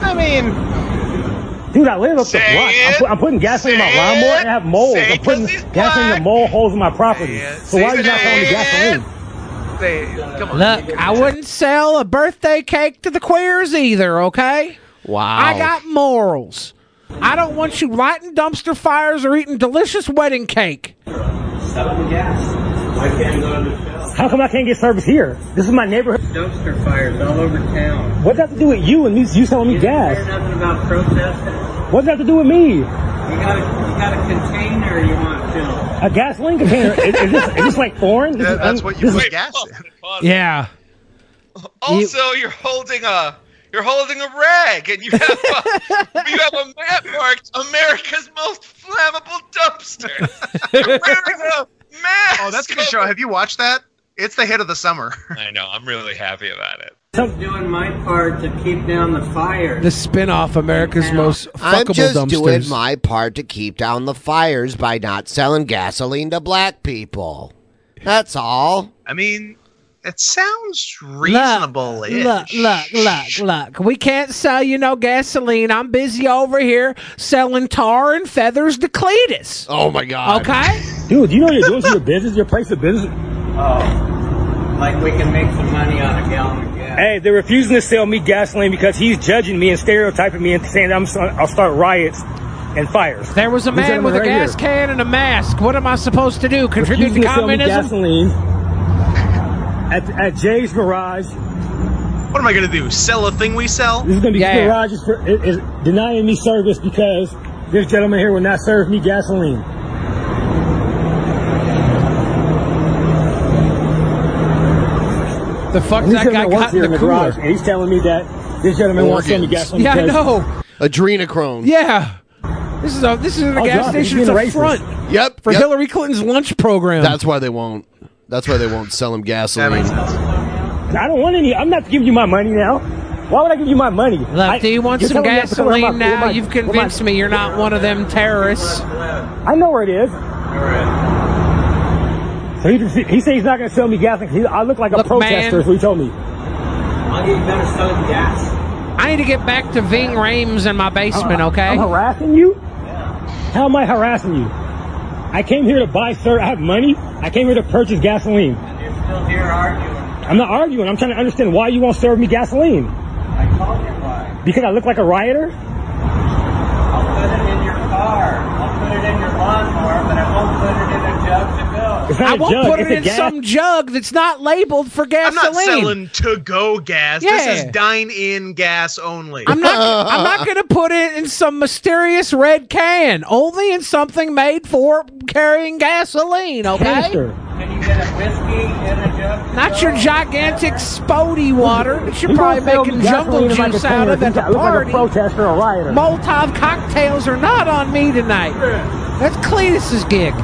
S7: I mean,
S13: Dude, I live up the block. I'm, put, I'm putting gasoline in my lawnmower and I have moles. I'm putting gasoline in the mole holes in my property. So why are you not selling me gasoline?
S7: They, come on.
S9: Look, I wouldn't sell a birthday cake to the queers either, okay?
S6: Wow.
S9: I got morals. I don't want you lighting dumpster fires or eating delicious wedding cake.
S11: Stop the gas. Why can't I go to the shell?
S13: How come I can't get service here? This is my neighborhood.
S11: Dumpster fires all over town.
S13: What does that have to do with you and me, you selling me
S11: There's
S13: gas?
S11: nothing about protesting.
S13: What does that have to do with me?
S11: You got a, you got a container you want
S13: A
S11: filled.
S13: gasoline container? is, is this, is this like foreign? This is
S7: that's
S13: un-
S7: what you
S13: this
S7: put
S13: is-
S25: Oh.
S7: gas in.
S9: Yeah.
S8: Also, you're holding a you're holding a rag, and you have
S5: [LAUGHS]
S8: a, you have a map marked America's most flammable dumpster.
S5: [LAUGHS]
S8: You're wearing a mask.
S7: Oh, that's gonna show. Have you watched that? It's the hit of the summer.
S8: I know. I'm really happy about it.
S13: I'm [LAUGHS] doing my part to keep down the fire.
S9: The spin-off America's Most Fuckable
S6: I'm just
S9: Dumpsters.
S6: doing my part to keep down the fires by not selling gasoline to black people. That's all.
S7: I mean, it sounds reasonable.
S9: Look, look, look, look. We can't sell you no gasoline. I'm busy over here selling tar and feathers to Cletus.
S6: Oh my God.
S9: Okay?
S13: Dude, you know what you're doing to your business, your place of business.
S25: Oh, like we can make some money on a gallon of gas.
S13: Hey, they're refusing to sell me gasoline because he's judging me and stereotyping me and saying I'm, so- I'll start riots and fires.
S9: There was a man with a gas can and a mask. What am I supposed to do? Contribute to communism?
S13: gasoline at, at Jay's Garage.
S7: What am I gonna do? Sell a thing we sell?
S13: This is going to be Garage is, for, is, is denying me service because this gentleman here will not serve me gasoline.
S9: The fuck
S13: This
S9: that guy
S13: gentleman works
S9: got
S13: here
S9: in
S13: in
S9: the
S13: the
S9: cooler.
S13: garage, and he's telling me that this gentleman wants to sell me
S6: Organs.
S13: gasoline.
S9: Yeah, I
S13: because-
S9: know.
S6: Adrenochrome.
S9: Yeah. This is a this is a
S13: I'll
S9: gas
S13: drop it. Oh, He's
S9: station. It's a
S13: being racist.
S9: front.
S6: Yep.
S9: For
S6: yep.
S9: Hillary Clinton's lunch program.
S6: That's why they won't. That's why they won't sell him gasoline.
S13: I don't want any. I'm not giving you my money now. Why would I give you my money? Look,
S9: Do you want some gasoline now? You've convinced me you're not one of them terrorists.
S13: I know where it is. So he, he said he's not going to sell me gasoline. 'cause He, I look like a
S9: Look,
S13: protester.
S9: man.
S13: Is what he told me.
S25: I'll get you better selling gas.
S9: I need to get back to Ving Rames in my basement,
S13: I'm-
S9: okay?
S13: I'm harassing you. How am I harassing you? I came here to buy, sir. I have money. I came here to purchase gasoline.
S25: You're still here arguing.
S13: I'm not arguing. I'm trying to understand why you won't serve me gasoline.
S25: I called you why.
S13: Because I look like a rioter.
S25: I'll put it in your car. I'll put it in your lawnmower, but I won't put it in a jug to go.
S13: It's not
S9: I
S13: a
S9: won't
S13: jug,
S9: put
S13: it's
S9: it
S13: a
S9: in
S13: gas-
S9: some jug that's not labeled for
S7: I'm
S9: gasoline.
S7: not selling to go gas. This
S9: Yeah.
S7: is dine in gas only.
S9: I'm not.
S7: [LAUGHS]
S9: I'm not going to put it in some mysterious red can. Only in something made for carrying gasoline. Okay.
S13: Canister.
S25: Can you get a whiskey and a jug? to
S9: Not
S25: go?
S9: your gigantic spody water that you're
S13: You
S9: probably
S13: won't sell me
S9: making
S13: gasoline
S9: jungle
S13: if I
S9: juice
S13: can
S9: out of
S13: pay
S9: at
S13: you. I
S9: the
S13: look like a
S9: party.
S13: protester or rioter.
S9: Molotov cocktails are not on me tonight. That's Cletus's gig.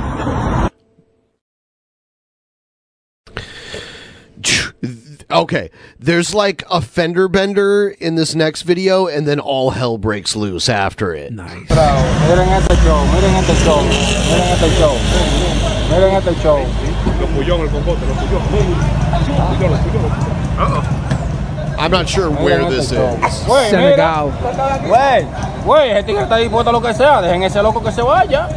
S6: Okay. There's like a fender bender in this next video, and then all hell breaks loose after it. Nice.
S19: Bravo, miren este show, miren este show, miren este show, miren este show.
S6: I'm not sure where this is.
S19: Güey, mira, güey, güey, gente que está dispuesta a lo que sea, dejen ese loco que se vaya.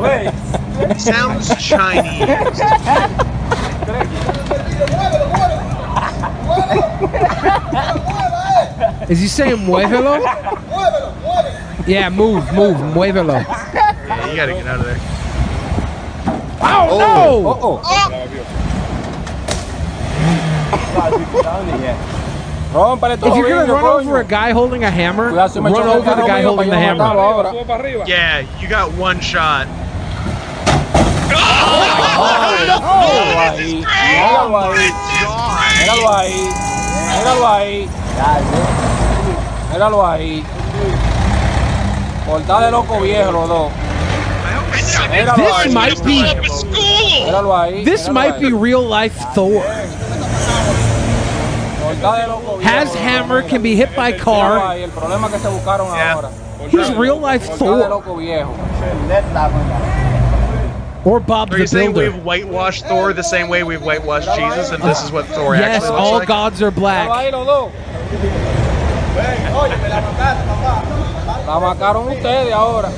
S19: Güey.
S7: Sounds Chinese.
S9: Is he saying muévelo? yeah, move, move, muévelo.
S7: Yeah, you gotta get out of there.
S9: Oh, no!
S19: Rómpale
S9: If
S19: todo
S9: you're gonna
S19: gringo,
S9: run
S19: coño.
S9: over a guy holding a hammer,
S19: Cuidado si me
S9: run
S19: choca el
S9: over the
S19: carro
S9: guy
S19: mío,
S9: holding
S19: pa'
S9: the
S19: yo matarlo
S9: hammer.
S19: ahora.
S7: Yeah, you got one
S19: [LAUGHS]
S7: shot.
S19: Míralo ahí, míralo ahí, míralo ahí, míralo ahí, míralo ahí. Cortale loco viejo los dos. Míralo
S9: This
S19: ahí.
S9: might be-
S19: Míralo ahí.
S9: This
S19: míralo
S9: might
S19: ahí.
S9: be real life Thor.
S19: Cortale loco viejo.
S9: Has hammer, can be hit by
S19: Míralo
S9: car.
S19: ahí, el problema que se buscaron ahora.
S9: He's real life
S19: Cortale
S9: Thor
S19: loco viejo.
S9: or Bob
S7: Are you
S9: the
S7: saying
S9: Builder.
S7: we've whitewashed Thor the same way we've whitewashed Jesus, and this is what Thor
S9: Yes,
S7: actually looks
S9: all
S7: like?
S9: gods are
S19: Míralo
S9: black.
S19: ahí los dos. La macaron ustedes ahora.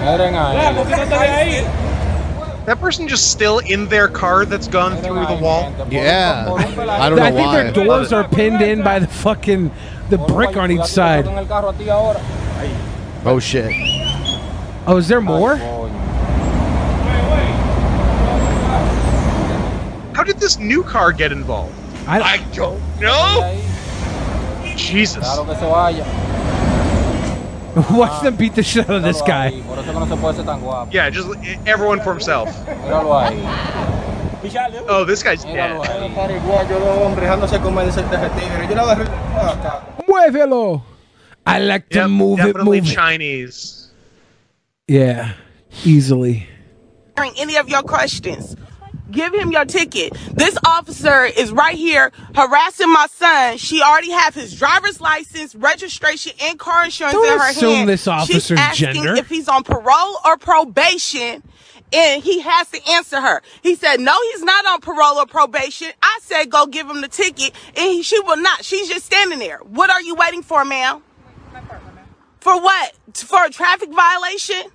S19: Miren ahí.
S7: That person just still in their car that's gone through the wall.
S6: Yeah. I don't know
S9: I think
S6: why.
S9: their doors are pinned in by the fucking the brick on each side.
S19: En el carro a ti ahora.
S6: Oh shit.
S9: Oh, is there more?
S7: How did this new car get involved?
S9: I,
S7: don't know. Jesus.
S19: Claro que se vaya.
S9: [LAUGHS] Watch them beat the shit out of this guy.
S19: Por eso que no se puede ser tan guapo.
S7: Yeah, just everyone for himself.
S19: Míralo ahí.
S7: Oh, this guy's
S19: Míralo
S7: dead.
S19: ahí. Yo los hombres, no sé cómo es ese tigre. Yo lo agarré.
S9: Muévelo. I like to move it,
S7: definitely
S9: move it.
S7: Chinese.
S9: Yeah, easily.
S4: answering any of your questions. Give him your ticket. This officer is right here harassing my son. She already have his driver's license, registration, and car insurance
S9: Don't
S4: in her
S9: assume
S4: hand.
S9: this
S4: She's
S9: officer's
S4: asking
S9: gender.
S4: if he's on parole or probation, and he has to answer her. He said, "No, he's not on parole or probation." I said, "Go give him the ticket," and he, she will not. She's just standing there. What are you waiting for, ma'am? For what? For a traffic violation?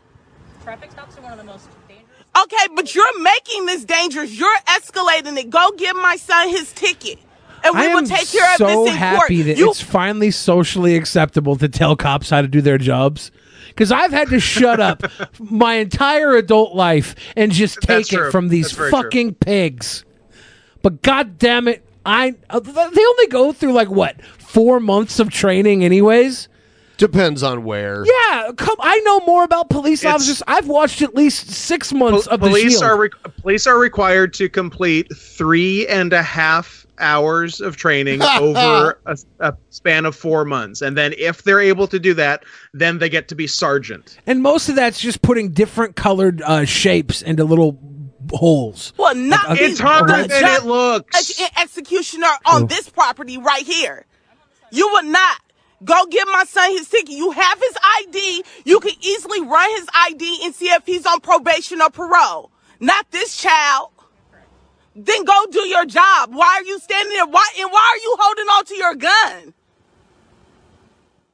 S15: Traffic stops are one of the most dangerous.
S4: Okay, but you're making this dangerous. You're escalating it. Go give my son his ticket, and we
S9: I
S4: will
S9: am
S4: take care
S9: so
S4: of this in
S9: happy
S4: court.
S9: that
S4: you
S9: it's finally socially acceptable to tell cops how to do their jobs. Because I've had to shut up [LAUGHS] my entire adult life and just take
S18: That's
S9: it
S18: true.
S9: from these
S18: That's very true.
S9: fucking pigs. But god damn it, I uh, th- they only go through like what four months of training, anyways.
S6: Depends on where.
S9: Yeah, come. I know more about police
S7: It's-
S9: officers. I've watched at least six months of the
S7: police
S9: Shield.
S7: are re- police are required to complete three and a half hours of
S9: [LAUGHS]
S7: training over a, a span of four months, and then if they're able to do that, then they get to be sergeant.
S9: and most of that's just putting different colored uh, shapes into little holes.
S4: will not
S9: Like,
S4: be
S9: it's harder
S4: a
S9: than
S4: judge,
S9: it
S4: looks. An executioner on
S9: Oh.
S4: this property right here. You will not. Go give my son his ticket. You have his ID. You can easily run his ID and see if he's on probation or parole. Not this child. Then go do your job. Why are you standing there? Why and why are you holding on to your gun?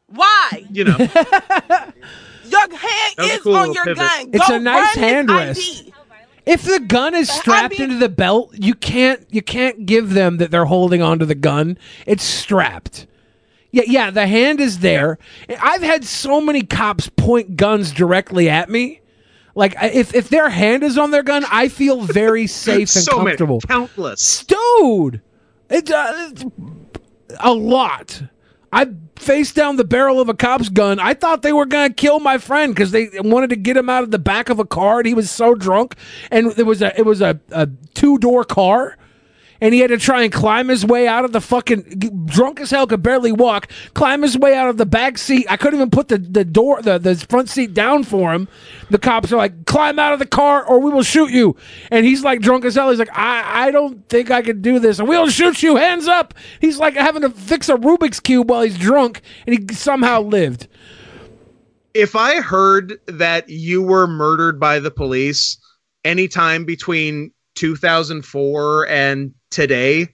S4: Why?
S7: You know,
S4: [LAUGHS] Your hand
S9: That was a
S4: is
S9: cool
S4: on
S9: little
S4: your
S9: pivot.
S4: gun.
S9: It's
S4: Go
S9: a nice
S4: run his
S9: hand
S4: ID.
S9: rest. If the gun is strapped into the belt, you can't you can't give them that they're holding onto the gun. It's strapped. Yeah, yeah, the hand is there. I've had so many cops point guns directly at me. Like I- if if their hand is on their gun, I
S7: [LAUGHS]
S9: feel very safe and
S7: So many.
S9: comfortable.
S7: Countless,
S9: dude. It, uh, it's a lot. I faced down the barrel of a cop's gun. I thought they were gonna kill my friend because they wanted to get him out of the back of a car, and he was so drunk. And it was a it was a, a two door car, and he had to try and climb his way out of the fucking drunk as hell could barely walk, climb his way out of the back seat. I couldn't even put the the door the the front seat down for him. The cops are like, climb out of the car or we will shoot you. And he's like drunk as hell. He's like, I I don't think I can do this. And we'll shoot you. Hands up. He's like having to fix a Rubik's cube while he's drunk, and he somehow lived.
S7: if I heard that you were murdered by the police anytime between 2004 and today,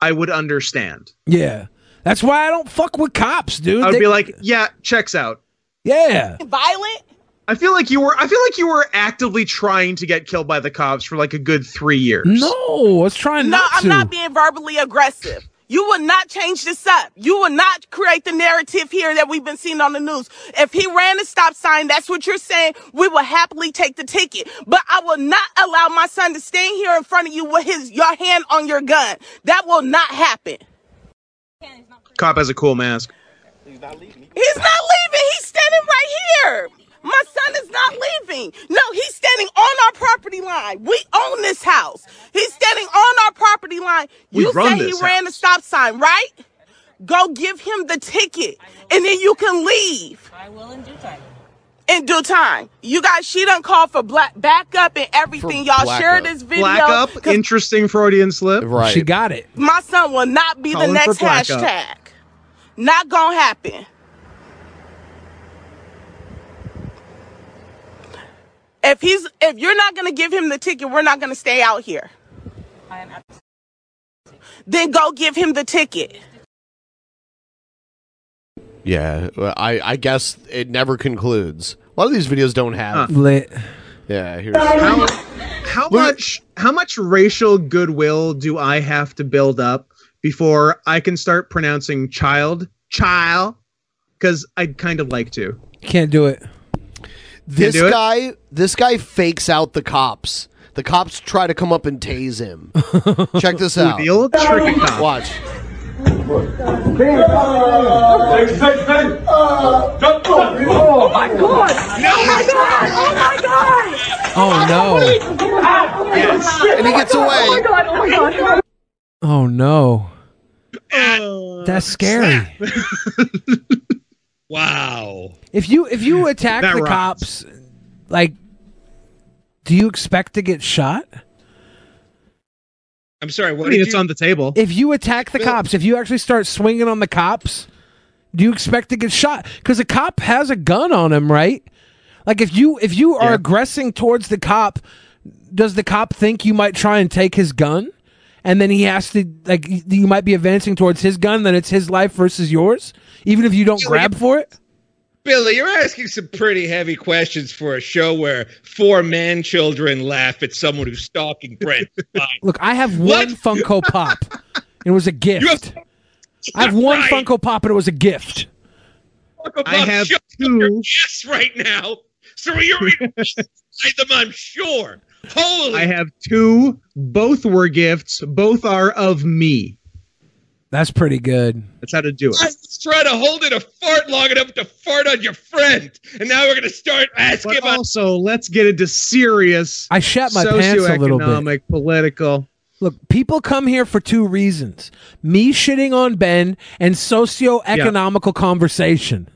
S7: I would understand.
S9: Yeah, that's why I don't fuck with cops, dude.
S7: I would
S9: They-
S7: be like, yeah, checks out.
S9: Yeah.
S4: Violent?
S7: I feel like you were. I feel like you were actively trying to get killed by the cops for like a good three years.
S9: No, I was trying
S4: No, I'm not being verbally aggressive. You will not change this up. You will not create the narrative here that we've been seeing on the news. If he ran a stop sign, that's what you're saying. We will happily take the ticket. But I will not allow my son to stand here in front of you with his your hand on your gun. That will not happen.
S7: Cop has a cool mask.
S4: He's not leaving. He's standing right here. My son is not leaving. No, he's standing on our property line. We own this house. He's standing on our property line.
S26: We
S4: You
S26: run
S4: say he
S26: this
S4: ran a stop sign, right? Go give him the ticket, and then you can leave. I will in due time. In due time, you guys. She done called for black backup and everything. Y'all
S7: Black
S4: share
S7: up.
S4: this video.
S7: Black up. Interesting Freudian slip.
S6: Right.
S9: She got it.
S4: My son will not be
S7: Calling
S4: the
S7: for
S4: next
S7: black
S4: hashtag.
S7: up.
S4: Not gonna happen. If he's if you're not gonna give him the ticket, we're not gonna stay out here.
S15: I am absolutely.
S4: Then go give him the ticket.
S6: Yeah, well, I I guess it never concludes. A lot of these videos don't have
S9: lit.
S6: Yeah, here's
S7: How, how much how much racial goodwill do I have to build up before I can start pronouncing child child? Because I'd kind of like to.
S9: Can't do it.
S6: this
S7: do it?
S6: guy. This guy fakes out the cops. The cops try to come up and
S7: [LAUGHS]
S6: tase him. Check this out.
S7: The old trick cop.
S6: Watch.
S15: Oh my god! Oh my god! Oh my god!
S9: Oh no.
S15: And
S6: he gets away.
S15: Oh my god! Oh my god!
S9: Oh no. That's scary.
S5: Wow.
S9: If you if you attack
S5: That
S9: the
S5: rhymes.
S9: cops, like, do you expect to get shot?
S5: I'm sorry. What
S7: I mean,
S5: did
S7: it's
S5: you-
S7: on the table.
S9: If you attack the cops, if you actually start swinging on the cops, do you expect to get shot? Because a cop has a gun on him, right? Like if you if you are aggressing towards the cop, does the cop think you might try and take his gun, and then he has to like y- you might be advancing towards his gun, then it's his life versus yours, even if you don't grab for it.
S27: Billy, you're asking some pretty heavy questions for a show where four man children laugh at someone who's stalking Brent.
S9: Look, I have one
S5: [LAUGHS]
S9: Funko Pop. It was a gift. I have one Funko Pop, and it was a gift.
S27: I have
S7: two.
S27: Yes, right now. So you're inside them, I'm sure. Holy.
S7: I have two. Both were gifts. Both are of me.
S9: That's pretty good.
S7: That's how to do it.
S27: Let's try to hold it a fart long enough to fart on your friend. And now we're going to start asking
S7: But
S27: about.
S7: also, let's get into serious.
S9: I shat my pants a little bit.
S7: socioeconomic, political.
S9: Look, people come here for two reasons: me shitting on Ben and socio-economical conversation.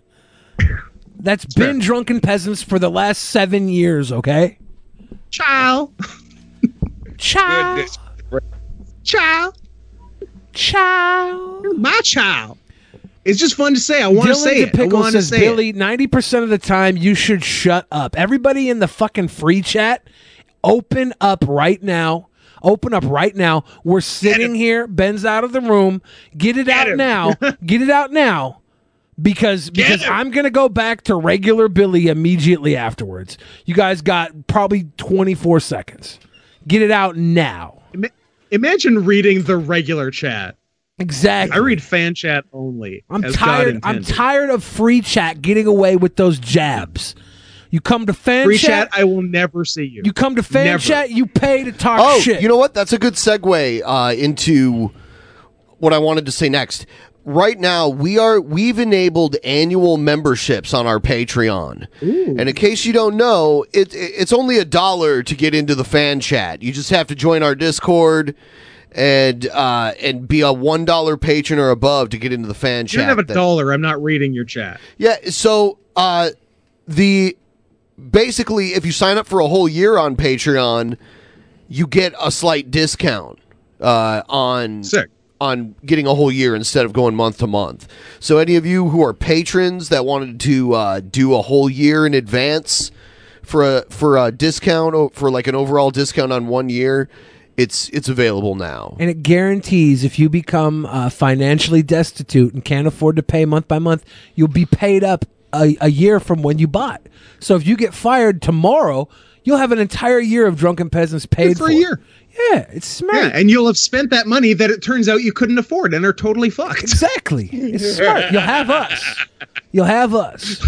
S9: That's been drunken peasants for the last seven years. Okay,
S7: Child.
S9: Child.
S7: Child.
S9: Child.
S7: My child. It's just fun to say. I want to
S9: Dylan
S7: say it. I
S9: DePickle
S7: want to
S9: says,
S7: say it.
S9: Billy, ninety percent of the time you should shut up. Everybody in the fucking free chat, open up right now. Open up right now. We're sitting here. Ben's out of the room. Get it
S7: [LAUGHS]
S9: out now. Get it out now. Because because I'm gonna go back to regular Billy immediately afterwards. You guys got probably twenty four seconds. Get it out now.
S7: Ima- Imagine reading the regular chat.
S9: Exactly.
S7: I read fan chat only.
S9: I'm
S7: as God
S9: tired. I'm
S7: intended.
S9: tired of free chat getting away with those jabs. You come to fan
S7: Free
S9: chat.
S7: chat, I will never see you.
S9: you come to fan
S7: Never.
S9: chat. You pay to talk
S6: oh,
S9: shit.
S6: you know what? That's a good segue uh, into what I wanted to say next. Right now, we are we've enabled annual memberships on our Patreon, and in case you don't know, it, it- it's only a dollar to get into the fan chat. You just have to join our Discord and uh, and be a one dollar patron or above to get into the fan
S7: You
S6: chat.
S7: don't have a
S6: thing.
S7: dollar. I'm not reading your chat.
S6: Yeah. So uh, the basically, if you sign up for a whole year on Patreon, you get a slight discount uh, on on getting a whole year instead of going month to month. So any of you who are patrons that wanted to uh, do a whole year in advance for a for a discount o- for like an overall discount on one year, it's it's available now.
S9: and it guarantees if you become uh, financially destitute and can't afford to pay month by month, you'll be paid up a, a year from when you bought. So if you get fired tomorrow, you'll have an entire year of drunken peasants paid
S7: for a year.
S9: Yeah, it's smart.
S7: Yeah, and you'll have spent that money that it turns out you couldn't afford and are totally fucked.
S9: Exactly.
S7: [LAUGHS]
S9: It's smart. You'll
S27: [LAUGHS]
S9: have us. You'll have us.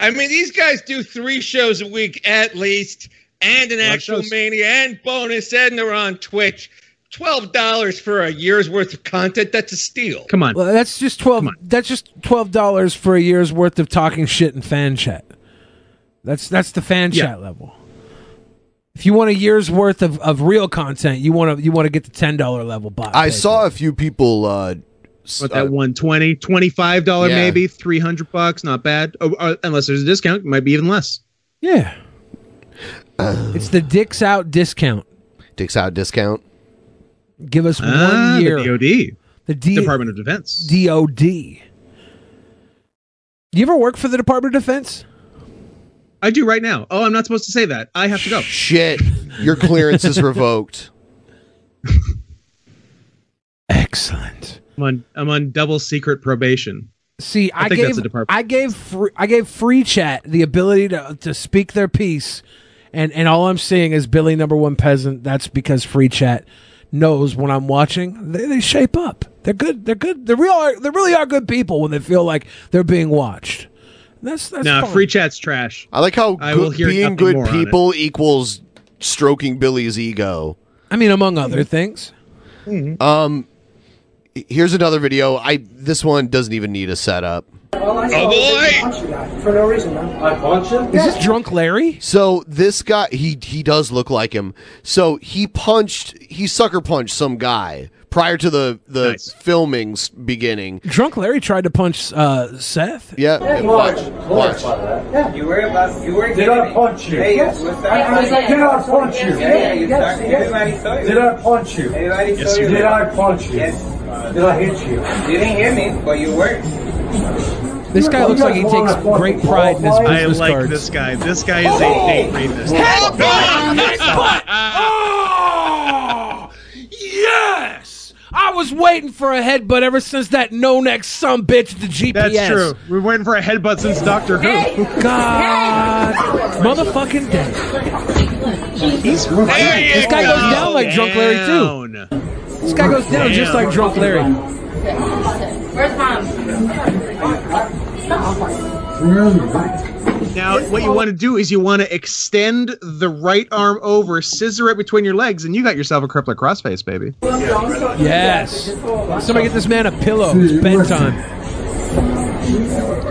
S27: I mean, these guys do three shows a week at least, and an actual mania and bonus, and they're on Twitch. Twelve dollars for a year's worth of content—that's a steal.
S7: Come on.
S9: Well, that's just twelve. That's just twelve dollars for a year's worth of talking shit in fan chat. That's that's the fan
S7: Yeah.
S13: Oh,
S9: chat level. If you want a year's worth of, of real content, you want to you want to get the ten dollar level. Bot
S6: I saw a few people. Uh, s-
S7: What
S6: uh,
S7: that 120 25 dollar
S6: Yeah.
S7: maybe 300 bucks not bad oh, uh, unless there's a discount it might be even less
S9: yeah. [CLEARS THROAT] It's the dicks out discount.
S6: Dicks out discount.
S9: Give us
S7: Ah,
S9: one year.
S7: the dod
S9: The D-
S7: department of defense
S9: DOD. You ever work for the Department of Defense?
S7: i do right now oh i'm not supposed to say that i have to go
S6: shit your clearance is revoked
S9: [LAUGHS] excellent
S7: i'm on i'm on double secret probation
S9: See, I,
S7: I think that's
S9: gave
S7: a department.
S9: I gave free, I gave free chat the ability to to speak their piece, and and all I'm seeing is Billy number one peasant. That's because free chat knows when I'm watching. They, they shape up. They're good. They're good. They real are, they really are good people when they feel like they're being watched. That's that's
S7: nah
S9: fine.
S7: free chat's trash
S6: I like how
S7: I will
S6: good-
S7: hear
S6: being
S7: nothing
S6: good
S7: more on it.
S6: people equals stroking Billy's ego.
S9: I mean, among other things.
S6: Mm-hmm.
S7: Mm-hmm.
S6: Um, h- here's another video. I this one doesn't even need a setup.
S13: boy! For no reason, man. I punch him?
S9: Is this drunk Larry?
S6: So this guy, he he does look like him. So he punched, he sucker punched some guy, prior to the the filming's beginning.
S9: Drunk Larry tried to punch uh, Seth.
S6: Yeah, watch, watch.
S3: Yeah. You were about, you were
S13: Did I punch you?
S3: Hey,
S13: Yes.
S3: was that-
S13: I was like- Did I punch you?
S3: Yeah, yeah, you
S13: Yes,
S3: started-
S13: yes.
S3: Everybody saw you.
S13: Did I punch you?
S3: Everybody
S13: Yes,
S3: saw
S13: you
S3: you.
S13: did. Did I punch you?
S3: Yes.
S13: Did I hit you?
S3: You didn't hear me, but you were.
S9: This guy looks like he takes great pride in his
S7: I
S9: business
S7: like
S9: cards.
S7: this guy. This guy is a date rapist.
S9: Oh, Yes! I was waiting for a headbutt ever since that no neck some bitch at the GPS.
S7: That's true. We're waiting for a headbutt since Doctor [LAUGHS] Who.
S9: God, motherfucking dead. He's This guy goes down like drunk Larry too. This guy goes down just like drunk Larry.
S5: Where's mom?
S7: Now, what you want to do is you want to extend the right arm over, scissor it between your legs, and you got yourself a crippler crossface, baby.
S9: Yes. Somebody get this man a pillow. It's bedtime.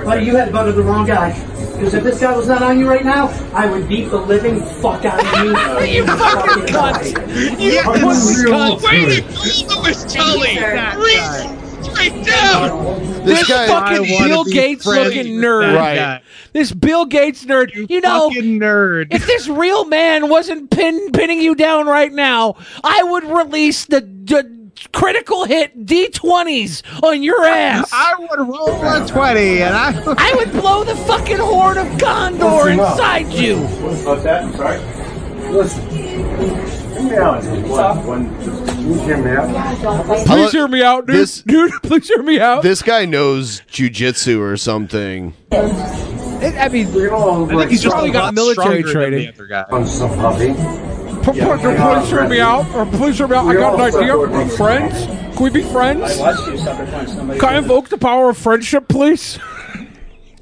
S11: Buddy, you had voted the wrong guy. Because if this guy was not on you right now, I would beat the living fuck out of you. you fucking cunt!
S3: You
S11: pussy
S3: cunt.
S11: Wait
S3: Louis Tully. Reese, straight down.
S9: This,
S3: This guy-
S9: fucking
S3: I wanna
S9: Bill
S3: be
S9: Gates
S3: friends
S9: looking
S3: with that
S9: nerd.
S3: Right. guy.
S9: This Bill Gates nerd. You, know,
S7: nerd.
S9: If this real man wasn't pin, pinning you down right now, I would release the, the critical hit D20s on your ass.
S7: I would roll a 20 and I
S9: I would blow the fucking horn of Gondor
S3: Listen up.
S9: inside you.
S3: What's that? Sorry. Listen.
S6: I
S3: Please
S6: lo-
S9: hear me out,
S6: dude. Uh, This,
S9: dude, [LAUGHS] please hear me out.
S6: This guy knows jujitsu or something.
S9: It- I mean,
S6: I think he's just
S9: probably
S6: a
S9: got
S6: lot
S9: military
S6: stronger than
S9: training.
S6: the other guy.
S9: P-
S3: Yeah,
S9: p-
S3: we are
S9: please hear me
S3: ready.
S9: out, or please hear me out. I
S3: We
S9: got an
S3: all
S9: idea.
S3: suffered from-
S9: Friends, can we be friends?
S3: I watched you suffer from somebody.
S9: Can I invoke the power of friendship, please?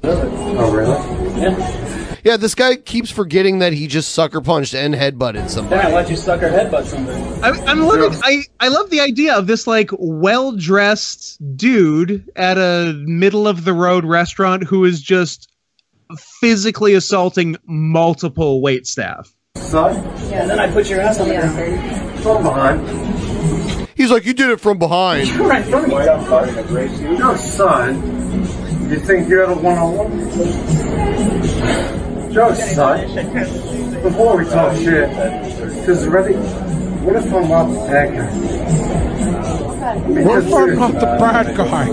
S3: Oh, really? Yeah.
S6: Yeah, this guy keeps forgetting that he just sucker punched and headbutted
S3: Then I
S6: somebody.
S3: watched you suck her headbutt somebody.
S7: I, I'm loving. I I love the idea of this like well dressed dude at a middle of the road restaurant who is just physically assaulting multiple wait staff.
S3: Yeah, and then I put your ass on the ground. From behind.
S6: He's like, you did it from behind.
S3: [LAUGHS] Right in front of me. No, son. You think you're the one on one? Joe, son. Before we talk shit, because ready. What if I'm not the bad guy?
S9: What if I'm not the bad guy?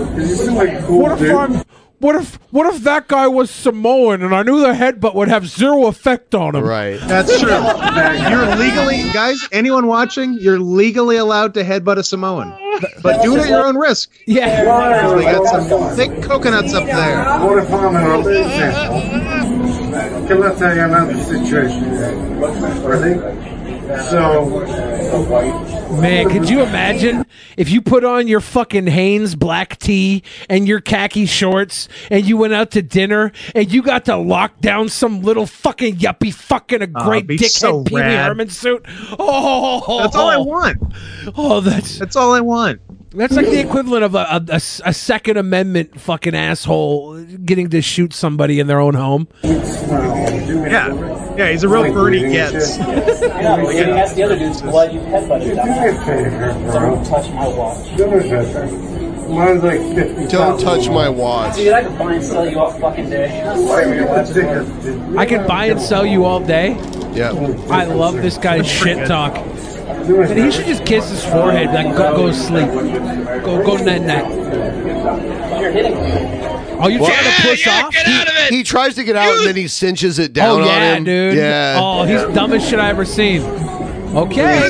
S9: What if I'm? What if? What if that guy was Samoan and I knew the headbutt would have zero effect on him?
S6: Right.
S7: That's true. you're legally, guys. Anyone watching, you're legally allowed to headbutt a Samoan, but do it at your own risk.
S9: Yeah.
S7: They got some thick coconuts up there.
S3: What if I'm in a Can I tell you another situation? Ready? So,
S9: Man, could you imagine if you put on your fucking Hanes black tee and your khaki shorts and you went out to dinner and you got to lock down some little fucking yuppie fucking a
S7: Aw,
S9: great
S7: Oh, be
S9: dickhead
S7: so
S9: Pee Wee
S7: rad.
S9: Herman suit? Oh,
S7: That's all I want.
S9: Oh, that's
S7: that's all I want.
S9: That's like the equivalent of a, a- a s- a Second Amendment fucking asshole getting to shoot somebody in their own home.
S7: Yeah, yeah, he's a real Bernie Getz.
S3: yeah, but you ask the other dudes blood you headbutted them. Don't touch my watch. Mine's like
S6: Don't touch my watch.
S3: Dude, I could buy and sell you all fucking day.
S9: I could buy and sell you all day.
S6: Yeah.
S9: I love this guy's shit talk. Man, he should just kiss his forehead. Like, go, go to sleep. Go, go, net, net.
S3: You're hitting me.
S9: Are Oh, you trying to push off?
S6: He, he tries to get out and then he cinches it down
S9: oh yeah,
S6: on him.
S9: dude.
S6: Yeah.
S9: Oh, he's dumbest shit I ever seen. Okay.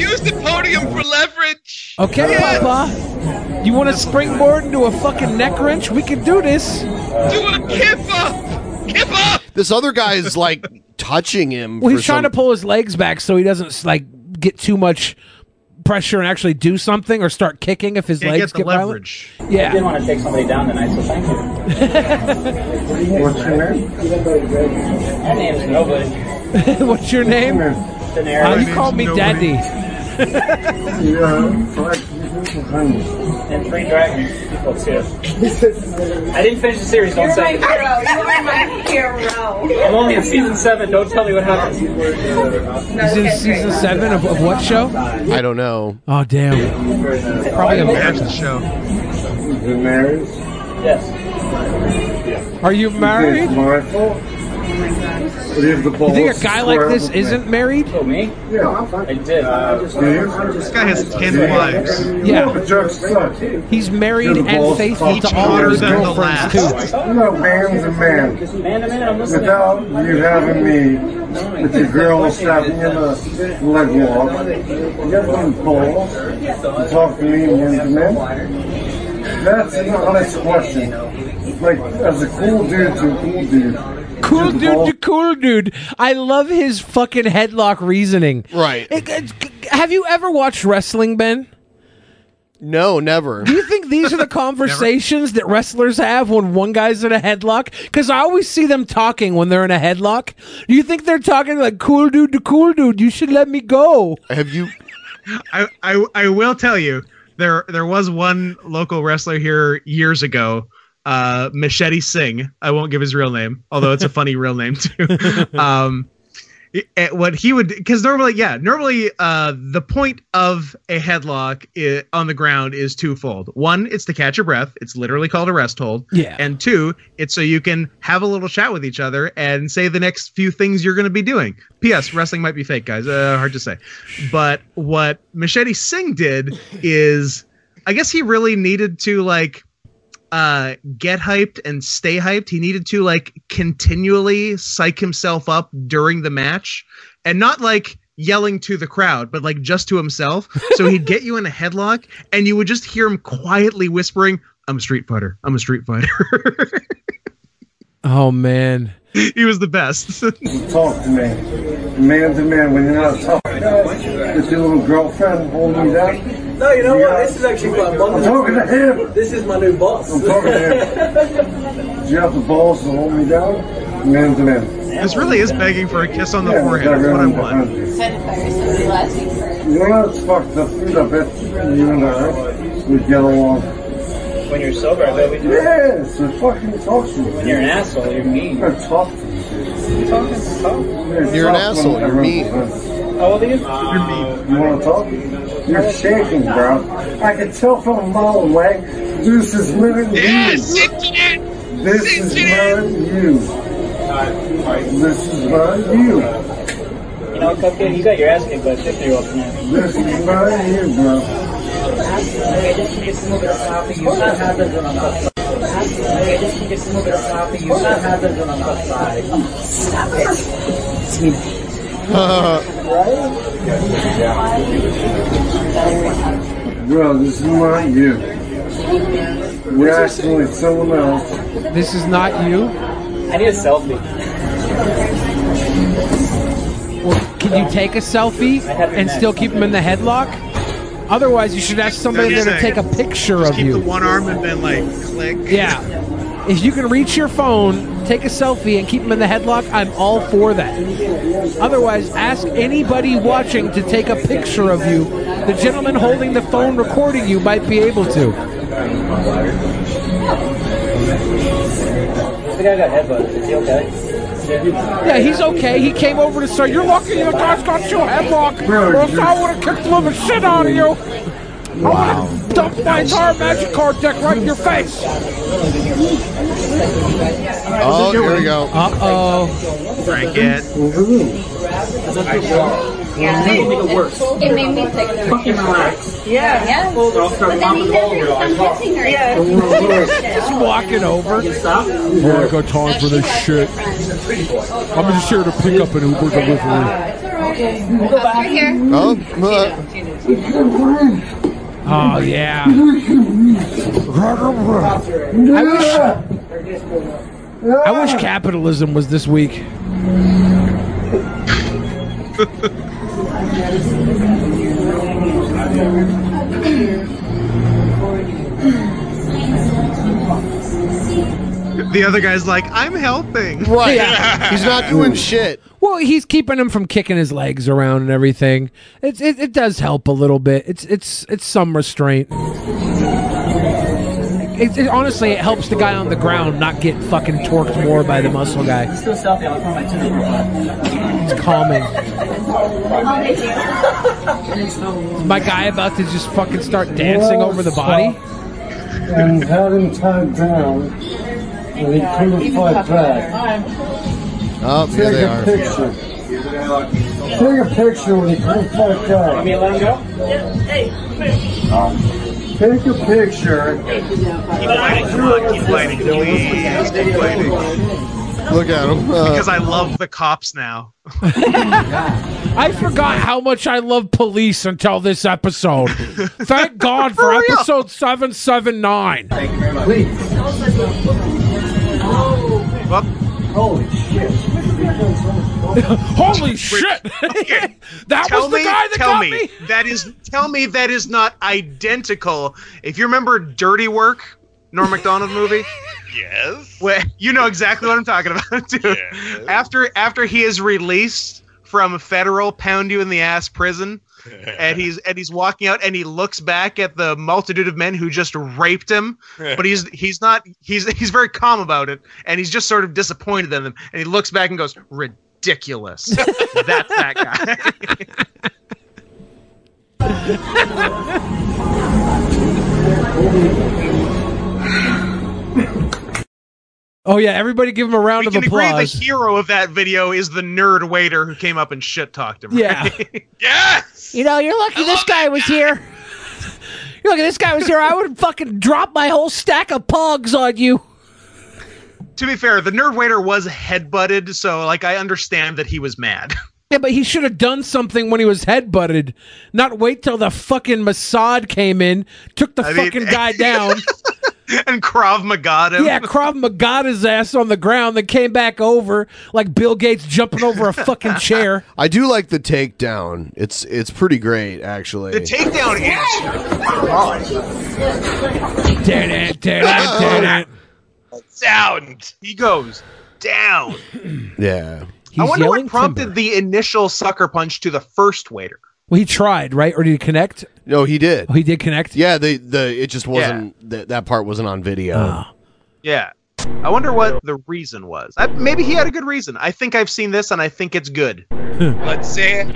S28: Use the podium for leverage.
S9: Okay,
S28: Yes.
S9: Papa. You want to springboard into a fucking neck wrench? We can do this.
S6: This other guy is like touching him.
S9: Well,
S6: for
S9: he's trying
S6: some-
S9: to pull his legs back so he doesn't like get too much pressure and actually do something or start kicking if his
S3: Yeah, get
S9: legs
S3: the
S9: get
S7: leverage.
S9: violent. Yeah.
S3: I didn't want to take somebody down tonight, so thank you. What's your name? My name's Nobody.
S9: [LAUGHS] What's your name? Uh,
S3: De Niro.
S9: Oh, you call me Daddy.
S3: yeah, And Three Dragons, book two. [LAUGHS] I didn't finish the series, don't
S5: You're my
S3: say.
S5: hero. You are my hero.
S3: I'm only in season seven, don't tell me what happens.
S9: This is season seven of, of what show?
S6: I don't know.
S9: Oh damn!
S7: Probably a marriage show.
S3: marriage? Yes.
S9: Are you married? You think a guy like this isn't married?
S3: Oh, me? Yeah, I'm fine. Uh, I did.
S7: This guy has ten wives.
S9: Yeah. He's married and faithful to all of his girlfriends too.
S3: You know, man's a man. Man to man, I'm listening. Without you having me, with your girl stabbing you in the leg walk, you're going to pull and talk to me and to men. That's an honest question. Like, as a cool dude to a cool dude.
S9: Cool dude to cool dude. I love his fucking headlock reasoning.
S6: Right.
S9: have you ever watched wrestling, Ben?
S6: No, never.
S9: Do you think these are
S6: [LAUGHS]
S9: the conversations that wrestlers have when one guy's in a headlock? Because I always see them talking when they're in a headlock. Do you think they're talking like cool dude to cool dude? You should let me go.
S6: Have you?
S7: I, I I will tell you there there was one local wrestler here years ago, uh, Machete Singh. I won't give his real name, although it's a funny real name too. Um, it- it- what he would because normally yeah normally uh, the point of a headlock i on the ground is twofold. One, it's to catch your breath. It's literally called a rest hold.
S9: Yeah.
S7: And two, it's so you can have a little chat with each other and say the next few things you're going to be doing. P.S. Wrestling might be fake, guys. Uh, hard to say. But what Machete Singh did is, I guess he really needed to like uh, get hyped and stay hyped. He needed to like continually psych himself up during the match and not like yelling to the crowd, but like just to himself. So he'd get you in a headlock and you would just hear him quietly whispering, I'm a street fighter. I'm a street fighter. [LAUGHS]
S9: Oh man.
S6: [LAUGHS]
S7: he was the best.
S3: Talk to me. Man to man when you're not talking. With your little girlfriend holding you down.
S13: No, you know what? This is actually quite fun.
S3: I'm talking to him.
S13: This is my new boss.
S3: I'm
S7: [LAUGHS]
S3: talking to Do you have the balls to hold me down? Man to man.
S7: this really is begging for a kiss on the forehead. That's what I want.
S3: You know it's fucked up. I bet you and I would get along. When you're sober, I bet we do. Yes, it fucking talks to me. When you're an asshole, you're mean. You're tough. You're talking tough.
S6: You're an asshole. You're mean.
S3: How old are you? You're mean. You want to talk? You're shaking, bro. I can tell from a mile away. This is living yes, you. This is not you. This is not you. You know, Cupcake, you got your ass kicked by a 50 year old tonight. This is not you, bro.
S6: [LAUGHS]
S3: Bro, this is not you. You're actually someone else.
S9: This is not you.
S13: I need a selfie.
S9: Can you take a selfie and still keep him in the headlock? Otherwise, you should ask somebody there to take a picture of you.
S7: One arm and then like click.
S9: Yeah. If you can reach your phone, take a selfie, and keep them in the headlock, I'm all for that. Otherwise, ask anybody watching to take a picture of you. The gentleman holding the phone recording you might be able to.
S3: This guy got headbutted. Is he okay?
S9: Yeah, he's okay. He came over to say, You're lucky the guy's got you a headlock, or else I would have kicked the living shit out of you. I would have dumped my entire magic card deck right in your face.
S6: Oh, here we go.
S9: Uh oh.
S7: Break it.
S6: Oh,
S5: Yeah,
S13: Make it worse.
S5: It made me sick.
S13: Fucking relax.
S5: Yeah. Yeah.
S13: I'll start
S5: But then
S13: mopping
S5: he
S13: the
S5: said
S13: ball
S5: there's some
S13: here.
S5: kissing her. [LAUGHS]
S9: Just walking over.
S29: I got time for this shit. I'm just here to pick up an Uber delivery.
S5: Over here.
S6: Oh,
S5: [LAUGHS]
S9: Oh, yeah. I wish, I wish capitalism was this week.
S7: The other guy's like, I'm helping.
S6: Right. He's not doing shit.
S9: Well, well, he's keeping him from kicking his legs around and everything. It's, it it does help a little bit. It's it's it's some restraint. It, it- honestly, it helps the guy on the ground not get fucking torqued more by the muscle guy.
S17: Let's go selfie. I'll call my tuner.
S9: It's calming.
S17: Calming.
S9: Is my guy about to just fucking start dancing over the body?
S15: and had him tied down, and he couldn't fight back.
S6: Oh, here
S15: Take
S6: they
S15: a
S6: are.
S15: picture. Take a picture when he couldn't fight back.
S17: Want me to let him go?
S3: Um,
S15: Take a picture.
S7: Keep fighting, please. Keep fighting.
S6: Look at him. uh,
S7: because I love the cops now.
S9: I forgot how much I love police until this episode. Thank God for,
S7: For real.
S9: episode 779. Thank you very much.
S15: Holy
S9: [LAUGHS]
S15: shit.
S7: [LAUGHS]
S9: Holy shit! [LAUGHS] that
S7: tell
S9: was the
S7: me,
S9: guy that
S7: tell
S9: got
S7: me,
S9: me.
S7: That is, tell me that is not identical. If you remember Dirty Work, Norm Macdonald
S9: [LAUGHS]
S7: movie.
S10: Yes.
S7: Well, you know exactly what I'm talking about, [LAUGHS] too. After after he is released from federal pound you in the ass prison, and he's and he's walking out and he looks back at the multitude of men who just raped him, but he's he's not he's he's very calm about it, and he's just sort of disappointed in them, and he looks back and goes ridiculous. That's that guy.
S9: Oh yeah, everybody give him a round
S7: we
S9: of
S7: can agree the
S9: applause.
S7: hero of that video is the nerd waiter who came up and shit talked him. [LAUGHS]
S9: Yeah.
S7: right?
S9: You know, you're lucky this guy was here. You're lucky this guy was here. I would fucking drop my whole stack of pogs on you.
S7: to be fair, the nerd waiter was headbutted, so like I understand that he was mad. [LAUGHS]
S9: Yeah, but he should have done something when he was headbutted, not wait till the fucking Mossad came in, took the
S7: I mean-
S9: fucking
S7: [LAUGHS]
S9: guy down.
S7: and Krav Maga'd him.
S9: Yeah, Krav Maga his ass on the ground, then came back over like Bill Gates jumping over a
S7: [LAUGHS]
S9: fucking chair.
S6: I do like the takedown. It's it's pretty great actually.
S7: The takedown is.
S9: Did it, did it, did it.
S7: Sound. He goes
S9: [CLEARS THROAT]
S7: down.
S6: Yeah.
S7: I wonder what prompted the initial sucker punch to the first waiter.
S9: Well, he tried, right? Or did he connect? Oh,
S6: No, he did.
S9: he did connect.
S6: Yeah, the the it just wasn't that that part wasn't on video.
S9: Oh.
S7: Yeah. I wonder what the reason was. I, maybe he had a good reason. I think I've seen this and I think it's good.
S10: Let's see it.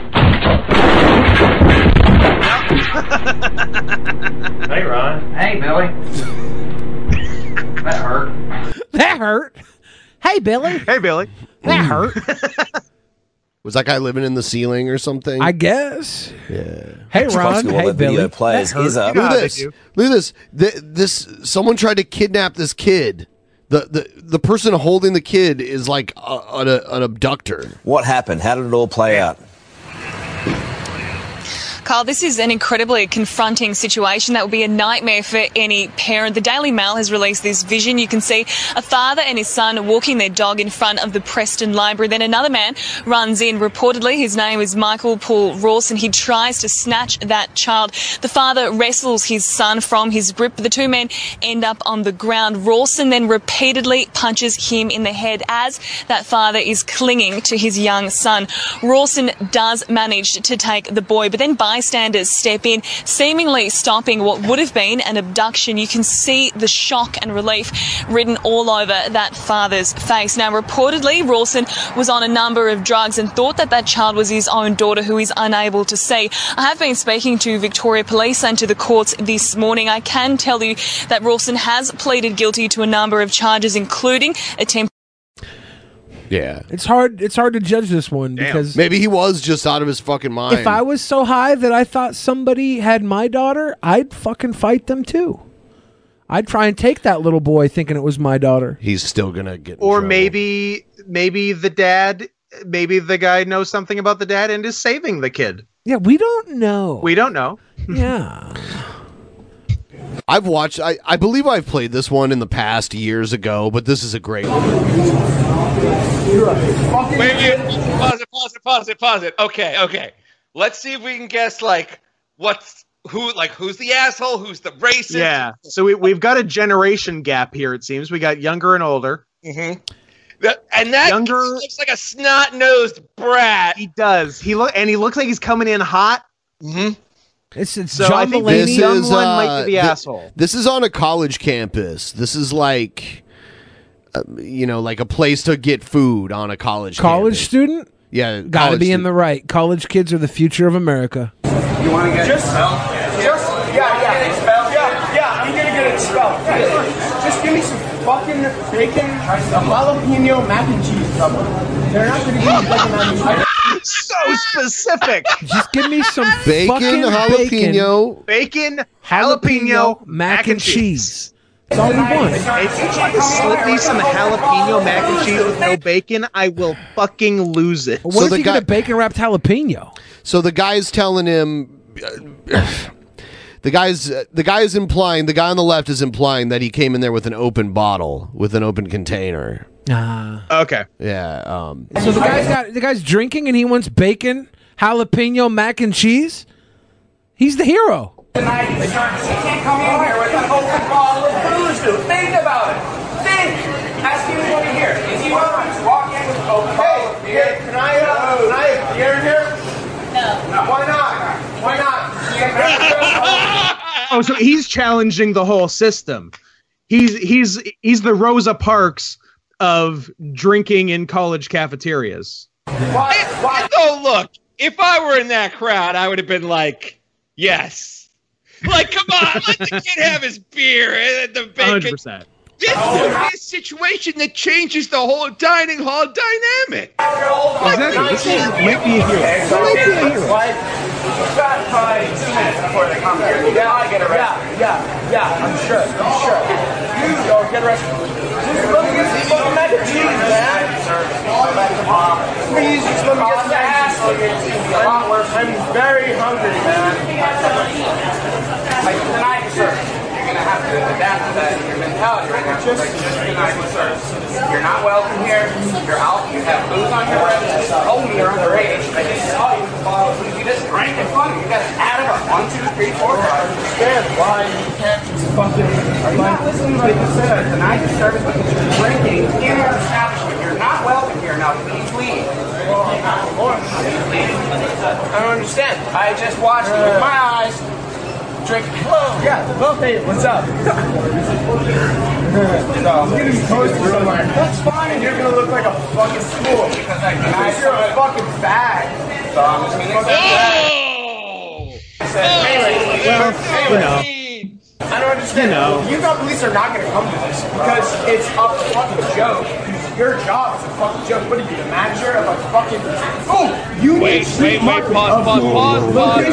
S17: Hey, Ron. Hey, Billy. that hurt.
S9: That hurt. Hey Billy.
S7: Hey Billy.
S9: That hurt.
S6: Was that guy living in the ceiling or something? I
S9: guess.
S6: Yeah.
S9: Hey, Ron. Watching while Hey, that video Billy. plays.
S6: That hurt.
S9: He's up.
S6: Look
S9: Yeah,
S6: at
S9: they
S6: this.
S9: do.
S6: Look at this. Th- this. Someone tried to kidnap this kid. The, the the person holding the kid is like uh, a, an, an abductor.
S1: What happened? How did it all play out?
S12: Carl, this is an incredibly confronting situation that would be a nightmare for any parent. The Daily Mail has released this vision. You can see a father and his son walking their dog in front of the Preston Library. Then another man runs in. Reportedly, his name is Michael Paul Rawson. He tries to snatch that child. The father wrestles his son from his grip. The two men end up on the ground. Rawson then repeatedly punches him in the head as that father is clinging to his young son. Rawson does manage to take the boy, but then bystanders step in, seemingly stopping what would have been an abduction. You can see the shock and relief written all over that father's face. Now, reportedly, Rawson was on a number of drugs and thought that that child was his own daughter who is unable to see. I have been speaking to Victoria Police and to the courts this morning. I can tell you that Rawson has pleaded guilty to a number of charges, including attempted.
S6: Yeah.
S9: It's hard. It's hard to judge this one because
S6: maybe he was just out of his fucking mind.
S9: if I was so high that I thought somebody had my daughter, I'd fucking fight them too. I'd try and take that little boy thinking it was my daughter.
S6: He's still [LAUGHS] gonna get.
S7: Or maybe maybe the dad maybe the guy knows something about the dad and is saving the kid.
S9: Yeah, we don't know.
S7: We don't know.
S9: Yeah.
S6: I've watched. I I believe I've played this one in the past years ago, but this is a great one.
S10: Wait, wait, pause it, pause it, pause it, pause it. Okay, okay. Let's see if we can guess like what's who, like who's the asshole, who's the racist.
S7: Yeah. So we, we've got a generation gap here, it seems. We got younger and older.
S10: Mm-hmm. That- and that
S7: Younger-
S10: looks like a snot nosed brat.
S7: He does. He look and he looks like he's coming in hot.
S10: Mm-hmm.
S9: It's, it's
S7: so I think this young one might be the
S6: uh, thi-
S10: [LAUGHS]
S7: asshole.
S6: This is on a college campus. This is like, uh, you know, like a place to get food on a college.
S9: College student?
S6: Yeah,
S9: Got to
S6: college
S9: be in the right. College kids are the future of America.
S15: You want to get expelled? Just, yeah, yeah. Expelled? Yeah, yeah, I'm going to get expelled. Just give me some fucking bacon, jalapeno mac and cheese, brother. They're not going to give me bacon mac and cheese.
S7: so specific.
S9: Just give me some
S6: Bacon, fucking bacon. jalapeno.
S7: bacon, jalapeno, mac and cheese.
S9: That's all we want.
S7: If you try to slip me some jalapeno mac and cheese with no bacon, I will fucking lose it.
S9: What if you get a bacon wrapped jalapeno?
S6: So the guy's telling him, uh, [SIGHS] the guy's uh, the guy's implying the guy on the left is implying that he came in there with an open bottle with an open container.
S9: Ah.
S7: Okay.
S6: Yeah. Um.
S9: So the guy's got the guy's drinking and he wants bacon, jalapeno, mac and cheese. He's the hero.
S3: Tonight, you can't come in here with an open bottle of booze, dude. Think about it. Think. Ask anybody here. If you want to walk in with an open bottle of beer, can I, uh, can I have beer in here? No. Why not? Why not?
S7: Oh, so he's challenging the whole system. He's he's he's the Rosa Parks of drinking in college cafeterias.
S10: Though, look, if I were in that crowd, I would have been like, yes. Like, come on, let the kid have his beer [LAUGHS] and the bacon.
S7: 100%.
S10: This is a situation that changes the whole dining hall dynamic.
S7: Exactly. This is, might be a hero. He might be a hero.
S3: Like, you've got probably two minutes before they come here. Yeah, I get arrested. Yeah, yeah, yeah, I'm sure, I'm sure. You go get arrested. Just let me get some fucking mac and cheese, man. Please, just let me get some mac and cheese. I'm- I'm very hungry, man. Like, deny the service. You're gonna have to adapt to that in your mentality right now. Just, like, just deny the service. You're not welcome here. You're out. You have booze on your breath. Oh, you're underage. I just saw you with a bottle of booze. You just drank in front of me. You guys added up. One, two, three, four, five. Understand why you can't just fucking... Are you not listening to what you said? Deny the service because you're drinking in our establishment. You're not welcome here now. Please leave. I don't understand. I just watched it with my eyes. Drink. Hello. Yeah. Hello, hey, what's up? That's fine, and you're gonna look like a fucking fool because I denied you're a fucking bag. So I'm just gonna Anyway,
S7: well,
S3: I don't
S7: You
S3: understand.
S7: know.
S3: You thought police are not gonna come to this because it's a fucking joke. Your job is a fucking joke. What are you, the manager of a fucking? Oh, you
S10: Wait,
S3: need
S10: wait, wait, pause, pause, pause,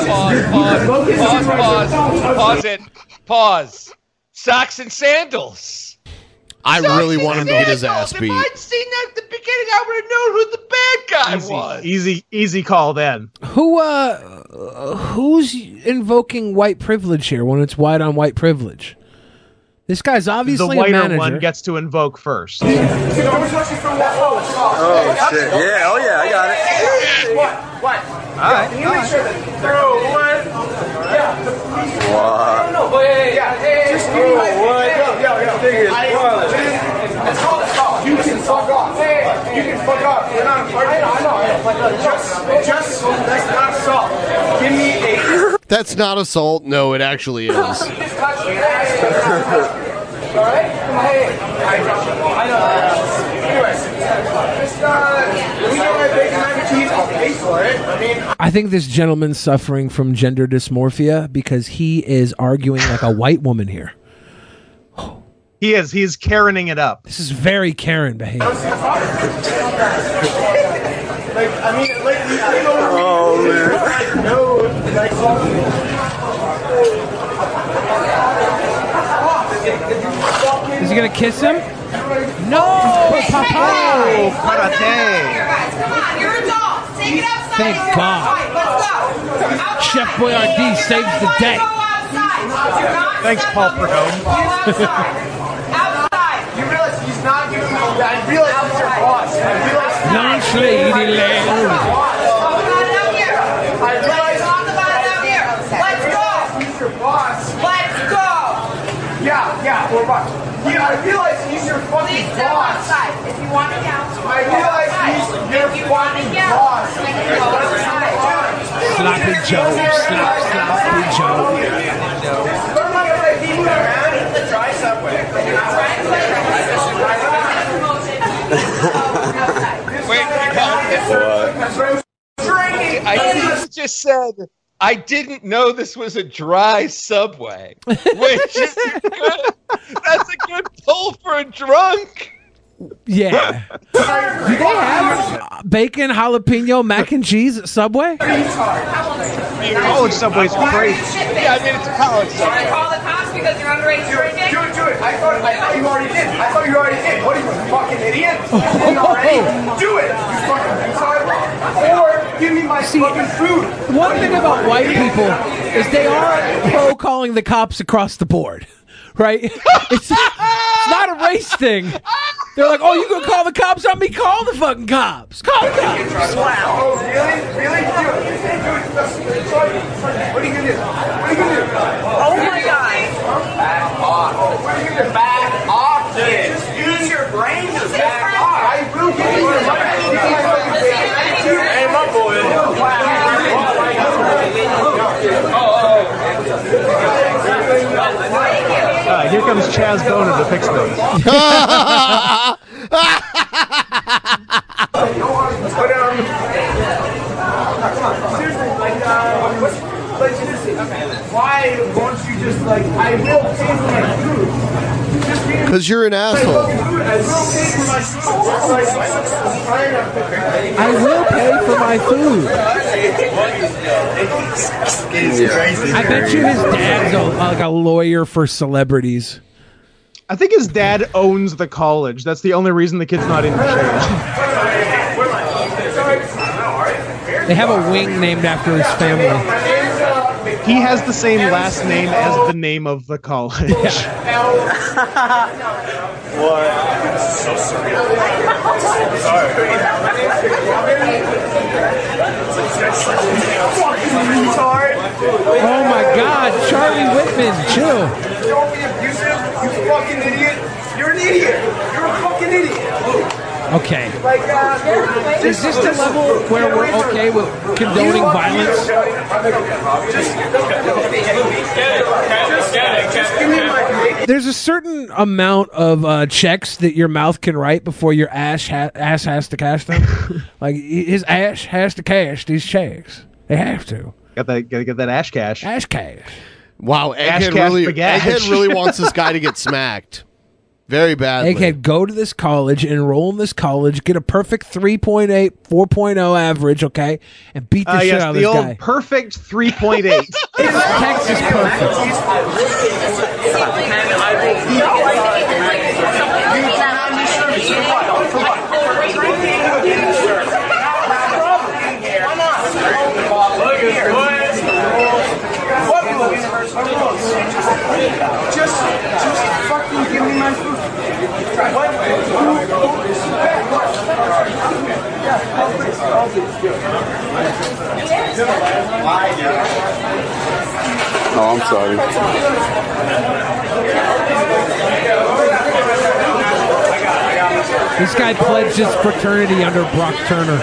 S10: pause, pause, pause, pause, pause, pause it, pause. Socks and sandals.
S6: I
S10: Socks
S6: really
S10: and
S6: want him to get his
S10: sandals.
S6: ass beat.
S10: If I'd seen that at the beginning, I would have known who the bad guy was.
S7: easy, easy, easy call then.
S9: Who uh who's invoking white privilege here when it's white on white privilege? This guy's
S7: The
S9: obviously a
S7: whiter
S9: manager.
S7: one gets to invoke first.
S3: Oh
S7: shit. Yeah, oh, yeah, I got it.
S3: What? What?
S7: All right,
S3: Can you make sure that throw what? Yeah. The police.
S15: What?
S3: No, no, wait, yeah, yeah. Just give me my Yo, yo, yo. I- It's called assault. You can fuck off. You can fuck off. You're not a part of it. I know, I know. But look, Just, just, that's not assault. Give me a.
S6: That's not assault. No, it actually is.
S3: Alright? Come on. Hey, I I know. Anyways, just, uh, let me get my bacon mac and cheese. I'll pay for it. I mean,
S9: I think this gentleman's suffering from gender dysmorphia because he is arguing like a white woman here.
S7: He is. He's Karening it up.
S9: This is very Karen behavior.
S3: Like, I mean, like, you came over Oh, man. No, like,
S9: Is he gonna kiss him?
S14: No!
S7: Oh, karate.
S14: Come on, you're adults. Take it outside.
S9: Thank
S14: It's
S9: God.
S14: outside. Let's go.
S9: Chef [LAUGHS] Boyardee saves the day.
S7: Thanks, Paul Perdome.
S3: Outside. You realize he's not giving me. I realize he's your boss. I realize.
S9: Lunch lady lady.
S3: I realize. Talk about it out here. Let's go. He's your boss. Let's go. Yeah, yeah, we're back. Yeah, I realize he's your fucking boss.
S14: Outside. If you want it out.
S3: I realize he's your fucking boss.
S9: Sloppy Joe, slop, sloppy Joe.
S27: [LAUGHS]
S3: uh,
S27: I think you just said I didn't know this was a dry subway, which
S8: [LAUGHS]
S27: is good. That's a good pull for a drunk.
S9: Yeah. Do they have bacon, jalapeno, mac and cheese at Subway?
S7: College Subway's great.
S27: Yeah, I mean it's a college
S14: I call the cops because you're underage drinking? Do it, do it. I thought, I thought you already did. I thought you already did. What are you, fucking
S7: [LAUGHS]
S14: idiot?
S3: Do it. You fucking sidewalk. Or give me my fucking food.
S9: One thing about white people is they are pro calling the cops across the board, right? [LAUGHS] It's, it's not a race thing. They're like, oh, you gonna call the cops on me? Call the fucking cops. Call the cops.
S3: Oh, really? Really? Do it. Do it. That's- that's all you- What are you gonna do? What are you gonna do? Oh my god. Back off. What are you gonna do? Back off, kids. Use your brain to back off. I will give you your money. Hey, my boy.
S7: Uh, here comes Chaz Boner to fix
S3: But, um, come on, seriously, like, uh, what's, like, seriously, why won't you just, like, I will pay for my food.
S6: Because you're an asshole.
S3: I will pay for my food. Like, I'm trying to
S9: I will pay for my food. I bet you his dad's a, like a lawyer for celebrities.
S7: I think his dad owns the college. That's the only reason the kid's not in shape.
S9: They have a wing named after his family.
S7: He has the same last name as the name of the college. [LAUGHS]
S3: What? So surreal. Sorry.
S9: Oh my God, Charlie Whitman, chill.
S3: Don't be abusive, you fucking idiot. You're an idiot. You're a fucking idiot.
S9: Okay.
S3: Like, uh,
S9: Is this the level where we're okay with condoning violence? There's a certain amount of uh, checks that your mouth can write before your ass ha- ass has to cash
S6: [LAUGHS]
S9: them. like his ass has to cash these checks. They have to.
S7: Got that? Gotta get that ash cash.
S9: Ash cash.
S6: Wow,
S7: Ash
S6: Egghead
S7: Cash
S6: really,
S7: Bagash. [LAUGHS]
S6: Egghead really wants this guy to get smacked. Very badly.
S9: Egghead, go to this college, enroll in this college, get a perfect 3.8, 4.0 average, okay, and beat the
S7: Ah,
S9: shit
S7: yes,
S9: out of
S7: the
S9: this
S7: old
S9: guy.
S7: perfect
S9: [LAUGHS]
S7: 3.8.
S9: Texas perfect.
S3: Just, just fucking give me my food. What?
S30: Oh, I'm sorry.
S9: This guy pledged his fraternity under Brock Turner.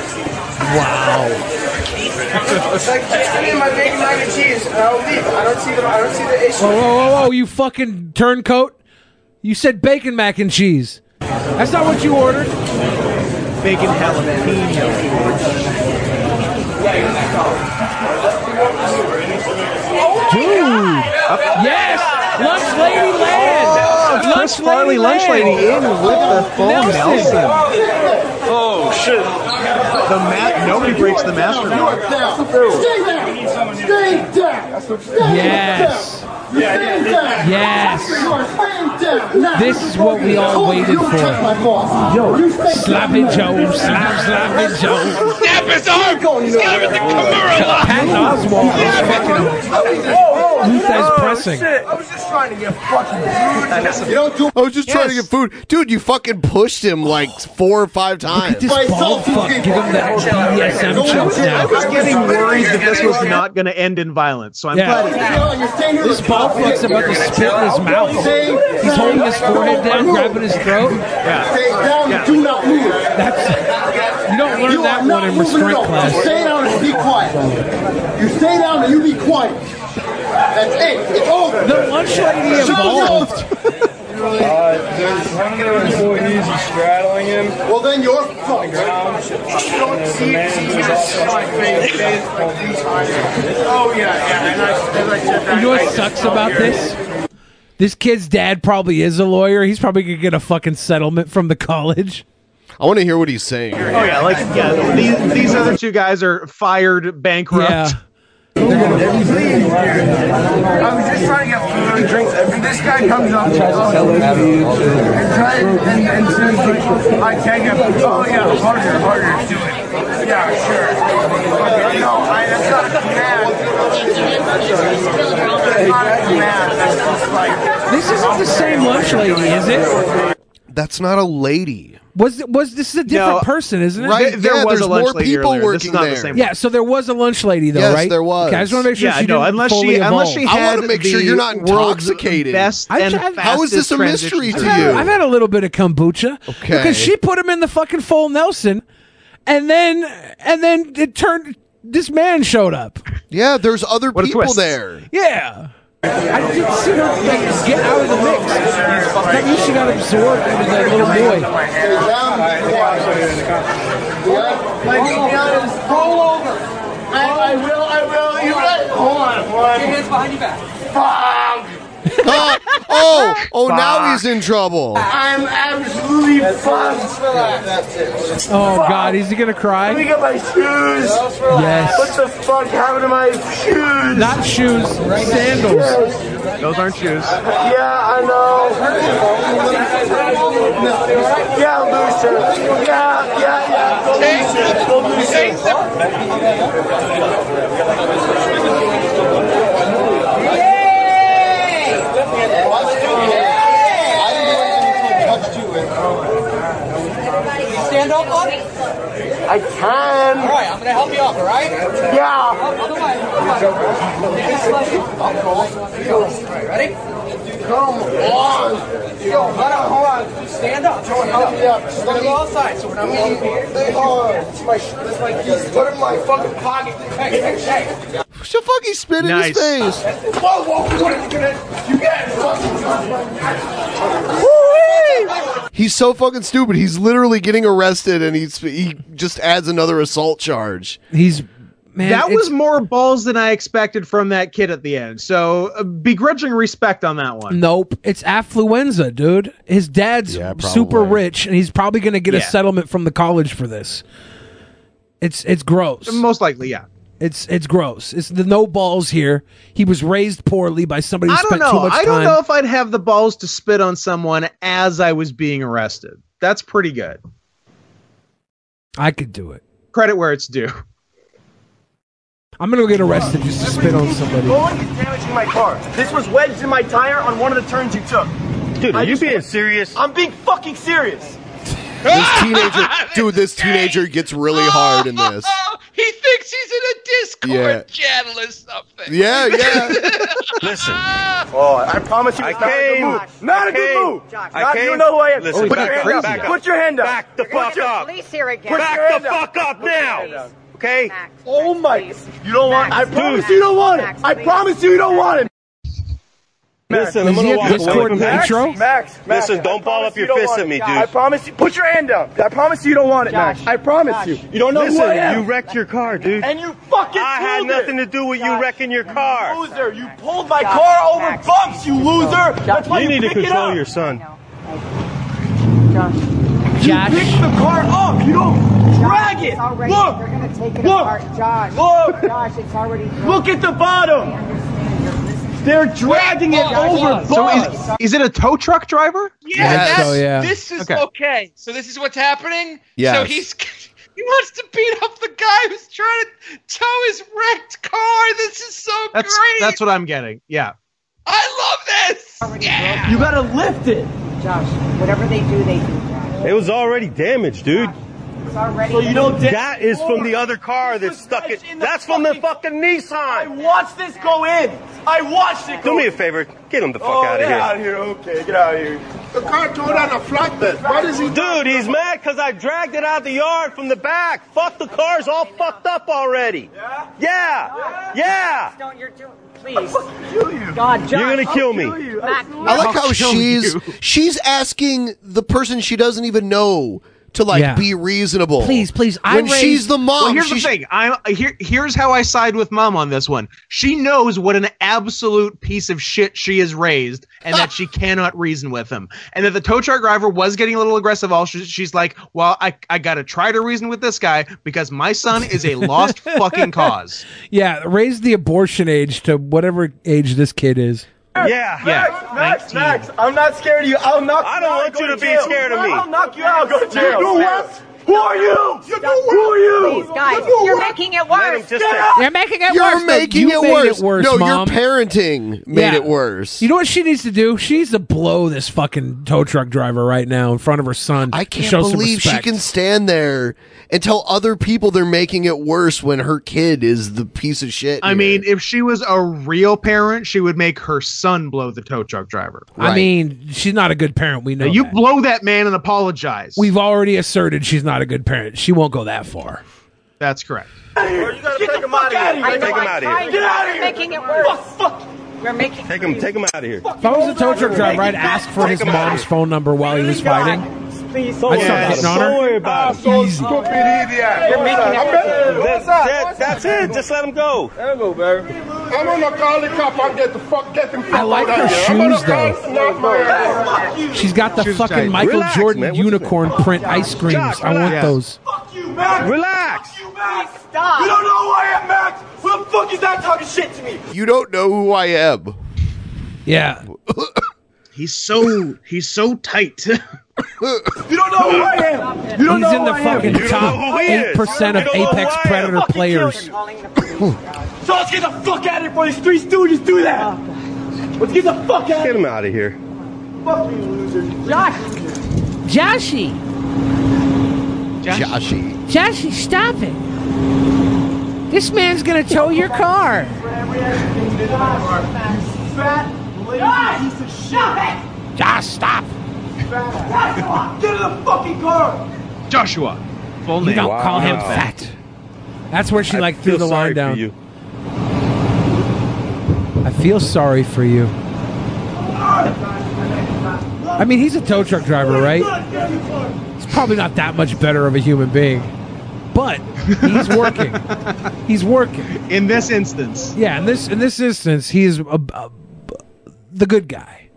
S9: Wow.
S3: It's like, just give me my bacon, mac and cheese, and I'll leave. I don't see the, I don't see the issue.
S9: Whoa, whoa, whoa, whoa, you fucking turncoat. You said bacon mac and cheese. That's not what you ordered.
S7: Bacon jalapeno.
S9: Yes! Lunch Lady Land!
S7: Oh, Chris
S9: Lunch
S7: Farley, Lunch Lady in with the full Nelson.
S3: Oh shit!
S7: The mat. Nobody breaks the master.
S3: Stay down. Stay down.
S9: Yes. Yes. This is what we all waited
S3: for.
S9: Slapping Joe, slap, slapping Joe.
S3: Snap his arm! He's got him in the Kimura
S9: Patton Oh, Oswald is fucking
S3: Whoa, whoa,
S9: Who says pressing?
S3: I was just trying to get fucking food.
S6: You don't do. I was just trying to get food, dude. You fucking pushed him like four or five times.
S9: this bald fuck. Give him that BDSM choke
S6: I
S9: now.
S6: was getting
S7: worried that this was not going to end in violence, so I'm
S9: Yeah.
S7: glad it
S9: This bald fuck's about to spit in his mouth. He's holding his forehead down, grabbing his throat.
S7: Yeah.
S3: Stay down and do not move.
S9: You don't learn
S3: You
S9: that
S3: are
S9: one
S3: not
S9: in
S3: moving at
S9: restraint
S3: all.
S9: class.
S3: You stay down and be quiet. You stay down and you be quiet. That's it. It's over.
S9: The lunch lady
S3: Show's
S9: involved.
S3: over. there's one of their employees straddling him. Well, then you're fucked. You don't see it. see it. My face is like these eyes. Oh, yeah, yeah. And I, as I said that,
S9: You know what
S3: I just
S9: sucks
S3: felt
S9: about
S3: irritated.
S9: this? This kid's dad probably is a lawyer. He's probably gonna get a fucking settlement from the college.
S6: I want to hear what he's saying.
S7: Oh yeah, like yeah, these, these other two guys are fired, bankrupt.
S3: I was just trying to get food and drinks. And this guy comes up and tries and, and says, like, I can't get food. Oh, yeah, harder, harder, do it. Yeah, sure. No, I, that's not a command. That's not a command. That's just like.
S9: This isn't the same lunch lady, is it?
S6: That's not a lady.
S9: Was was this is a different
S6: No.
S9: person, isn't it?
S6: Right, There- there yeah, was a there's lunch more lady people earlier. This
S9: working
S6: is working not the there. same
S9: yeah, so there was a lunch lady though,
S6: Yes,
S9: right?
S6: there was.
S9: Okay, I just want to make sure
S7: Yeah,
S9: she
S7: no,
S9: didn't
S7: unless she-
S9: fully
S7: unless
S9: evolve.
S7: she
S6: I want
S7: had
S6: to make sure
S7: the
S6: you're not
S7: world's
S6: intoxicated.
S7: best I've- and I've-
S6: How is this a
S7: fastest
S6: mystery to
S9: I've
S7: transition
S9: had, I've
S6: you?
S9: had a little bit of kombucha
S6: Okay.
S9: because she put him in the fucking full Nelson, and then and then it turned. This man showed up.
S6: Yeah, there's other
S9: What a
S6: people
S9: twist.
S6: there.
S9: Yeah. I didn't see her like, get out of the mix. That means she got absorbed into that little boy.
S3: Like, to be honest, roll over. I, I will, I will. You Hold on, one. Your hands behind your back. Fuck!
S6: Huh? [LAUGHS] oh, oh, now he's in trouble.
S3: I'm absolutely fucked.
S9: Oh God, is he gonna
S3: Let me
S9: cry?
S3: get my shoes.
S9: Yes.
S3: What the fuck happened to my shoes?
S9: Not shoes, sandals.
S7: Those aren't shoes.
S3: Yeah, I know. Yeah, loser. Yeah, yeah, yeah. Go loser. Go loser.
S31: Stand up, buddy.
S3: I can.
S31: All right, I'm gonna help you up. All right.
S3: Yeah.
S31: Ready?
S3: Come on. Yo, hold on, hold on.
S31: Stand up.
S3: Joey, help me up. Just
S31: We're
S3: let
S31: gonna
S3: me.
S31: go outside, so we're not meeting here.
S3: Oh, it's my, that's my keys. Put it in my fucking pocket. Hey, hey, hey.
S6: So fuck, he spit in his face.
S3: Whoa, whoa, what are you gonna? You guys fucking.
S6: He's so fucking stupid. He's literally getting arrested, and he's he just adds another assault charge.
S9: He's
S7: that was more balls than I expected from that kid at the end. So uh, begrudging respect on that one.
S9: Nope, it's affluenza, dude. His dad's super rich, and he's probably gonna get a
S7: Yeah.
S9: settlement from the college for this. It's it's gross.
S7: Most likely, yeah.
S9: It's it's gross. It's the no balls here. He was raised poorly by somebody who
S7: I don't
S9: spent too
S7: know.
S9: much
S7: I don't
S9: time.
S7: know if I'd have the balls to spit on someone as I was being arrested. That's pretty good.
S9: I could do it.
S7: Credit where it's due.
S9: I'm gonna go get arrested just to spit on somebody.
S3: Going is damaging my car. This was wedged in my tire on one of the turns you took.
S6: Dude, are you being
S3: serious? I'm being fucking serious.
S6: This teenager, dude, this teenager gets really hard
S7: [LAUGHS]
S6: in this.
S8: Oh, He thinks he's in a Discord
S6: Yeah.
S8: channel or something.
S6: Yeah, yeah.
S8: [LAUGHS]
S3: Listen.
S8: Ah.
S3: Oh, I promise you, it's not a good move. Not a good move. Not, you know who I am.
S9: Oh,
S13: Listen,
S3: put,
S13: back
S3: your
S13: up,
S3: hand up.
S13: back up.
S3: put your hand up. Back the
S13: fuck up.
S3: Put your
S13: Back
S3: hand
S13: the fuck up
S3: Put your hand
S5: Uh,
S13: now.
S3: up.
S13: Okay.
S3: Oh my! You don't want. I promise you don't want it. I promise you you don't want it.
S13: Listen, I'm gonna walk away from
S3: Max,
S13: this.
S3: Max, Max,
S13: Listen,
S3: I
S13: don't ball
S3: promise
S13: up
S3: you
S13: your
S3: don't
S13: fists
S3: want
S13: at me,
S3: it.
S13: dude.
S3: I promise you. Put your hand up. I promise you don't want it, Max. I promise you. You don't know
S13: Listen,
S3: who I am.
S13: you wrecked your car, dude.
S3: and you fucking.
S13: I had
S3: pulled it.
S13: nothing to do with you wrecking your car.
S3: Loser, you pulled my car over bumps, you loser. That's why
S13: You
S3: you
S13: need to
S3: pick it
S13: control
S3: up.
S13: your son.
S3: You pick the car up. You don't drag it. Look.
S10: They're gonna take it
S3: Look.
S10: apart, Josh.
S3: Look.
S10: Josh, it's already.
S3: Look at the bottom. They're dragging it over.
S7: Oh, So
S3: bars.
S7: is, is it a tow truck driver?
S8: Yeah, that's,
S7: so, yeah.
S8: this is okay.
S7: Okay.
S8: So this is what's happening.
S7: Yes.
S8: So he's [LAUGHS] He wants to beat up the guy who's trying to tow his wrecked car. This is so
S32: That's
S8: great.
S32: that's what I'm getting. Yeah.
S8: I love this. Yeah.
S32: You gotta lift it.
S3: Josh, whatever they do, they do.
S13: It was already damaged, dude.
S3: It's already.
S13: So you don't. That is from the other car that's stuck. It. That's from the fucking Nissan. I
S3: watched this go in. I watched it
S13: Do me a favor. Get him the fuck out of here.
S3: Oh, here. Okay, get out of here. The car towed on a flatbed. What is he
S13: Dude, he's mad because I dragged it out the yard from the back. Fuck, the car's all fucked up already. Yeah? Yeah. Yeah.
S3: Don't you're doing. Please. God, Josh.
S13: You're gonna kill me.
S3: I'll you. Mac,
S6: I like how
S3: I'll kill
S6: she's
S3: you.
S6: she's asking the person she doesn't even know to like
S7: Yeah.
S6: be reasonable.
S7: Please,
S6: please. when she's the mom,
S7: Well, here's
S6: she
S7: the thing. I'm here. Here's how I side with mom on this one. She knows what an absolute piece of shit she has raised, and that
S6: [LAUGHS]
S7: she cannot reason with him. And that the tow truck driver was getting a little aggressive. All she, she's like, "Well, I I gotta try to reason with this guy because my son is a lost
S6: [LAUGHS]
S7: fucking cause."
S9: Yeah, raise the abortion age to whatever age this kid is.
S13: Yeah.
S7: Yeah.
S3: Max, Max, I'm not scared of you. I'll knock.
S13: I don't want you to be scared of me.
S3: I'll knock you out. Go to
S13: You
S3: jail.
S13: do
S3: what? Who are you? You do what? Who are you?
S5: Please, guys,
S3: do
S5: you're
S3: what?
S5: making it
S13: Let him
S5: worse.
S13: just say-
S9: You're making it
S6: You're
S9: worse. though.
S6: making
S9: You
S6: it,
S9: made
S6: worse. No,
S9: Mom.
S6: your parenting made
S9: Yeah.
S6: it worse.
S9: You know what she needs to do? She needs to blow this fucking tow truck driver right now in front of her son. I
S6: Can't believe she can stand there and tell other people they're making it worse when her kid is the piece of shit.
S7: I mean, if she was a real parent, she would make her son blow the tow truck driver.
S9: I mean, she's not a good parent. We know.
S7: you
S9: that.
S7: blow that man and apologize.
S9: We've already asserted she's not a good parent. She won't go that far.
S7: That's correct.
S13: Get the fuck out of here. Take him out of here.
S5: You're making it worse. You're making.
S13: Take him. Take him out of here.
S9: If I was a tow truck driver, I'd ask for his mom's phone number while he was fighting.
S3: Please,
S9: I'd start getting on
S13: Don't
S9: her.
S13: worry about it.
S3: so stupid idiot. You're making it worse.
S13: That- that- that's it. Just let him go.
S3: Go, baby. I'm gonna call the cop. I'll get the fuck, get them.
S9: I like her shoes though.
S3: though.
S9: She's got the
S3: Shoes
S9: fucking
S3: tight.
S9: Michael
S3: Relax,
S9: Jordan
S3: man. What's his
S9: unicorn print ice creams. I want
S3: relax.
S9: those.
S13: Relax.
S5: Stop.
S3: You don't know who I am, Max. Who the fuck is that talking shit to me?
S6: you don't know who I am. [COUGHS]
S9: Yeah.
S7: He's so he's so tight. [LAUGHS]
S3: You don't know who I am. You don't
S9: He's
S3: know
S9: in
S3: who
S9: the
S3: I
S9: fucking
S3: am.
S9: top eight percent of Apex Predator players.
S3: So let's get the fuck out of here, boys. Three Stooges do that. Let's get the fuck out.
S13: Get him out of here.
S3: Fuck you, loser.
S5: Josh. Joshy.
S6: Joshy.
S5: Joshy, stop it. This man's gonna tow Oh, your car.
S3: Fat piece of shit.
S7: Josh, stop.
S3: Get in the fucking car.
S7: Joshua. Full
S9: You
S7: name.
S9: don't call him fat. That's where she like threw the line down. I feel sorry for you. I mean, he's a tow truck driver, right? He's probably not that much better of a human being, but he's
S6: [LAUGHS]
S9: working. he's working.
S7: In this instance,
S9: yeah. In this in this instance, he is a, a- the good guy.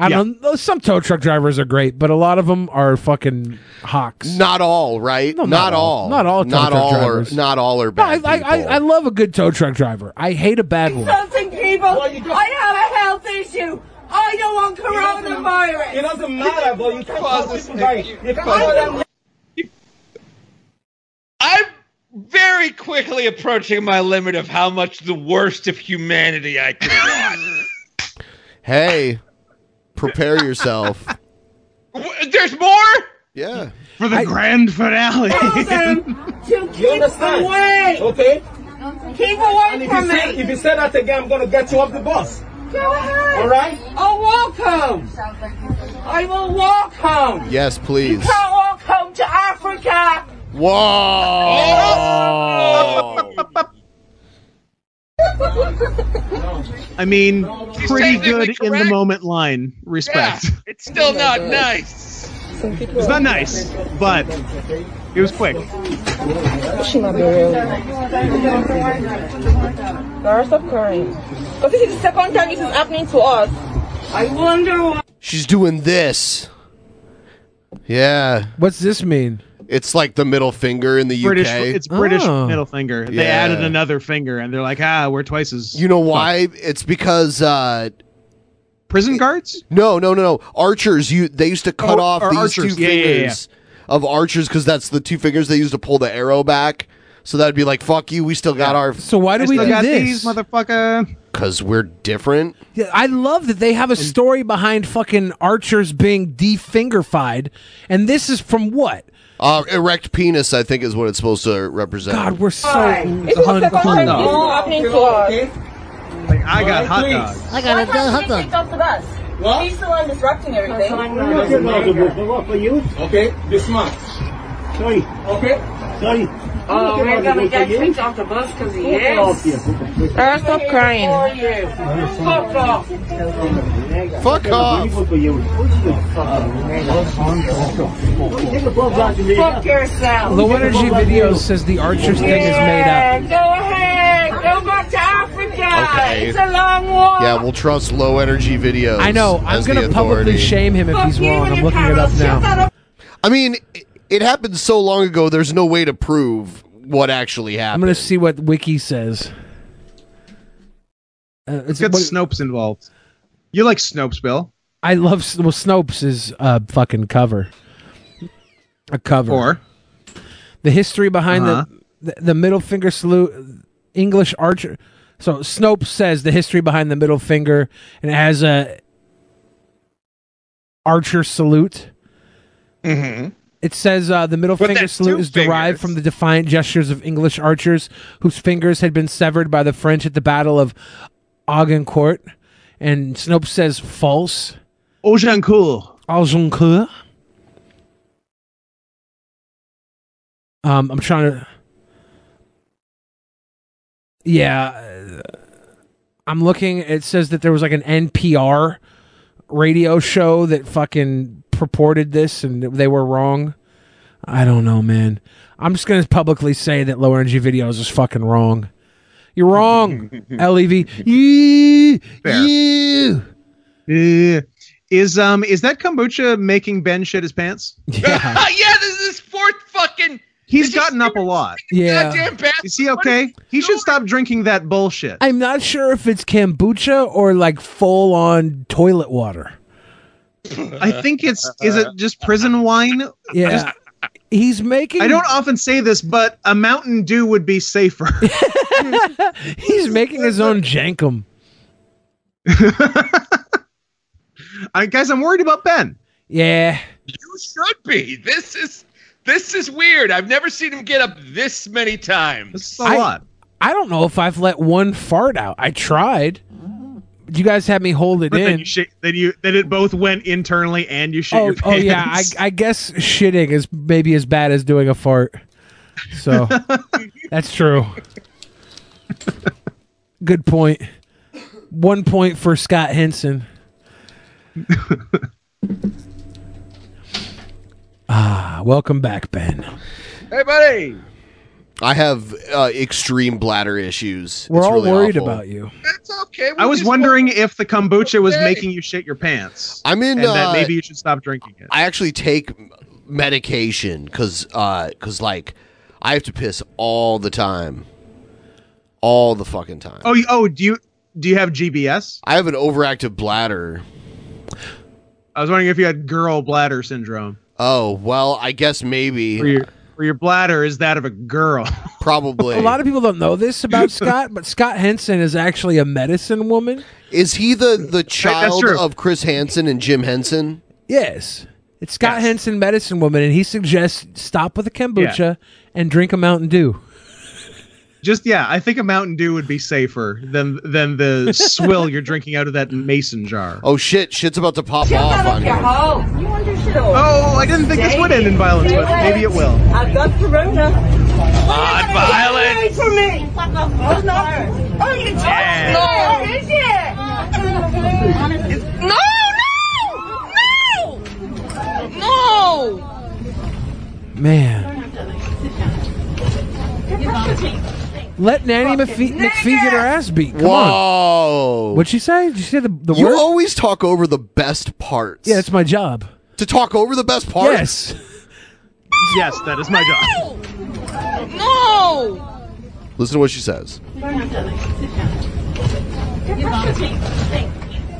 S9: I don't know. Some tow truck drivers are great, but a lot of them are fucking hawks.
S6: Not all, right?
S9: No,
S6: not, all.
S9: Not all. Tow
S6: Not
S9: truck
S6: all. Are,
S9: drivers.
S6: not all are
S9: No,
S6: bad.
S9: I, I, I, I love a good tow truck driver. I hate a bad one.
S5: Insulting people. I have a health issue. I don't want coronavirus.
S3: It doesn't matter, boy. You can't call this right. You can't cause call them
S8: I'm very quickly approaching my limit of how much the worst of humanity
S27: [LAUGHS]
S8: I can.
S6: hey, prepare yourself.
S8: W- There's more.
S6: yeah.
S7: For the grand finale.
S5: to
S3: You understand?
S5: away.
S3: Okay?
S5: Keep away
S3: And if
S5: from
S3: you say,
S5: me.
S3: If you say that again, I'm gonna get you off the bus.
S5: Go ahead.
S3: All right?
S5: I'll walk home. I will walk home.
S6: Yes, please.
S5: Can't walk home to
S3: [LAUGHS]
S5: Africa.
S3: Oh.
S6: Whoa.
S5: [LAUGHS]
S7: I mean,
S8: She's
S7: pretty
S8: technically
S7: good in the moment line. Respect.
S8: Yeah, it's
S27: Oh
S8: still not nice.
S7: It's not nice, but it was quick.
S5: She might be real. Laura, stop crying. Because this is the second time this is happening to us. I wonder why.
S6: She's doing this. Yeah.
S9: What's this mean?
S6: It's like the middle finger in the
S7: British.
S6: UK.
S7: It's British
S9: Oh.
S7: middle finger. They
S6: Yeah.
S7: added another finger, and they're like, ah, we're twice as.
S6: You know why? It's because uh
S7: prison guards?
S6: No, no, no, no. Archers, you they used to cut
S7: Oh,
S6: off
S7: or
S6: these
S7: archers.
S6: two
S7: Yeah, yeah, yeah,
S6: fingers. of archers because that's the two fingers they use to pull the arrow back. So that'd be like, fuck you, we still got our.
S9: So why do we do this,
S7: motherfucker?
S6: Because we're different.
S9: Yeah, I love that they have a story behind fucking archers being defingerfied, and this is from what?
S6: Uh, erect penis, I think, is what it's supposed to represent.
S9: God, we're so
S3: This is the second time this is happening to us.
S7: I got hot dogs.
S3: I got a hot dog. Kicked off with us. What? He's the one disrupting everything.
S13: Okay, this month. Sorry. Okay. Sorry.
S3: Oh, we're gonna get kicked off the bus because he is. Girl, stop crying. Fuck off.
S6: Fuck off.
S3: Fuck yourself.
S9: Low energy videos says the archers thing is made
S3: Yeah,
S9: up.
S3: Go ahead. Go back to Africa.
S6: Okay.
S3: It's a long walk.
S6: Yeah, we'll trust low energy videos.
S9: I know. I'm
S6: as the
S9: gonna publicly
S6: authority.
S9: shame him if he's wrong. I'm looking it up now.
S6: I mean, it, it happened so long ago. There's no way to prove what actually
S9: I'm
S6: happened.
S9: gonna see what Wiki says. Uh,
S7: It's got Snopes involved. You like Snopes, Bill?
S9: I love S- well Snopes is a fucking cover, a cover.
S7: Or
S9: the history behind
S7: Uh-huh.
S9: the, the the middle finger salute, English archer. So Snopes says the history behind the middle finger, and it has a archer salute.
S33: Mm-hmm.
S9: It says uh, the middle finger salute is derived from the defiant gestures of English archers whose fingers had been severed by the French at the Battle of Agincourt. And Snopes says false.
S7: Agincourt.
S9: Agincourt. Um, I'm trying to. Yeah. uh, I'm looking. It says that there was like an NPR radio show that fucking purported this and they were wrong. I don't know, man. I'm just going to publicly say that low energy videos is fucking wrong. You're
S6: [LAUGHS]
S9: wrong, E LEV. You. You.
S7: Yeah. Is um is that kombucha making Ben shit his pants?
S9: Yeah.
S8: Ah, yeah, this is his fourth fucking.
S7: [LAUGHS] He's gotten up a lot.
S9: Yeah.
S7: Is he okay? He should stop drinking that bullshit.
S9: I'm not sure if it's kombucha or like full on toilet water.
S7: I think it's is it just prison wine?
S9: Yeah.
S7: Just-
S9: He's making
S7: I don't often say this, but a Mountain Dew would be safer.
S9: [LAUGHS] He's making his own jankum.
S7: [LAUGHS] I guys, I'm worried about Ben.
S9: Yeah.
S8: You should be. This is this is weird. I've never seen him get up this many times.
S9: I- I don't know if I've let one fart out. I tried. You guys had me hold it
S7: But then
S9: in.
S7: you shit, then you then it both went internally and you shit
S9: oh,
S7: your
S9: oh
S7: pants.
S9: yeah. I, I guess shitting is maybe as bad as doing a fart.
S7: [LAUGHS]
S9: So that's true. Good point. One point for
S7: [LAUGHS]
S9: Scott Henson. ah, welcome back, Ben.
S8: Hey, buddy.
S6: I have uh, extreme bladder issues.
S7: We're
S6: It's
S7: all
S6: really
S7: worried
S6: awful.
S7: about
S9: you.
S8: That's okay.
S7: I was wondering if the kombucha was making you shit your pants.
S6: I'm in,
S7: and
S6: uh,
S7: that maybe you should stop drinking it.
S6: I actually take m- medication because because like I have to piss all the time, all the fucking time.
S7: Oh, you- oh, do you do you have GBS?
S6: I have an overactive bladder.
S7: I was wondering if you had girl bladder syndrome.
S6: Oh well, I guess maybe.
S7: Where your, where your bladder is that of a girl. [LAUGHS]
S6: Probably.
S9: A lot of people don't know this
S6: [LAUGHS]
S9: about Scott, but Scott Henson is actually a medicine woman.
S6: Is he the the child
S9: true.
S6: of Chris Hansen and Jim Henson?
S9: Yes. It's Scott Henson, medicine woman, and he suggests stop with a kombucha
S7: Yeah.
S9: and drink a Mountain Dew.
S7: Just yeah, I think a Mountain Dew would be safer than than
S9: [LAUGHS]
S7: the swill you're drinking out of that mason jar.
S6: Oh shit, shit's about to pop
S7: Shut
S6: off
S7: up,
S6: on
S7: you
S6: you.
S5: home. You want your shit over.
S7: Oh, I didn't think this would end in violence, but maybe it will.
S5: I've got corona.
S8: Not violent.
S5: Away from me. Oh, no. Oh, you just
S8: Yeah.
S5: no. What is it?
S3: No, no, no, no.
S9: Man. Let Nanny McPhee, McPhee get her ass beat. Come
S6: Whoa.
S9: on. What'd she say? Did she say the, the
S6: you
S9: word?
S6: always talk over the best parts.
S9: yeah, it's my job.
S6: To talk over the best parts?
S9: Yes.
S7: Yes, that is my job.
S3: No.
S6: Listen to what she says.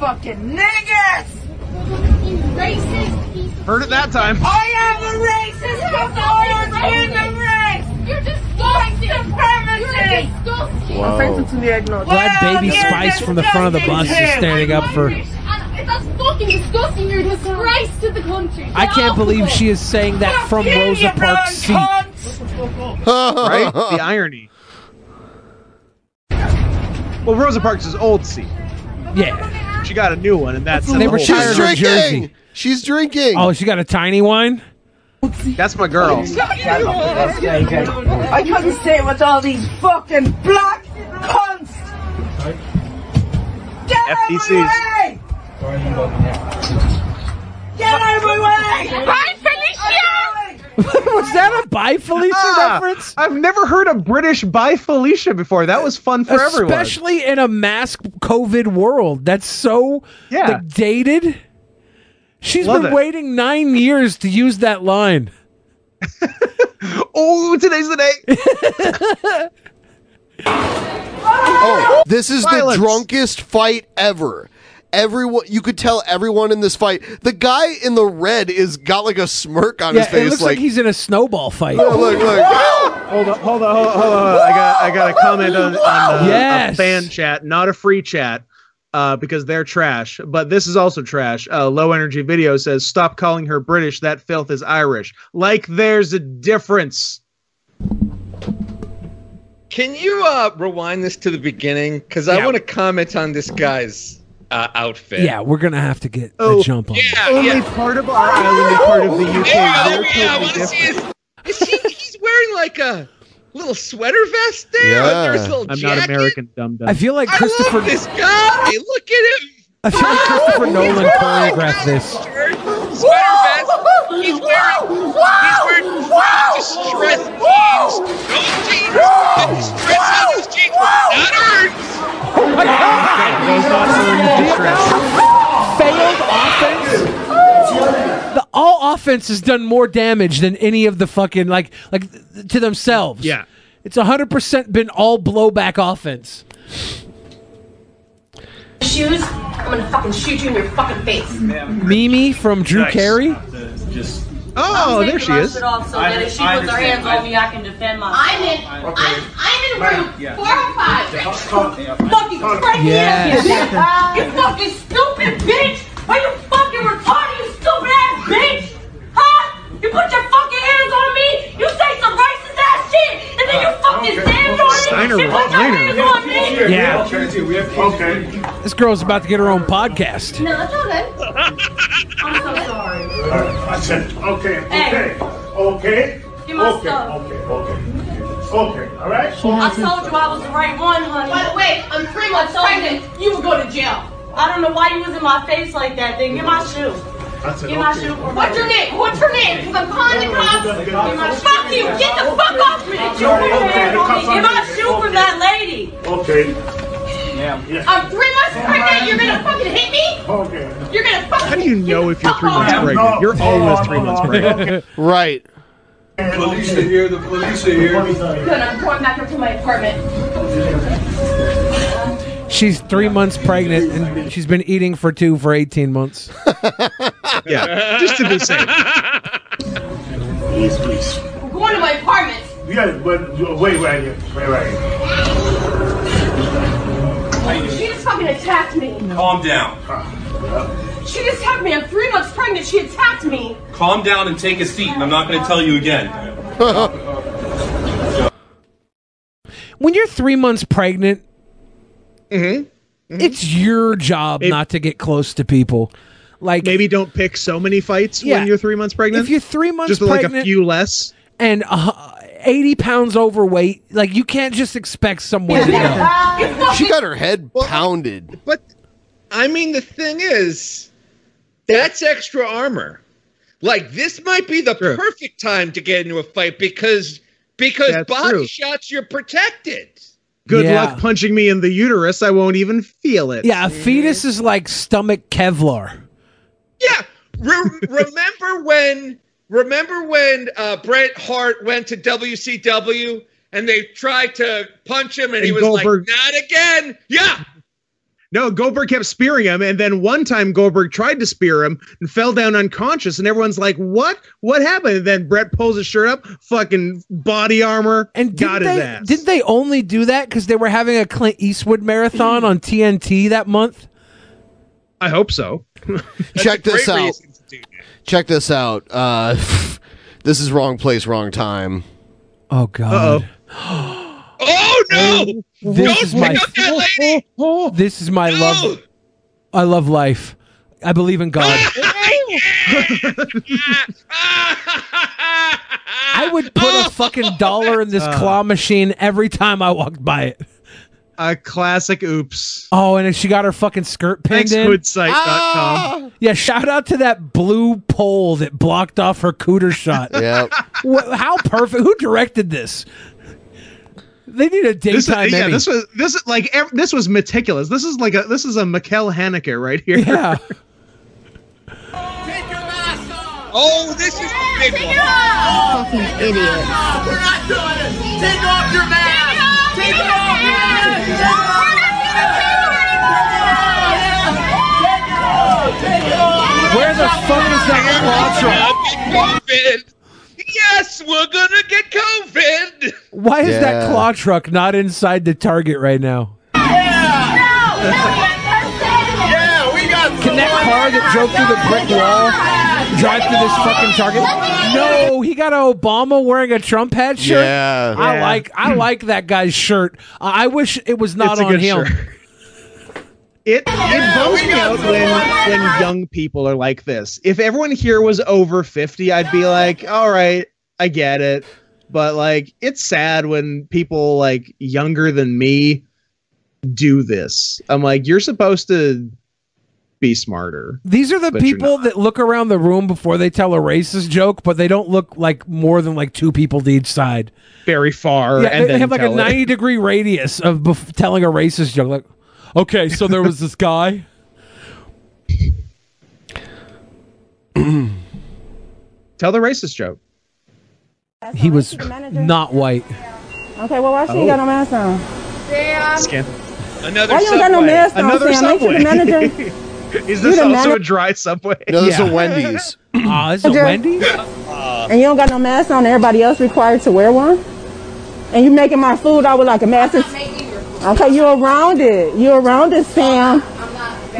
S5: Fucking niggas! Racist piece of
S7: Heard it that time.
S5: I am a racist before you're in the race. You're disgusting. You're disgusting.
S7: Wow.
S9: Glad Baby
S5: you're
S9: Spice from the front of the bus is
S5: disgusting.
S9: standing up for.
S5: And That's fucking disgusting. You're a disgrace to the country.
S9: I can't believe she is saying that from Rosa Parks' seat.
S6: [LAUGHS]
S7: right? The irony. Well, Rosa Parks is old seat.
S9: Yeah.
S7: She got a new one, and that's
S9: They were
S7: She's
S9: tired of Jersey.
S6: She's drinking.
S9: Oh, she got [LAUGHS] a tiny wine.
S7: That's my girl.
S5: I couldn't stay with all these fucking black cunts.
S7: FDCs.
S5: Hey! Get out of my way! Bye, Felicia!
S9: Was that a Bye Felicia
S7: reference? Ah, I've never heard a British Bye Felicia before. That was fun for everyone.
S9: Especially in a mask COVID world. That's so
S7: Yeah.
S9: like, dated. She's
S7: Love
S9: been
S7: it.
S9: waiting nine years to use that line.
S7: [LAUGHS] oh, today's the
S9: [LAUGHS] day.
S6: Oh, this is
S7: Violence.
S6: the drunkest fight ever. Everyone, you could tell everyone in this fight. The guy in the red is got like a smirk on
S9: yeah,
S6: his face,
S9: it looks like, he's in a snowball fight.
S6: Look, look,
S7: [LAUGHS]
S6: look.
S7: Hold on, hold on, hold on, hold on. I got, I got a comment on, on uh,
S9: Yes.
S7: a fan chat, not a free chat, uh, because they're trash. But this is also trash. Uh, Low Energy Video says, "Stop calling her British. That filth is Irish. Like there's a difference."
S8: Can you uh, rewind this to the beginning? Because I want to comment on this guy's uh, outfit.
S9: Yeah, we're gonna have to get
S7: Oh.
S9: a jump on. it.
S7: Only part of our island is part of the UK.
S8: Yeah,
S7: They're
S8: yeah, I
S7: totally
S8: want to see
S7: different.
S8: his. Is he, he's wearing like a little sweater vest there. under his little
S7: I'm not
S8: jacket?
S7: American, dumb dumb.
S9: I feel like Christopher.
S8: This guy, look at him.
S9: I feel
S7: [LAUGHS]
S9: like Christopher
S7: Oh,
S9: Nolan choreographed this.
S8: Sweater vest. He's wearing. He's wearing distressed jeans. Those jeans. but Distress on those jeans. Not hers.
S9: Oh my God! Failed offense. The all offense has done more damage than any of the fucking like like to themselves. Yeah, it's hundred percent been all blowback offense.
S5: Shoes, I'm gonna fucking shoot you in your fucking face.
S9: Mimi from Drew
S7: Nice.
S9: Carey.
S7: Oh,
S5: there she is.
S4: off so that if she puts her hands on me, I can defend myself.
S5: I'm in. I'm, I'm in room four or five. Fucking cranky
S4: Yes.
S5: ass bitch. You fucking stupid bitch. Are you fucking retarded? You stupid ass bitch. Huh? You put your fucking hands on me. You say some racist ass shit, and then you fucking stand on it.
S9: Steiner
S5: and put
S9: was
S5: your
S9: minor.
S5: hands on me.
S9: Yeah.
S5: Okay.
S9: This girl's about to get her own podcast.
S5: No, that's
S8: [LAUGHS]
S5: all good. I'm so sorry.
S3: I said, okay, okay, okay,
S5: You must
S3: okay,
S5: go.
S3: okay, okay, okay, all right?
S4: I told you I was the right one, honey.
S5: By the way, I'm three months pregnant. You would go to jail.
S4: I don't know why you was in my face like that. Then get my shoe.
S3: I said,
S4: Get my
S3: okay.
S4: shoe.
S5: What's your name? What's your name? Because I'm calling the cops. Get my- Fuck you! Get the fuck off me!
S4: Get your hand on me. Get my shoe from that lady.
S3: Okay. Yeah.
S5: I'm three months pregnant. You're gonna fucking hit me?
S3: Okay.
S5: You're gonna fucking.
S7: How do you know if you're three months
S3: Oh,
S7: pregnant? You're always three months pregnant.
S6: [LAUGHS] right.
S3: Police are here, the police are here.
S5: Good. I'm going back up to my apartment.
S9: She's three months pregnant and she's been eating for two for eighteen months.
S7: yeah, just to be safe.
S3: Please, please.
S5: I'm going to my apartment.
S3: You gotta wait, wait right here, wait right here.
S5: She just fucking attacked me.
S3: Calm down.
S5: She just attacked me. I'm three months pregnant. She attacked me.
S4: Calm down and take a seat. I'm not going to tell you
S9: [LAUGHS]
S4: again.
S9: [LAUGHS] when you're three months pregnant,
S7: Mm-hmm.
S9: it's your job
S7: Maybe-
S9: not to get close to people. Like
S7: maybe don't pick so many fights
S9: Yeah.
S7: when you're three months pregnant.
S9: If you're three months
S7: just
S9: pregnant,
S7: like a few less.
S9: and uh, eighty pounds overweight, like you can't just expect someone to know.
S6: [LAUGHS] She got her head pounded.
S8: But I mean, the thing is, that's extra armor. Like this might be the perfect time to get into a fight because because
S7: That's
S8: body
S7: true.
S8: shots you're protected.
S7: Good
S9: Yeah.
S7: luck punching me in the uterus. I won't even feel it.
S9: Yeah, a fetus is like stomach Kevlar.
S7: [LAUGHS]
S8: Re- remember when? Remember when uh, Bret Hart went to WCW and they tried to punch him and, he
S7: And
S8: was
S7: Goldberg-
S8: like, "Not again!" Yeah,
S7: No, Goldberg kept spearing him, and then one time Goldberg tried to spear him and fell down unconscious, and everyone's like, "What? What happened?" And then Brett pulls his shirt up, fucking body armor, and got his
S9: Didn't they-
S7: ass.
S9: Didn't they only do that because they were having a Clint Eastwood marathon on TNT that month?
S7: I hope so.
S6: [LAUGHS] Check this out. Check this out. Uh, [LAUGHS] this is wrong place, wrong time.
S9: Oh god.
S8: Oh no!
S9: This is my [LAUGHS] This is my love. I love life. I believe in God.
S8: Ah!
S9: I would put
S8: Ah!
S9: a fucking dollar in
S7: [LAUGHS]
S9: this
S7: Uh.
S9: claw machine every time I walked by it.
S7: A classic oops.
S9: Oh, and she got her fucking skirt pinned
S7: Thanks,
S9: in.
S7: hoodsite.com. Ah!
S9: Yeah, shout out to that blue pole that blocked off her cooter shot.
S6: yep.
S9: How perfect. Who directed this? They need a daytime
S7: This, yeah,
S9: Emmy.
S7: this was this is like ev- this was meticulous. This is like a this is a Mikkel Haneke right here. [LAUGHS]
S9: Yeah.
S8: Oh, this is the big one.
S3: Fucking idiot. We're not doing it. Take off your mask. Take it off your mask. Take it off.
S9: Where the fuck is
S8: that truck? Yes, we're gonna get COVID.
S9: Why is that
S8: Yeah.
S9: claw truck not inside the target right now?
S3: Yeah, we got
S9: Can that car that drove through the brick wall drive through this fucking target? No, he got a Obama wearing a Trump hat shirt.
S6: Yeah.
S9: I
S6: Yeah.
S9: like I like that guy's shirt. I I wish it was not
S7: It's a
S9: on
S7: good
S9: him.
S7: shirt. [LAUGHS] It it bums me out when when young people are like this. If everyone here was over fifty, I'd be like, all right, I get it. But like, it's sad when people like younger than me do this. I'm like, you're supposed to be smarter.
S9: These are the
S7: But you're
S9: people that look around the room before they tell a racist joke, but they don't look like more than like two people to each side.
S7: Very far.
S9: Yeah,
S7: and then
S9: they, they have like a
S7: tell it.
S9: 90 degree radius of bef- telling a racist joke. Like, okay, so there was this guy.
S7: [CLEARS THROAT] Tell the racist joke.
S9: He was not white.
S5: Okay, well, why she ain't got no mask on?
S7: Skin. Another
S5: Why you don't got no
S7: Subway.
S5: mask on,
S7: Another
S5: Sam? Ain't you
S7: [LAUGHS]
S5: the
S7: subway. Is
S5: You
S7: this
S5: the
S7: also
S5: mana-
S7: a dry subway? Uh,
S5: No, this is a
S7: [CLEARS THROAT]
S5: Yeah.
S6: Wendy's.
S9: Ah, this
S5: is a Jerry. Wendy's? And you don't got no mask on. Everybody else required to wear one. And you making my food all with like a mask. Okay, you're around it. You're around it, Sam.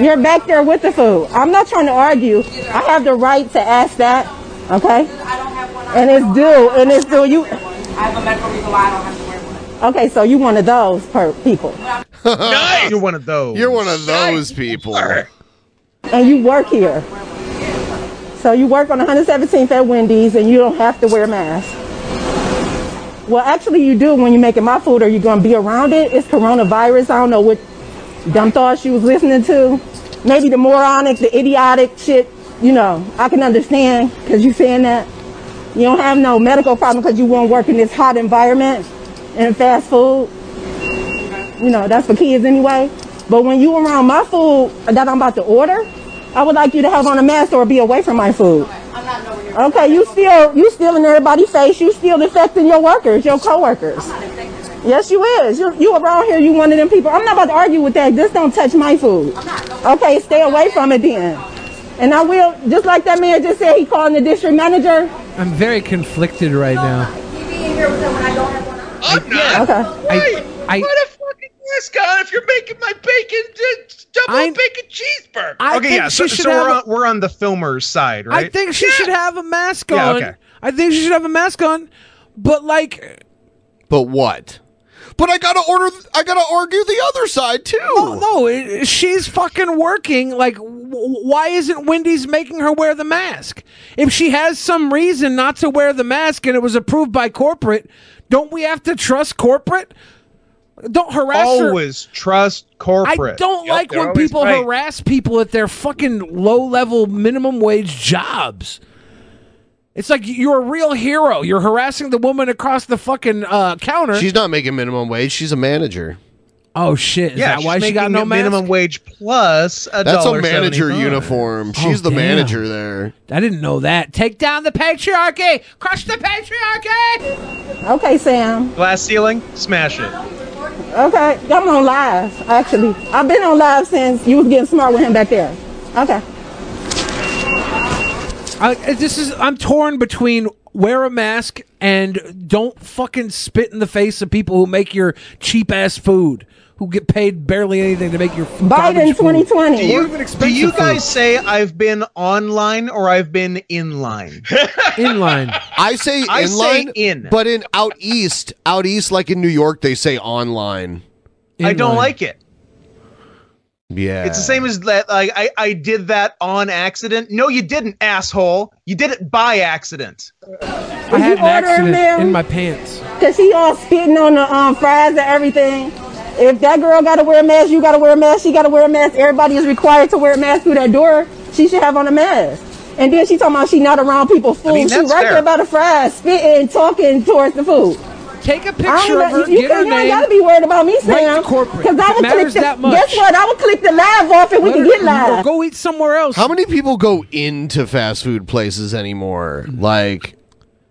S5: You're back there with the food. I'm not trying to argue. I have the right to ask that. Okay. And it's due. And it's due. You.
S14: I have a medical reason why I don't have to wear
S5: Okay, so you one of those per people.
S6: [LAUGHS] nice.
S7: You're one of those.
S6: You're one of those people.
S5: and you work here. So you work on 117th at Wendy's and you don't have to wear a mask. Well, actually you do when you're making my food. Are you going to be around it? It's coronavirus. I don't know what dumb thoughts you was listening to. Maybe the moronic, the idiotic shit, you know, I can understand because you saying that. You don't have no medical problem because you won't work in this hot environment and fast food you know, that's for kids anyway. But when you around my food that I'm about to order, I would like you to have on a mask or be away from my food. Okay, you still you still in everybody's face. You still affecting your workers, your coworkers. Yes, you is. You you around here. You one of them people. I'm not about to argue with that. Just don't touch my food. Okay, stay away from it then. And I will. Just like that man just said, he calling the district manager.
S9: I'm very conflicted right now.
S8: I'm not.
S9: I, I,
S8: Put a fucking mask on if you're making my bacon uh, double
S9: I-
S8: bacon cheeseburger.
S7: okay, yeah. So, so we're, on, we're on the filmer's side, right?
S9: I think she should have a mask on.
S7: Yeah, okay.
S9: I think she should have a mask on, but like,
S6: But what? But I gotta order. I gotta argue the other side too.
S9: no, no, it- she's fucking working. Like, w- why isn't Wendy's making her wear the mask? If she has some reason not to wear the mask and it was approved by corporate, don't we have to trust corporate? Don't harass her.
S7: Always trust corporate.
S9: I don't
S7: Yep,
S9: like
S7: they're
S9: when
S7: always
S9: people
S7: right.
S9: harass people at their fucking low level minimum wage jobs. It's like you're a real hero. You're harassing the woman across the fucking uh, counter.
S6: She's not making minimum wage. She's a manager.
S9: Oh shit! Is
S7: Yeah,
S9: that why
S7: she's
S9: she got
S7: making
S9: no
S7: it
S9: mask?
S7: minimum wage plus a
S6: That's a
S7: dollar
S6: manager
S7: 75.
S6: uniform.
S7: Oh,
S6: She's the
S9: damn.
S6: manager there.
S9: I didn't know that. Take down the patriarchy. Crush the patriarchy.
S5: Okay, Sam.
S7: Glass ceiling, smash it.
S5: Okay, I'm on live, actually. I've been on live since you was getting smart with him back there. Okay.
S9: I, this is I'm torn between wear a mask and don't fucking spit in the face of people who make your cheap ass food, who get paid barely anything to make your f- garbage food.
S7: Do you, do you guys say I've been online or I've been in [LAUGHS] line?
S9: in line.
S6: [LAUGHS] I say
S7: I
S6: in
S7: say
S6: line,
S7: in.
S6: but in out east, out east, like in New York, they say online.
S7: I don't like it.
S6: Yeah,
S7: It's the same as that. Like I, I did that on accident. No, you didn't, asshole. You did it by accident.
S9: I had an accident in my pants.
S5: Cause she all spitting on the um, fries and everything. If that girl gotta wear a mask, you gotta wear a mask. She gotta wear a mask. Everybody is required to wear a mask through that door. She should have on a mask. And then she talking about she not around people food.
S9: I mean,
S5: she
S9: that's
S5: right
S9: fair.
S5: there by the fries, spitting, talking towards the food.
S9: Take a
S5: I don't
S9: picture of
S5: know-
S9: her,
S5: You,
S9: get
S5: can-
S9: her
S5: you ain't
S9: name.
S5: gotta be worried about me,
S9: Write to
S5: Sam.
S9: corporate.
S5: Cause I
S9: It
S5: would click
S9: matters
S5: the,
S9: that much.
S5: Guess what? I would click the live off and we can get live.
S9: go eat somewhere else.
S6: How many people go into fast food places anymore? Like
S7: Hmm.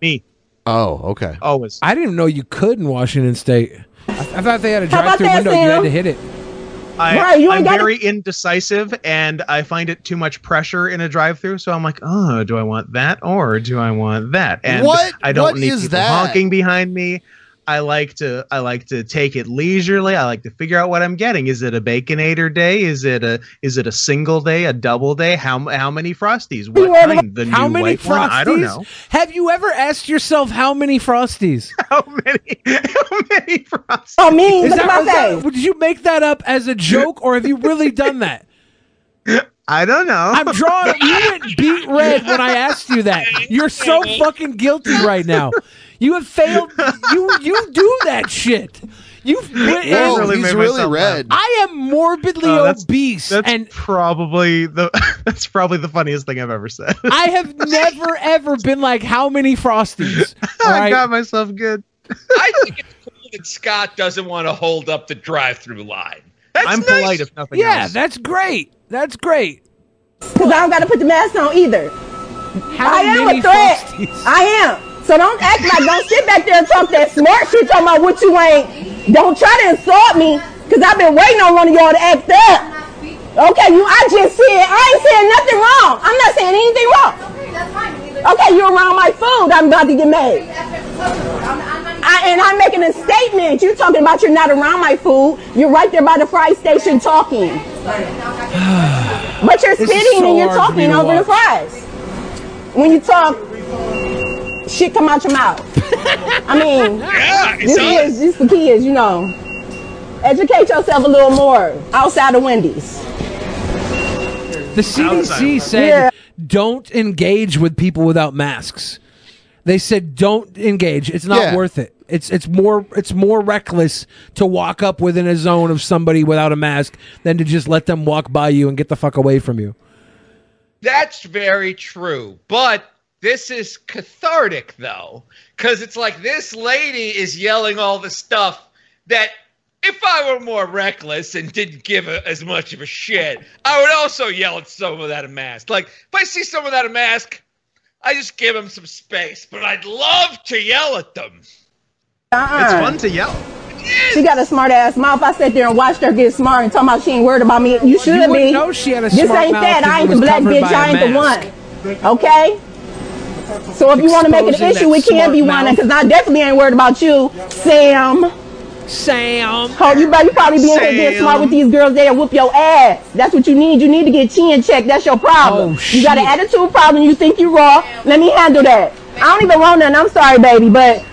S7: me.
S6: Oh, okay.
S7: Always.
S9: I didn't even know you could in Washington State. I, I thought they had a
S7: How about that,
S9: drive-through window. You had
S7: Sam?
S9: to hit it.
S7: I,
S9: Right, you ain't
S7: I'm
S9: gotta-
S7: very indecisive, and I find it too much pressure in a drive-through. So I'm like, oh, do I want that or do I want that? And
S6: What-
S7: I don't
S6: what
S7: need
S6: is
S7: people
S6: that?
S7: honking behind me. I like to I like to take it leisurely. I like to figure out what I'm getting. Is it a baconator day? Is it a is it a single day? A double day? How how many frosties? What kind? The
S9: how
S7: new
S9: many
S7: white one?
S9: frosties?
S7: I don't know.
S9: Have you ever asked yourself how many frosties?
S7: [LAUGHS] how many? How many frosties?
S5: I mean, Oh, look at my
S9: was that,
S5: face.
S9: Did you make that up as a joke, or have you really done that?
S7: [LAUGHS] I don't know.
S9: I'm drawing.
S7: [LAUGHS]
S9: You went beat red when I asked you that. You're so fucking guilty right now. You have failed. You you do that shit. You
S7: I really made myself laugh.
S9: I am morbidly
S7: Oh, that's-
S9: obese,
S7: That's
S9: and
S7: probably the [LAUGHS] that's probably the funniest thing I've ever said.
S9: [LAUGHS] I have never ever been like, "How many frosties?"
S7: [LAUGHS]
S9: All
S7: I
S9: right?
S7: got myself good.
S8: I think it's cool that Scott doesn't want to hold up the drive-through line. That's
S7: I'm
S8: nice.
S7: polite if nothing
S9: yeah,
S7: else.
S9: that's great. That's great.
S5: Cause I don't gotta put the mask on either. I am
S9: many
S5: a threat. I am. So don't act like don't sit back there and talk that smart shit talking about what you ain't. Don't try to insult me, cause I've been waiting on one of y'all to act up. Okay, you I just said I ain't saying nothing wrong. I'm not saying anything wrong. Okay, you're around my food. I'm about to get mad. I, and I'm making a statement. You're talking about you're not around my food. You're right there by the fry station talking. But you're
S9: This is
S5: spitting
S9: so
S5: and you're
S9: hard for me
S5: talking
S9: to
S5: over the fries. When you talk, shit come out your mouth. I mean, this is this the kids, you know. Educate yourself a little more outside of Wendy's.
S9: [LAUGHS] The CDC said
S5: Yeah.
S9: don't engage with people without masks. They said don't engage. It's not
S6: Yeah.
S9: worth it. It's it's more it's more reckless to walk up within a zone of somebody without a mask than to just let them walk by you and get the fuck away from you.
S8: That's very true. But this is cathartic, though, because it's like this lady is yelling all the stuff that if I were more reckless and didn't give a, as much of a shit, I would also yell at someone without a mask. Like, if I see someone without a mask, I just give them some space, but I'd love to yell at them.
S5: Uh-uh.
S8: It's fun to
S7: yell.
S5: She got a smart ass mouth. I sat there and watched her get smart and talking about she ain't worried about me. You should
S9: wouldn't
S5: be.
S9: know she had a
S5: this
S9: smart
S5: ain't
S9: mouth
S5: that.
S9: if
S5: I
S9: it
S5: ain't the
S9: was
S5: black
S9: covered
S5: bitch.
S9: by a
S5: I ain't
S9: mask.
S5: the one. Okay. So if you want to make it an
S9: Exposing
S5: issue, it
S9: that
S5: can be
S9: smart
S5: one, because I definitely ain't worried about you, Sam.
S9: Sam.
S5: Oh, you, better- you probably be in here getting
S9: Sam.
S5: smart with these girls. They'll whoop your ass. That's what you need. You need to get chin checked. That's your problem.
S9: Oh,
S5: you got an
S9: shit.
S5: attitude problem. You think you raw. Let me handle that. I don't even want none. I'm sorry, baby, but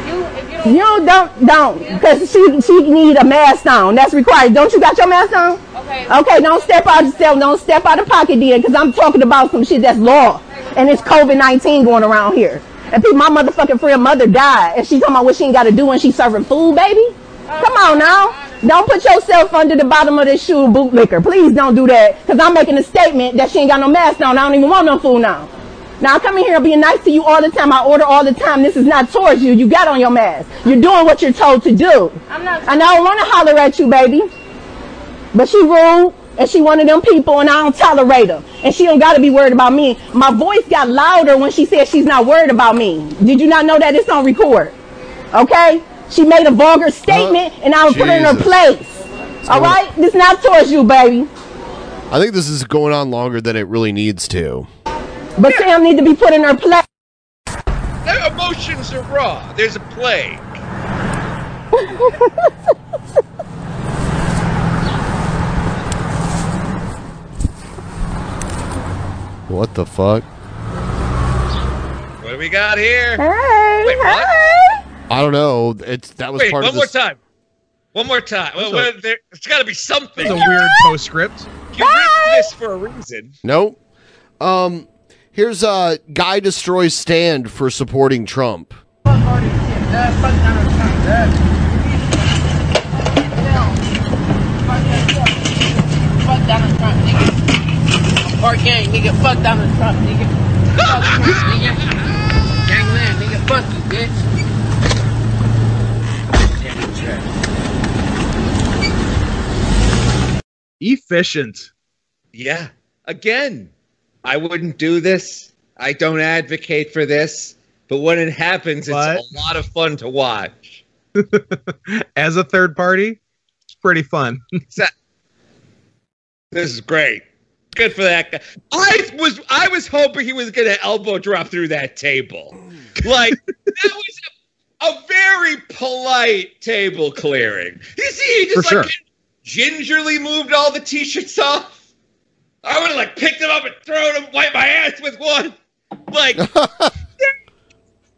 S5: you don't don't because she she need a mask on. That's required. Don't you got your mask on? Okay. Okay. Don't step out yourself. Don't step out of pocket then, because I'm talking about some shit that's law, and it's COVID nineteen going around here. And people, my motherfucking friend mother died, and she talking about what she ain't got to do when she serving food, baby. Come on now. Don't put yourself under the bottom of this shoe bootlicker. Please don't do that, because I'm making a statement that she ain't got no mask on. I don't even want no food now. Now I come in here being nice to you all the time. I order all the time. This is not towards you. You got on your mask. You're doing what you're told to do. I'm not. And I don't want to holler at you, baby. But she rude, and she one of them people, and I don't tolerate her. And she don't got to be worried about me. My voice got louder when she said she's not worried about me. Did you not know that it's on record? Okay. She made a vulgar statement, and I would put her in her
S6: Jesus.
S5: place. All
S6: going-
S5: right? This not towards you, baby.
S6: I think this is going on longer than it really needs to.
S5: But Sam need to be put in her place.
S8: Their emotions are raw. There's a play.
S5: [LAUGHS]
S6: What the fuck?
S8: What do we got here?
S5: Hey,
S8: Wait, what?
S6: I don't know. It's that was
S8: Wait,
S6: part
S8: one
S6: of
S8: more
S6: this.
S8: time. One more time. Well,
S6: That's
S8: well, there, it's got to be something.
S6: That's a weird
S7: postscript.
S8: You ripped this for a reason.
S6: Nope. Um, here's uh, guy destroys stand for supporting Trump.
S34: Fuck Donald Trump, nigga. Or gang, nigga. Fuck Donald Trump, nigga. Fuck Trump, nigga. Gangland, nigga. Fuck you, bitch.
S7: Efficient.
S8: Yeah. Again, I wouldn't do this. I don't advocate for this. But when it happens, it's a lot of fun to watch.
S7: [LAUGHS] As a third party, it's pretty fun. [LAUGHS]
S8: This is great. Good for that guy. I was I was hoping he was going to elbow drop through that table.
S7: [LAUGHS]
S8: Like that was a, a very polite table clearing. You see, he just
S7: For
S8: like gingerly moved all the t-shirts off. I would have like picked them up and thrown them, wiped my ass with one.
S7: [LAUGHS]
S8: Like there-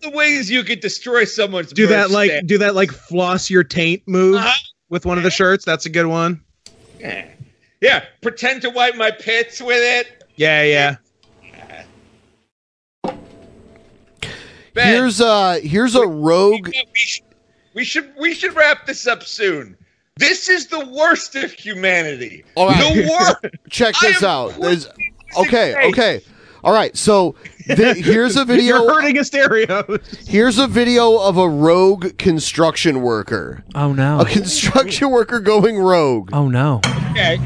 S8: the ways you could destroy someone's
S7: Do that
S8: merch
S7: like
S8: stand.
S7: do that like floss your taint move with one of the shirts. That's a good one.
S8: yeah. yeah, pretend to wipe my pits with it.
S7: Yeah, yeah.
S6: Here's uh, here's a rogue.
S8: We should we should wrap this up soon. This is the worst of humanity.
S6: All right.
S8: The worst.
S6: [LAUGHS] Check this out. There's, okay,
S8: face.
S6: okay. All right. So th- here's a video.
S7: You're hurting his stereo.
S6: Here's a video of a rogue construction worker.
S9: Oh no.
S6: A construction worker going rogue.
S9: Oh no.
S8: Okay.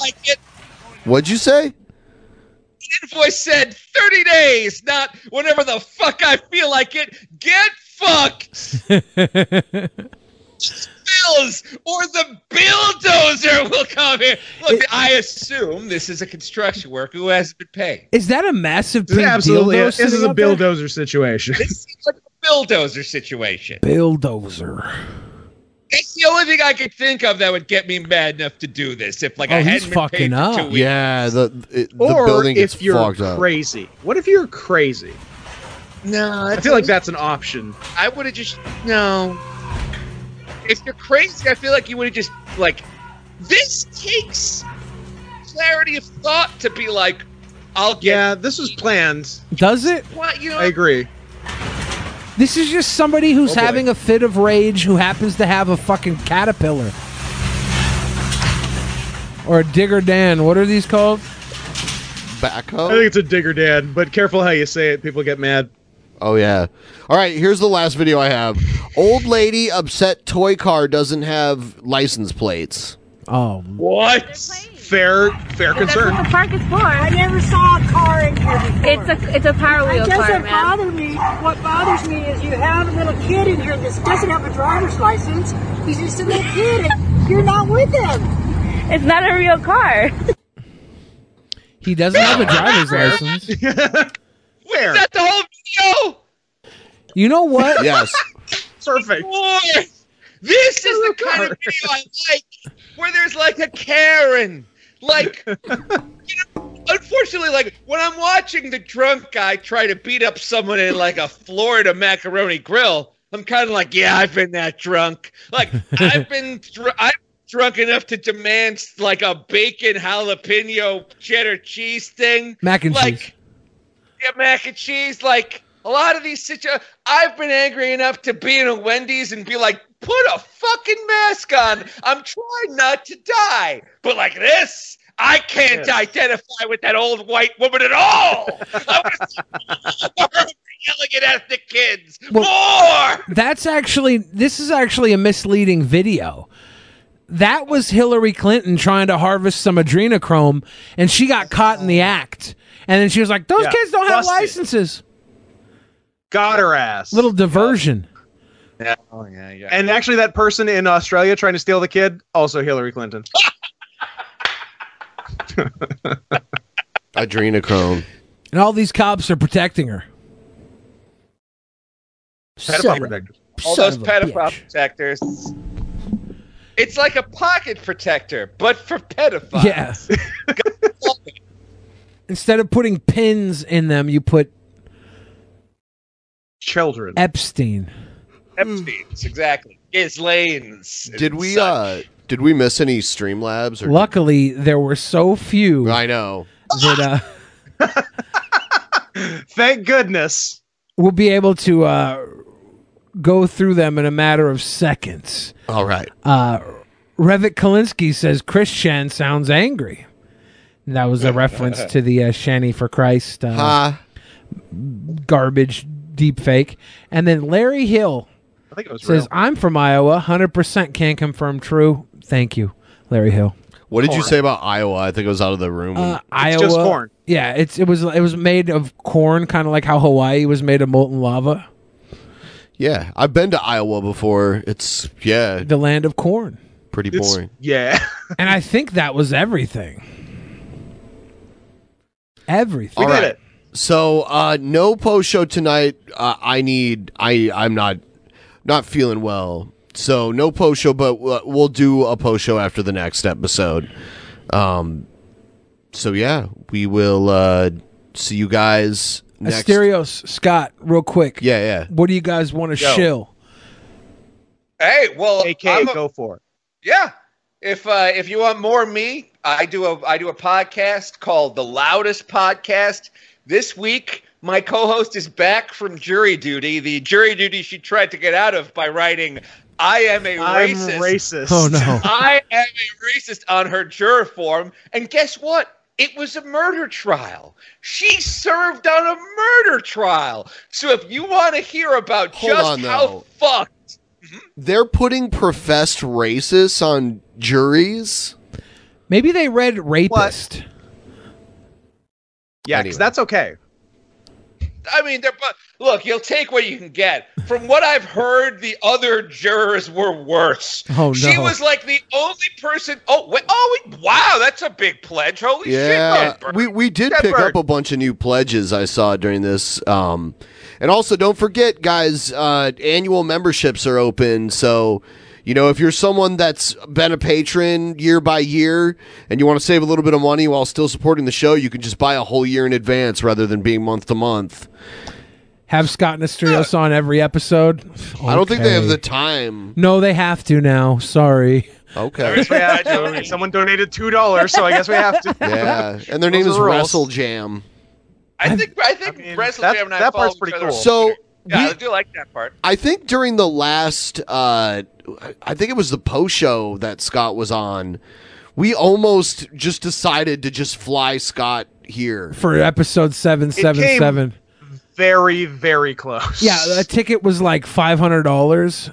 S8: Like it,
S6: What'd you say?
S8: invoice said thirty days, not whenever the fuck I feel like it. Get fucked, bills, or the bulldozer will come here. Look, I assume this is a construction worker who hasn't been paid.
S9: Is that a massive
S7: This is
S9: pink
S7: absolutely.
S9: dildo
S7: This is
S9: sitting
S7: a
S9: up there?
S7: bulldozer situation.
S8: Bulldozer situation.
S9: Bulldozer.
S8: That's the only thing I could think of that would get me mad enough to do this. If like I
S9: Oh, he's
S8: hadn't been paid
S9: fucking
S8: for
S9: up.
S8: two weeks.
S6: Yeah, the it, the
S7: or
S6: building gets
S7: if you're
S6: fogged up.
S7: crazy. What if you're crazy?
S8: No,
S7: I feel like that's an option.
S8: I would have just no. If you're crazy, I feel like you would have just like. This takes clarity of thought to be like, I'll get.
S7: Yeah, this was planned.
S9: Does it?
S8: What you know?
S7: I agree.
S9: This is just somebody who's
S7: Oh, boy.
S9: having a fit of rage who happens to have a fucking caterpillar. Or a digger Dan. What are these called?
S6: Backhoe.
S7: Oh, I think it's a digger dad, but careful how you say it. People get mad.
S6: Oh yeah. All right, here's the last video I have. Old lady upset toy car doesn't have license plates.
S9: Oh.
S7: What? Fair fair concern.
S3: the park is for. I never saw a car in here before.
S10: It's a- it's a power wheel
S3: It doesn't
S10: car, ma'am.
S3: bother me. What bothers me is you have a little kid in here that doesn't have a driver's license. He's just a little kid, and you're not with him.
S10: It's not a real car.
S9: He doesn't have a driver's license.
S7: [LAUGHS] Where?
S8: Is that the whole video?
S9: You know what? [LAUGHS]
S6: Yes.
S7: Perfect.
S8: Boy, this is the kind of video I like, where there's like a Karen. Like, you know, unfortunately, like when I'm watching the drunk guy try to beat up someone in like a Florida macaroni grill,
S11: I'm kind of like, yeah, I've been that drunk. Like I've been, dr- I'm drunk enough to demand like a bacon jalapeno cheddar cheese thing,
S9: Mac and
S11: like,
S9: cheese.
S11: yeah, mac and cheese. Like a lot of these situations, I've been angry enough to be in a Wendy's and be like, put a fucking mask on. I'm trying not to die, but like this. I can't
S10: Yes.
S11: identify with that old white woman at all.
S9: [LAUGHS]
S11: I was yelling at ethnic kids. More.
S9: That's actually this is actually a misleading video. That was Hillary Clinton trying to harvest some adrenochrome, and she got caught in the act. And then she was like, "Those
S7: Yeah,
S9: kids don't have
S7: busted.
S9: licenses."
S7: Got her ass.
S9: Little diversion.
S7: Yeah. Oh, yeah, yeah. And actually, that person in Australia trying to steal the kid, also Hillary Clinton.
S6: Adrenochrome.
S9: And all these cops are protecting her. Son of
S11: Pedophile
S9: a-
S11: protectors. All
S9: son
S11: those
S9: of a
S11: pedophile
S9: bitch.
S11: protectors. It's like a pocket protector, but for pedophiles.
S9: Yeah. [LAUGHS] Instead of putting pins in them, you put
S7: children.
S9: Epstein. Hmm.
S11: Epstein's, exactly. Ghislaine's. and
S6: Did we
S11: such.
S6: uh did we miss any Streamlabs or
S9: Luckily, there were so few.
S6: I know.
S9: That, uh,
S7: [LAUGHS] Thank goodness.
S9: we'll be able to uh, go through them in a matter of seconds.
S6: All right.
S9: Uh, Revit Kalinsky says Christian sounds angry. And that
S6: [LAUGHS]
S9: was a reference to the uh, Shanny for Christ uh,
S6: Ha.
S9: garbage deep fake. And then Larry Hill
S7: I think it was
S9: says,
S7: real.
S9: I'm from Iowa. 100% can confirm true. Thank you, Larry Hill.
S6: What did you say about Iowa? I think it was out of the room.
S9: Uh, Iowa. Yeah, it's it was it was made of corn, kind of like how Hawaii was made of molten lava.
S6: yeah, I've been to Iowa before. It's yeah,
S9: the land of corn.
S6: Pretty
S9: It's-
S6: boring.
S7: Yeah. [LAUGHS]
S9: and I think that was everything. Everything.
S6: All right. So uh, no post show tonight. Uh, I need. I I'm not not feeling well. So no post show, but we'll, we'll do a post show after the next episode. Um. So yeah, we will uh, see you guys next.
S9: Asterios, Scott, real quick.
S6: Yeah, yeah.
S9: What do you guys want to
S6: Yo.
S9: shill?
S8: Hey, well,
S7: AK,
S8: I'm a-
S7: go for it.
S8: Yeah. If uh, if you want more of me, I do a I do a podcast called The Loudest Podcast. This week, my co-host is back from jury duty, the jury duty she tried to get out of by writing I am
S7: [LAUGHS]
S8: a
S7: I'm
S8: racist.
S7: racist. Oh, [LAUGHS] no.
S8: I am a racist on her juror form, and guess what? It was a murder trial. She served on a murder trial. So if you want to hear about
S6: Hold
S8: just
S6: on,
S8: how
S6: though.
S8: fucked
S6: They're putting professed racists on juries.
S9: Maybe they read rapist.
S7: Yeah, 'cause that's okay.
S8: I mean, they're but look, you'll take what you can get. From what I've heard, the other jurors were worse.
S9: Oh,
S8: She
S9: no.
S8: was like the only person. Oh, wait, oh, wait, wow, that's a big pledge. Holy
S6: yeah,
S8: shit, Ed Burke.
S6: we we did
S8: Ed
S6: pick
S8: Burke.
S6: up a bunch of new pledges I saw during this, um, and also don't forget, guys, uh, annual memberships are open. So, you know, if you're someone that's been a patron year by year and you want to save a little bit of money while still supporting the show, you can just buy a whole year in advance rather than being month
S7: [LAUGHS]
S6: to month.
S9: Have Scott and Asterios on every episode.
S6: I don't think they have
S9: Okay.
S6: the time.
S9: No, they have to now. Sorry.
S6: Okay.
S7: Yeah, donate- someone donated two dollars, so I guess we have to.
S6: [LAUGHS] yeah, and their name
S7: Those
S6: is
S7: are rules.
S6: Wrestle Jam.
S8: I think I think Wrestle
S7: that-
S8: Jam and I
S7: that part's
S8: follow each
S7: pretty
S8: other
S7: cool.
S8: on
S6: So,
S8: Twitter. yeah,
S6: we-
S8: I do like that part.
S6: I think during the last, uh, I think it was the post show that Scott was on, we almost just decided to just fly Scott here.
S9: For episode seven seven
S7: came-
S9: seven.
S7: Very, [LAUGHS] very close.
S9: Yeah, a ticket was like five hundred dollars.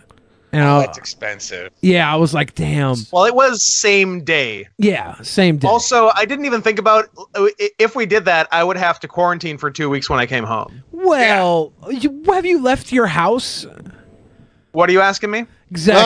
S9: And I-
S7: That's
S8: expensive.
S9: yeah, I was like, damn.
S7: Well, it was same day.
S9: Yeah, same day.
S7: Also, I didn't even think about uh, i- if we did that, I would have to quarantine for two weeks when I came home.
S9: Well, you, have you left your house?
S7: What are you asking me?
S9: Exactly.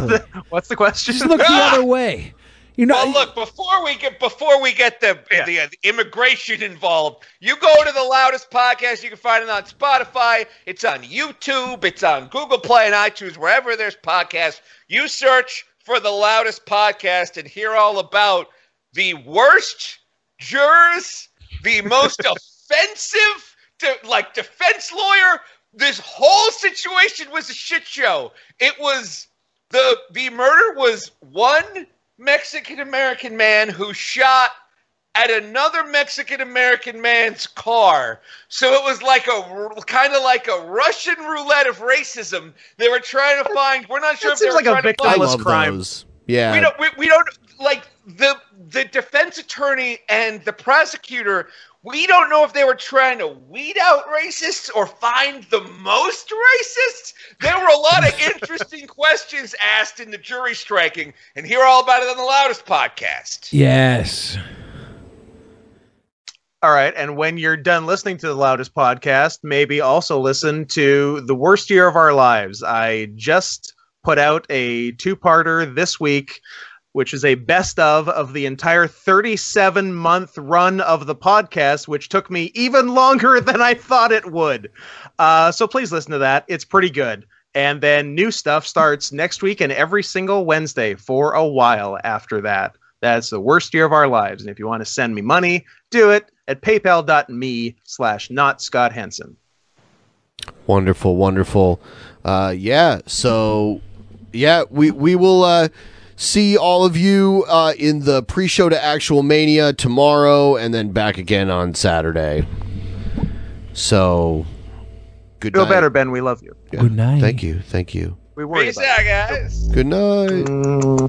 S7: [LAUGHS] [LAUGHS] What the- What's the question?
S9: Just
S7: [LAUGHS]
S9: look the other way. You know,
S8: Well, look before we get before we get the the, uh, the immigration involved. You go to the loudest podcast. You can find it on Spotify. It's on YouTube. It's on Google Play and iTunes. Wherever there's podcasts, you search for the loudest podcast and hear all about the worst
S7: [LAUGHS]
S8: jurors, the most offensive, de- like defense lawyer this whole situation was a shit show. It was the the murder was one Mexican American man who shot at another Mexican American man's car. So it was like a kind of like a Russian roulette of racism. They were trying to find. We're not sure
S7: That
S8: if they
S7: seems
S8: were
S7: like a
S8: trying to
S7: victimless
S8: find-
S7: I love crime.
S6: those. Yeah.
S8: we don't. We, we don't like the the defense attorney and the prosecutor. We don't know if they were trying to weed out racists or find the most racists. There were a lot of interesting [LAUGHS] questions asked in the jury striking, and hear all about it on the loudest podcast.
S35: Yes.
S7: All right. And when you're done listening to the loudest podcast, maybe also listen to The Worst Year of Our Lives. I just put out a two parter this week, which is a best of of the entire 37 month run of the podcast, which took me even longer [LAUGHS] than I thought it would. Uh, so please listen to that. It's pretty good. And then new stuff starts next week and every single Wednesday for a while after that. That's the worst year of our lives. And if you want to send me money, do it at paypal.me slash not Scott Henson.
S6: Wonderful, wonderful. Uh, yeah. So, yeah, we we will uh, see all of you uh, in the pre-show to Actual Mania tomorrow, and then back again on Saturday. So, good.
S7: Feel
S6: night.
S7: better, Ben. We love you.
S6: Yeah. Good night. Thank you. Thank you.
S7: We worry
S8: Peace
S7: about
S8: out, guys.
S6: Good night.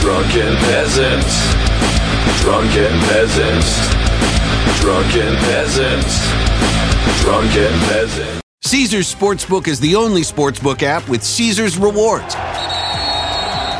S1: Drunken peasants. Drunken peasants. Drunken peasants. Drunken peasants.
S9: Caesar's Sportsbook is the only sportsbook app with Caesar's rewards.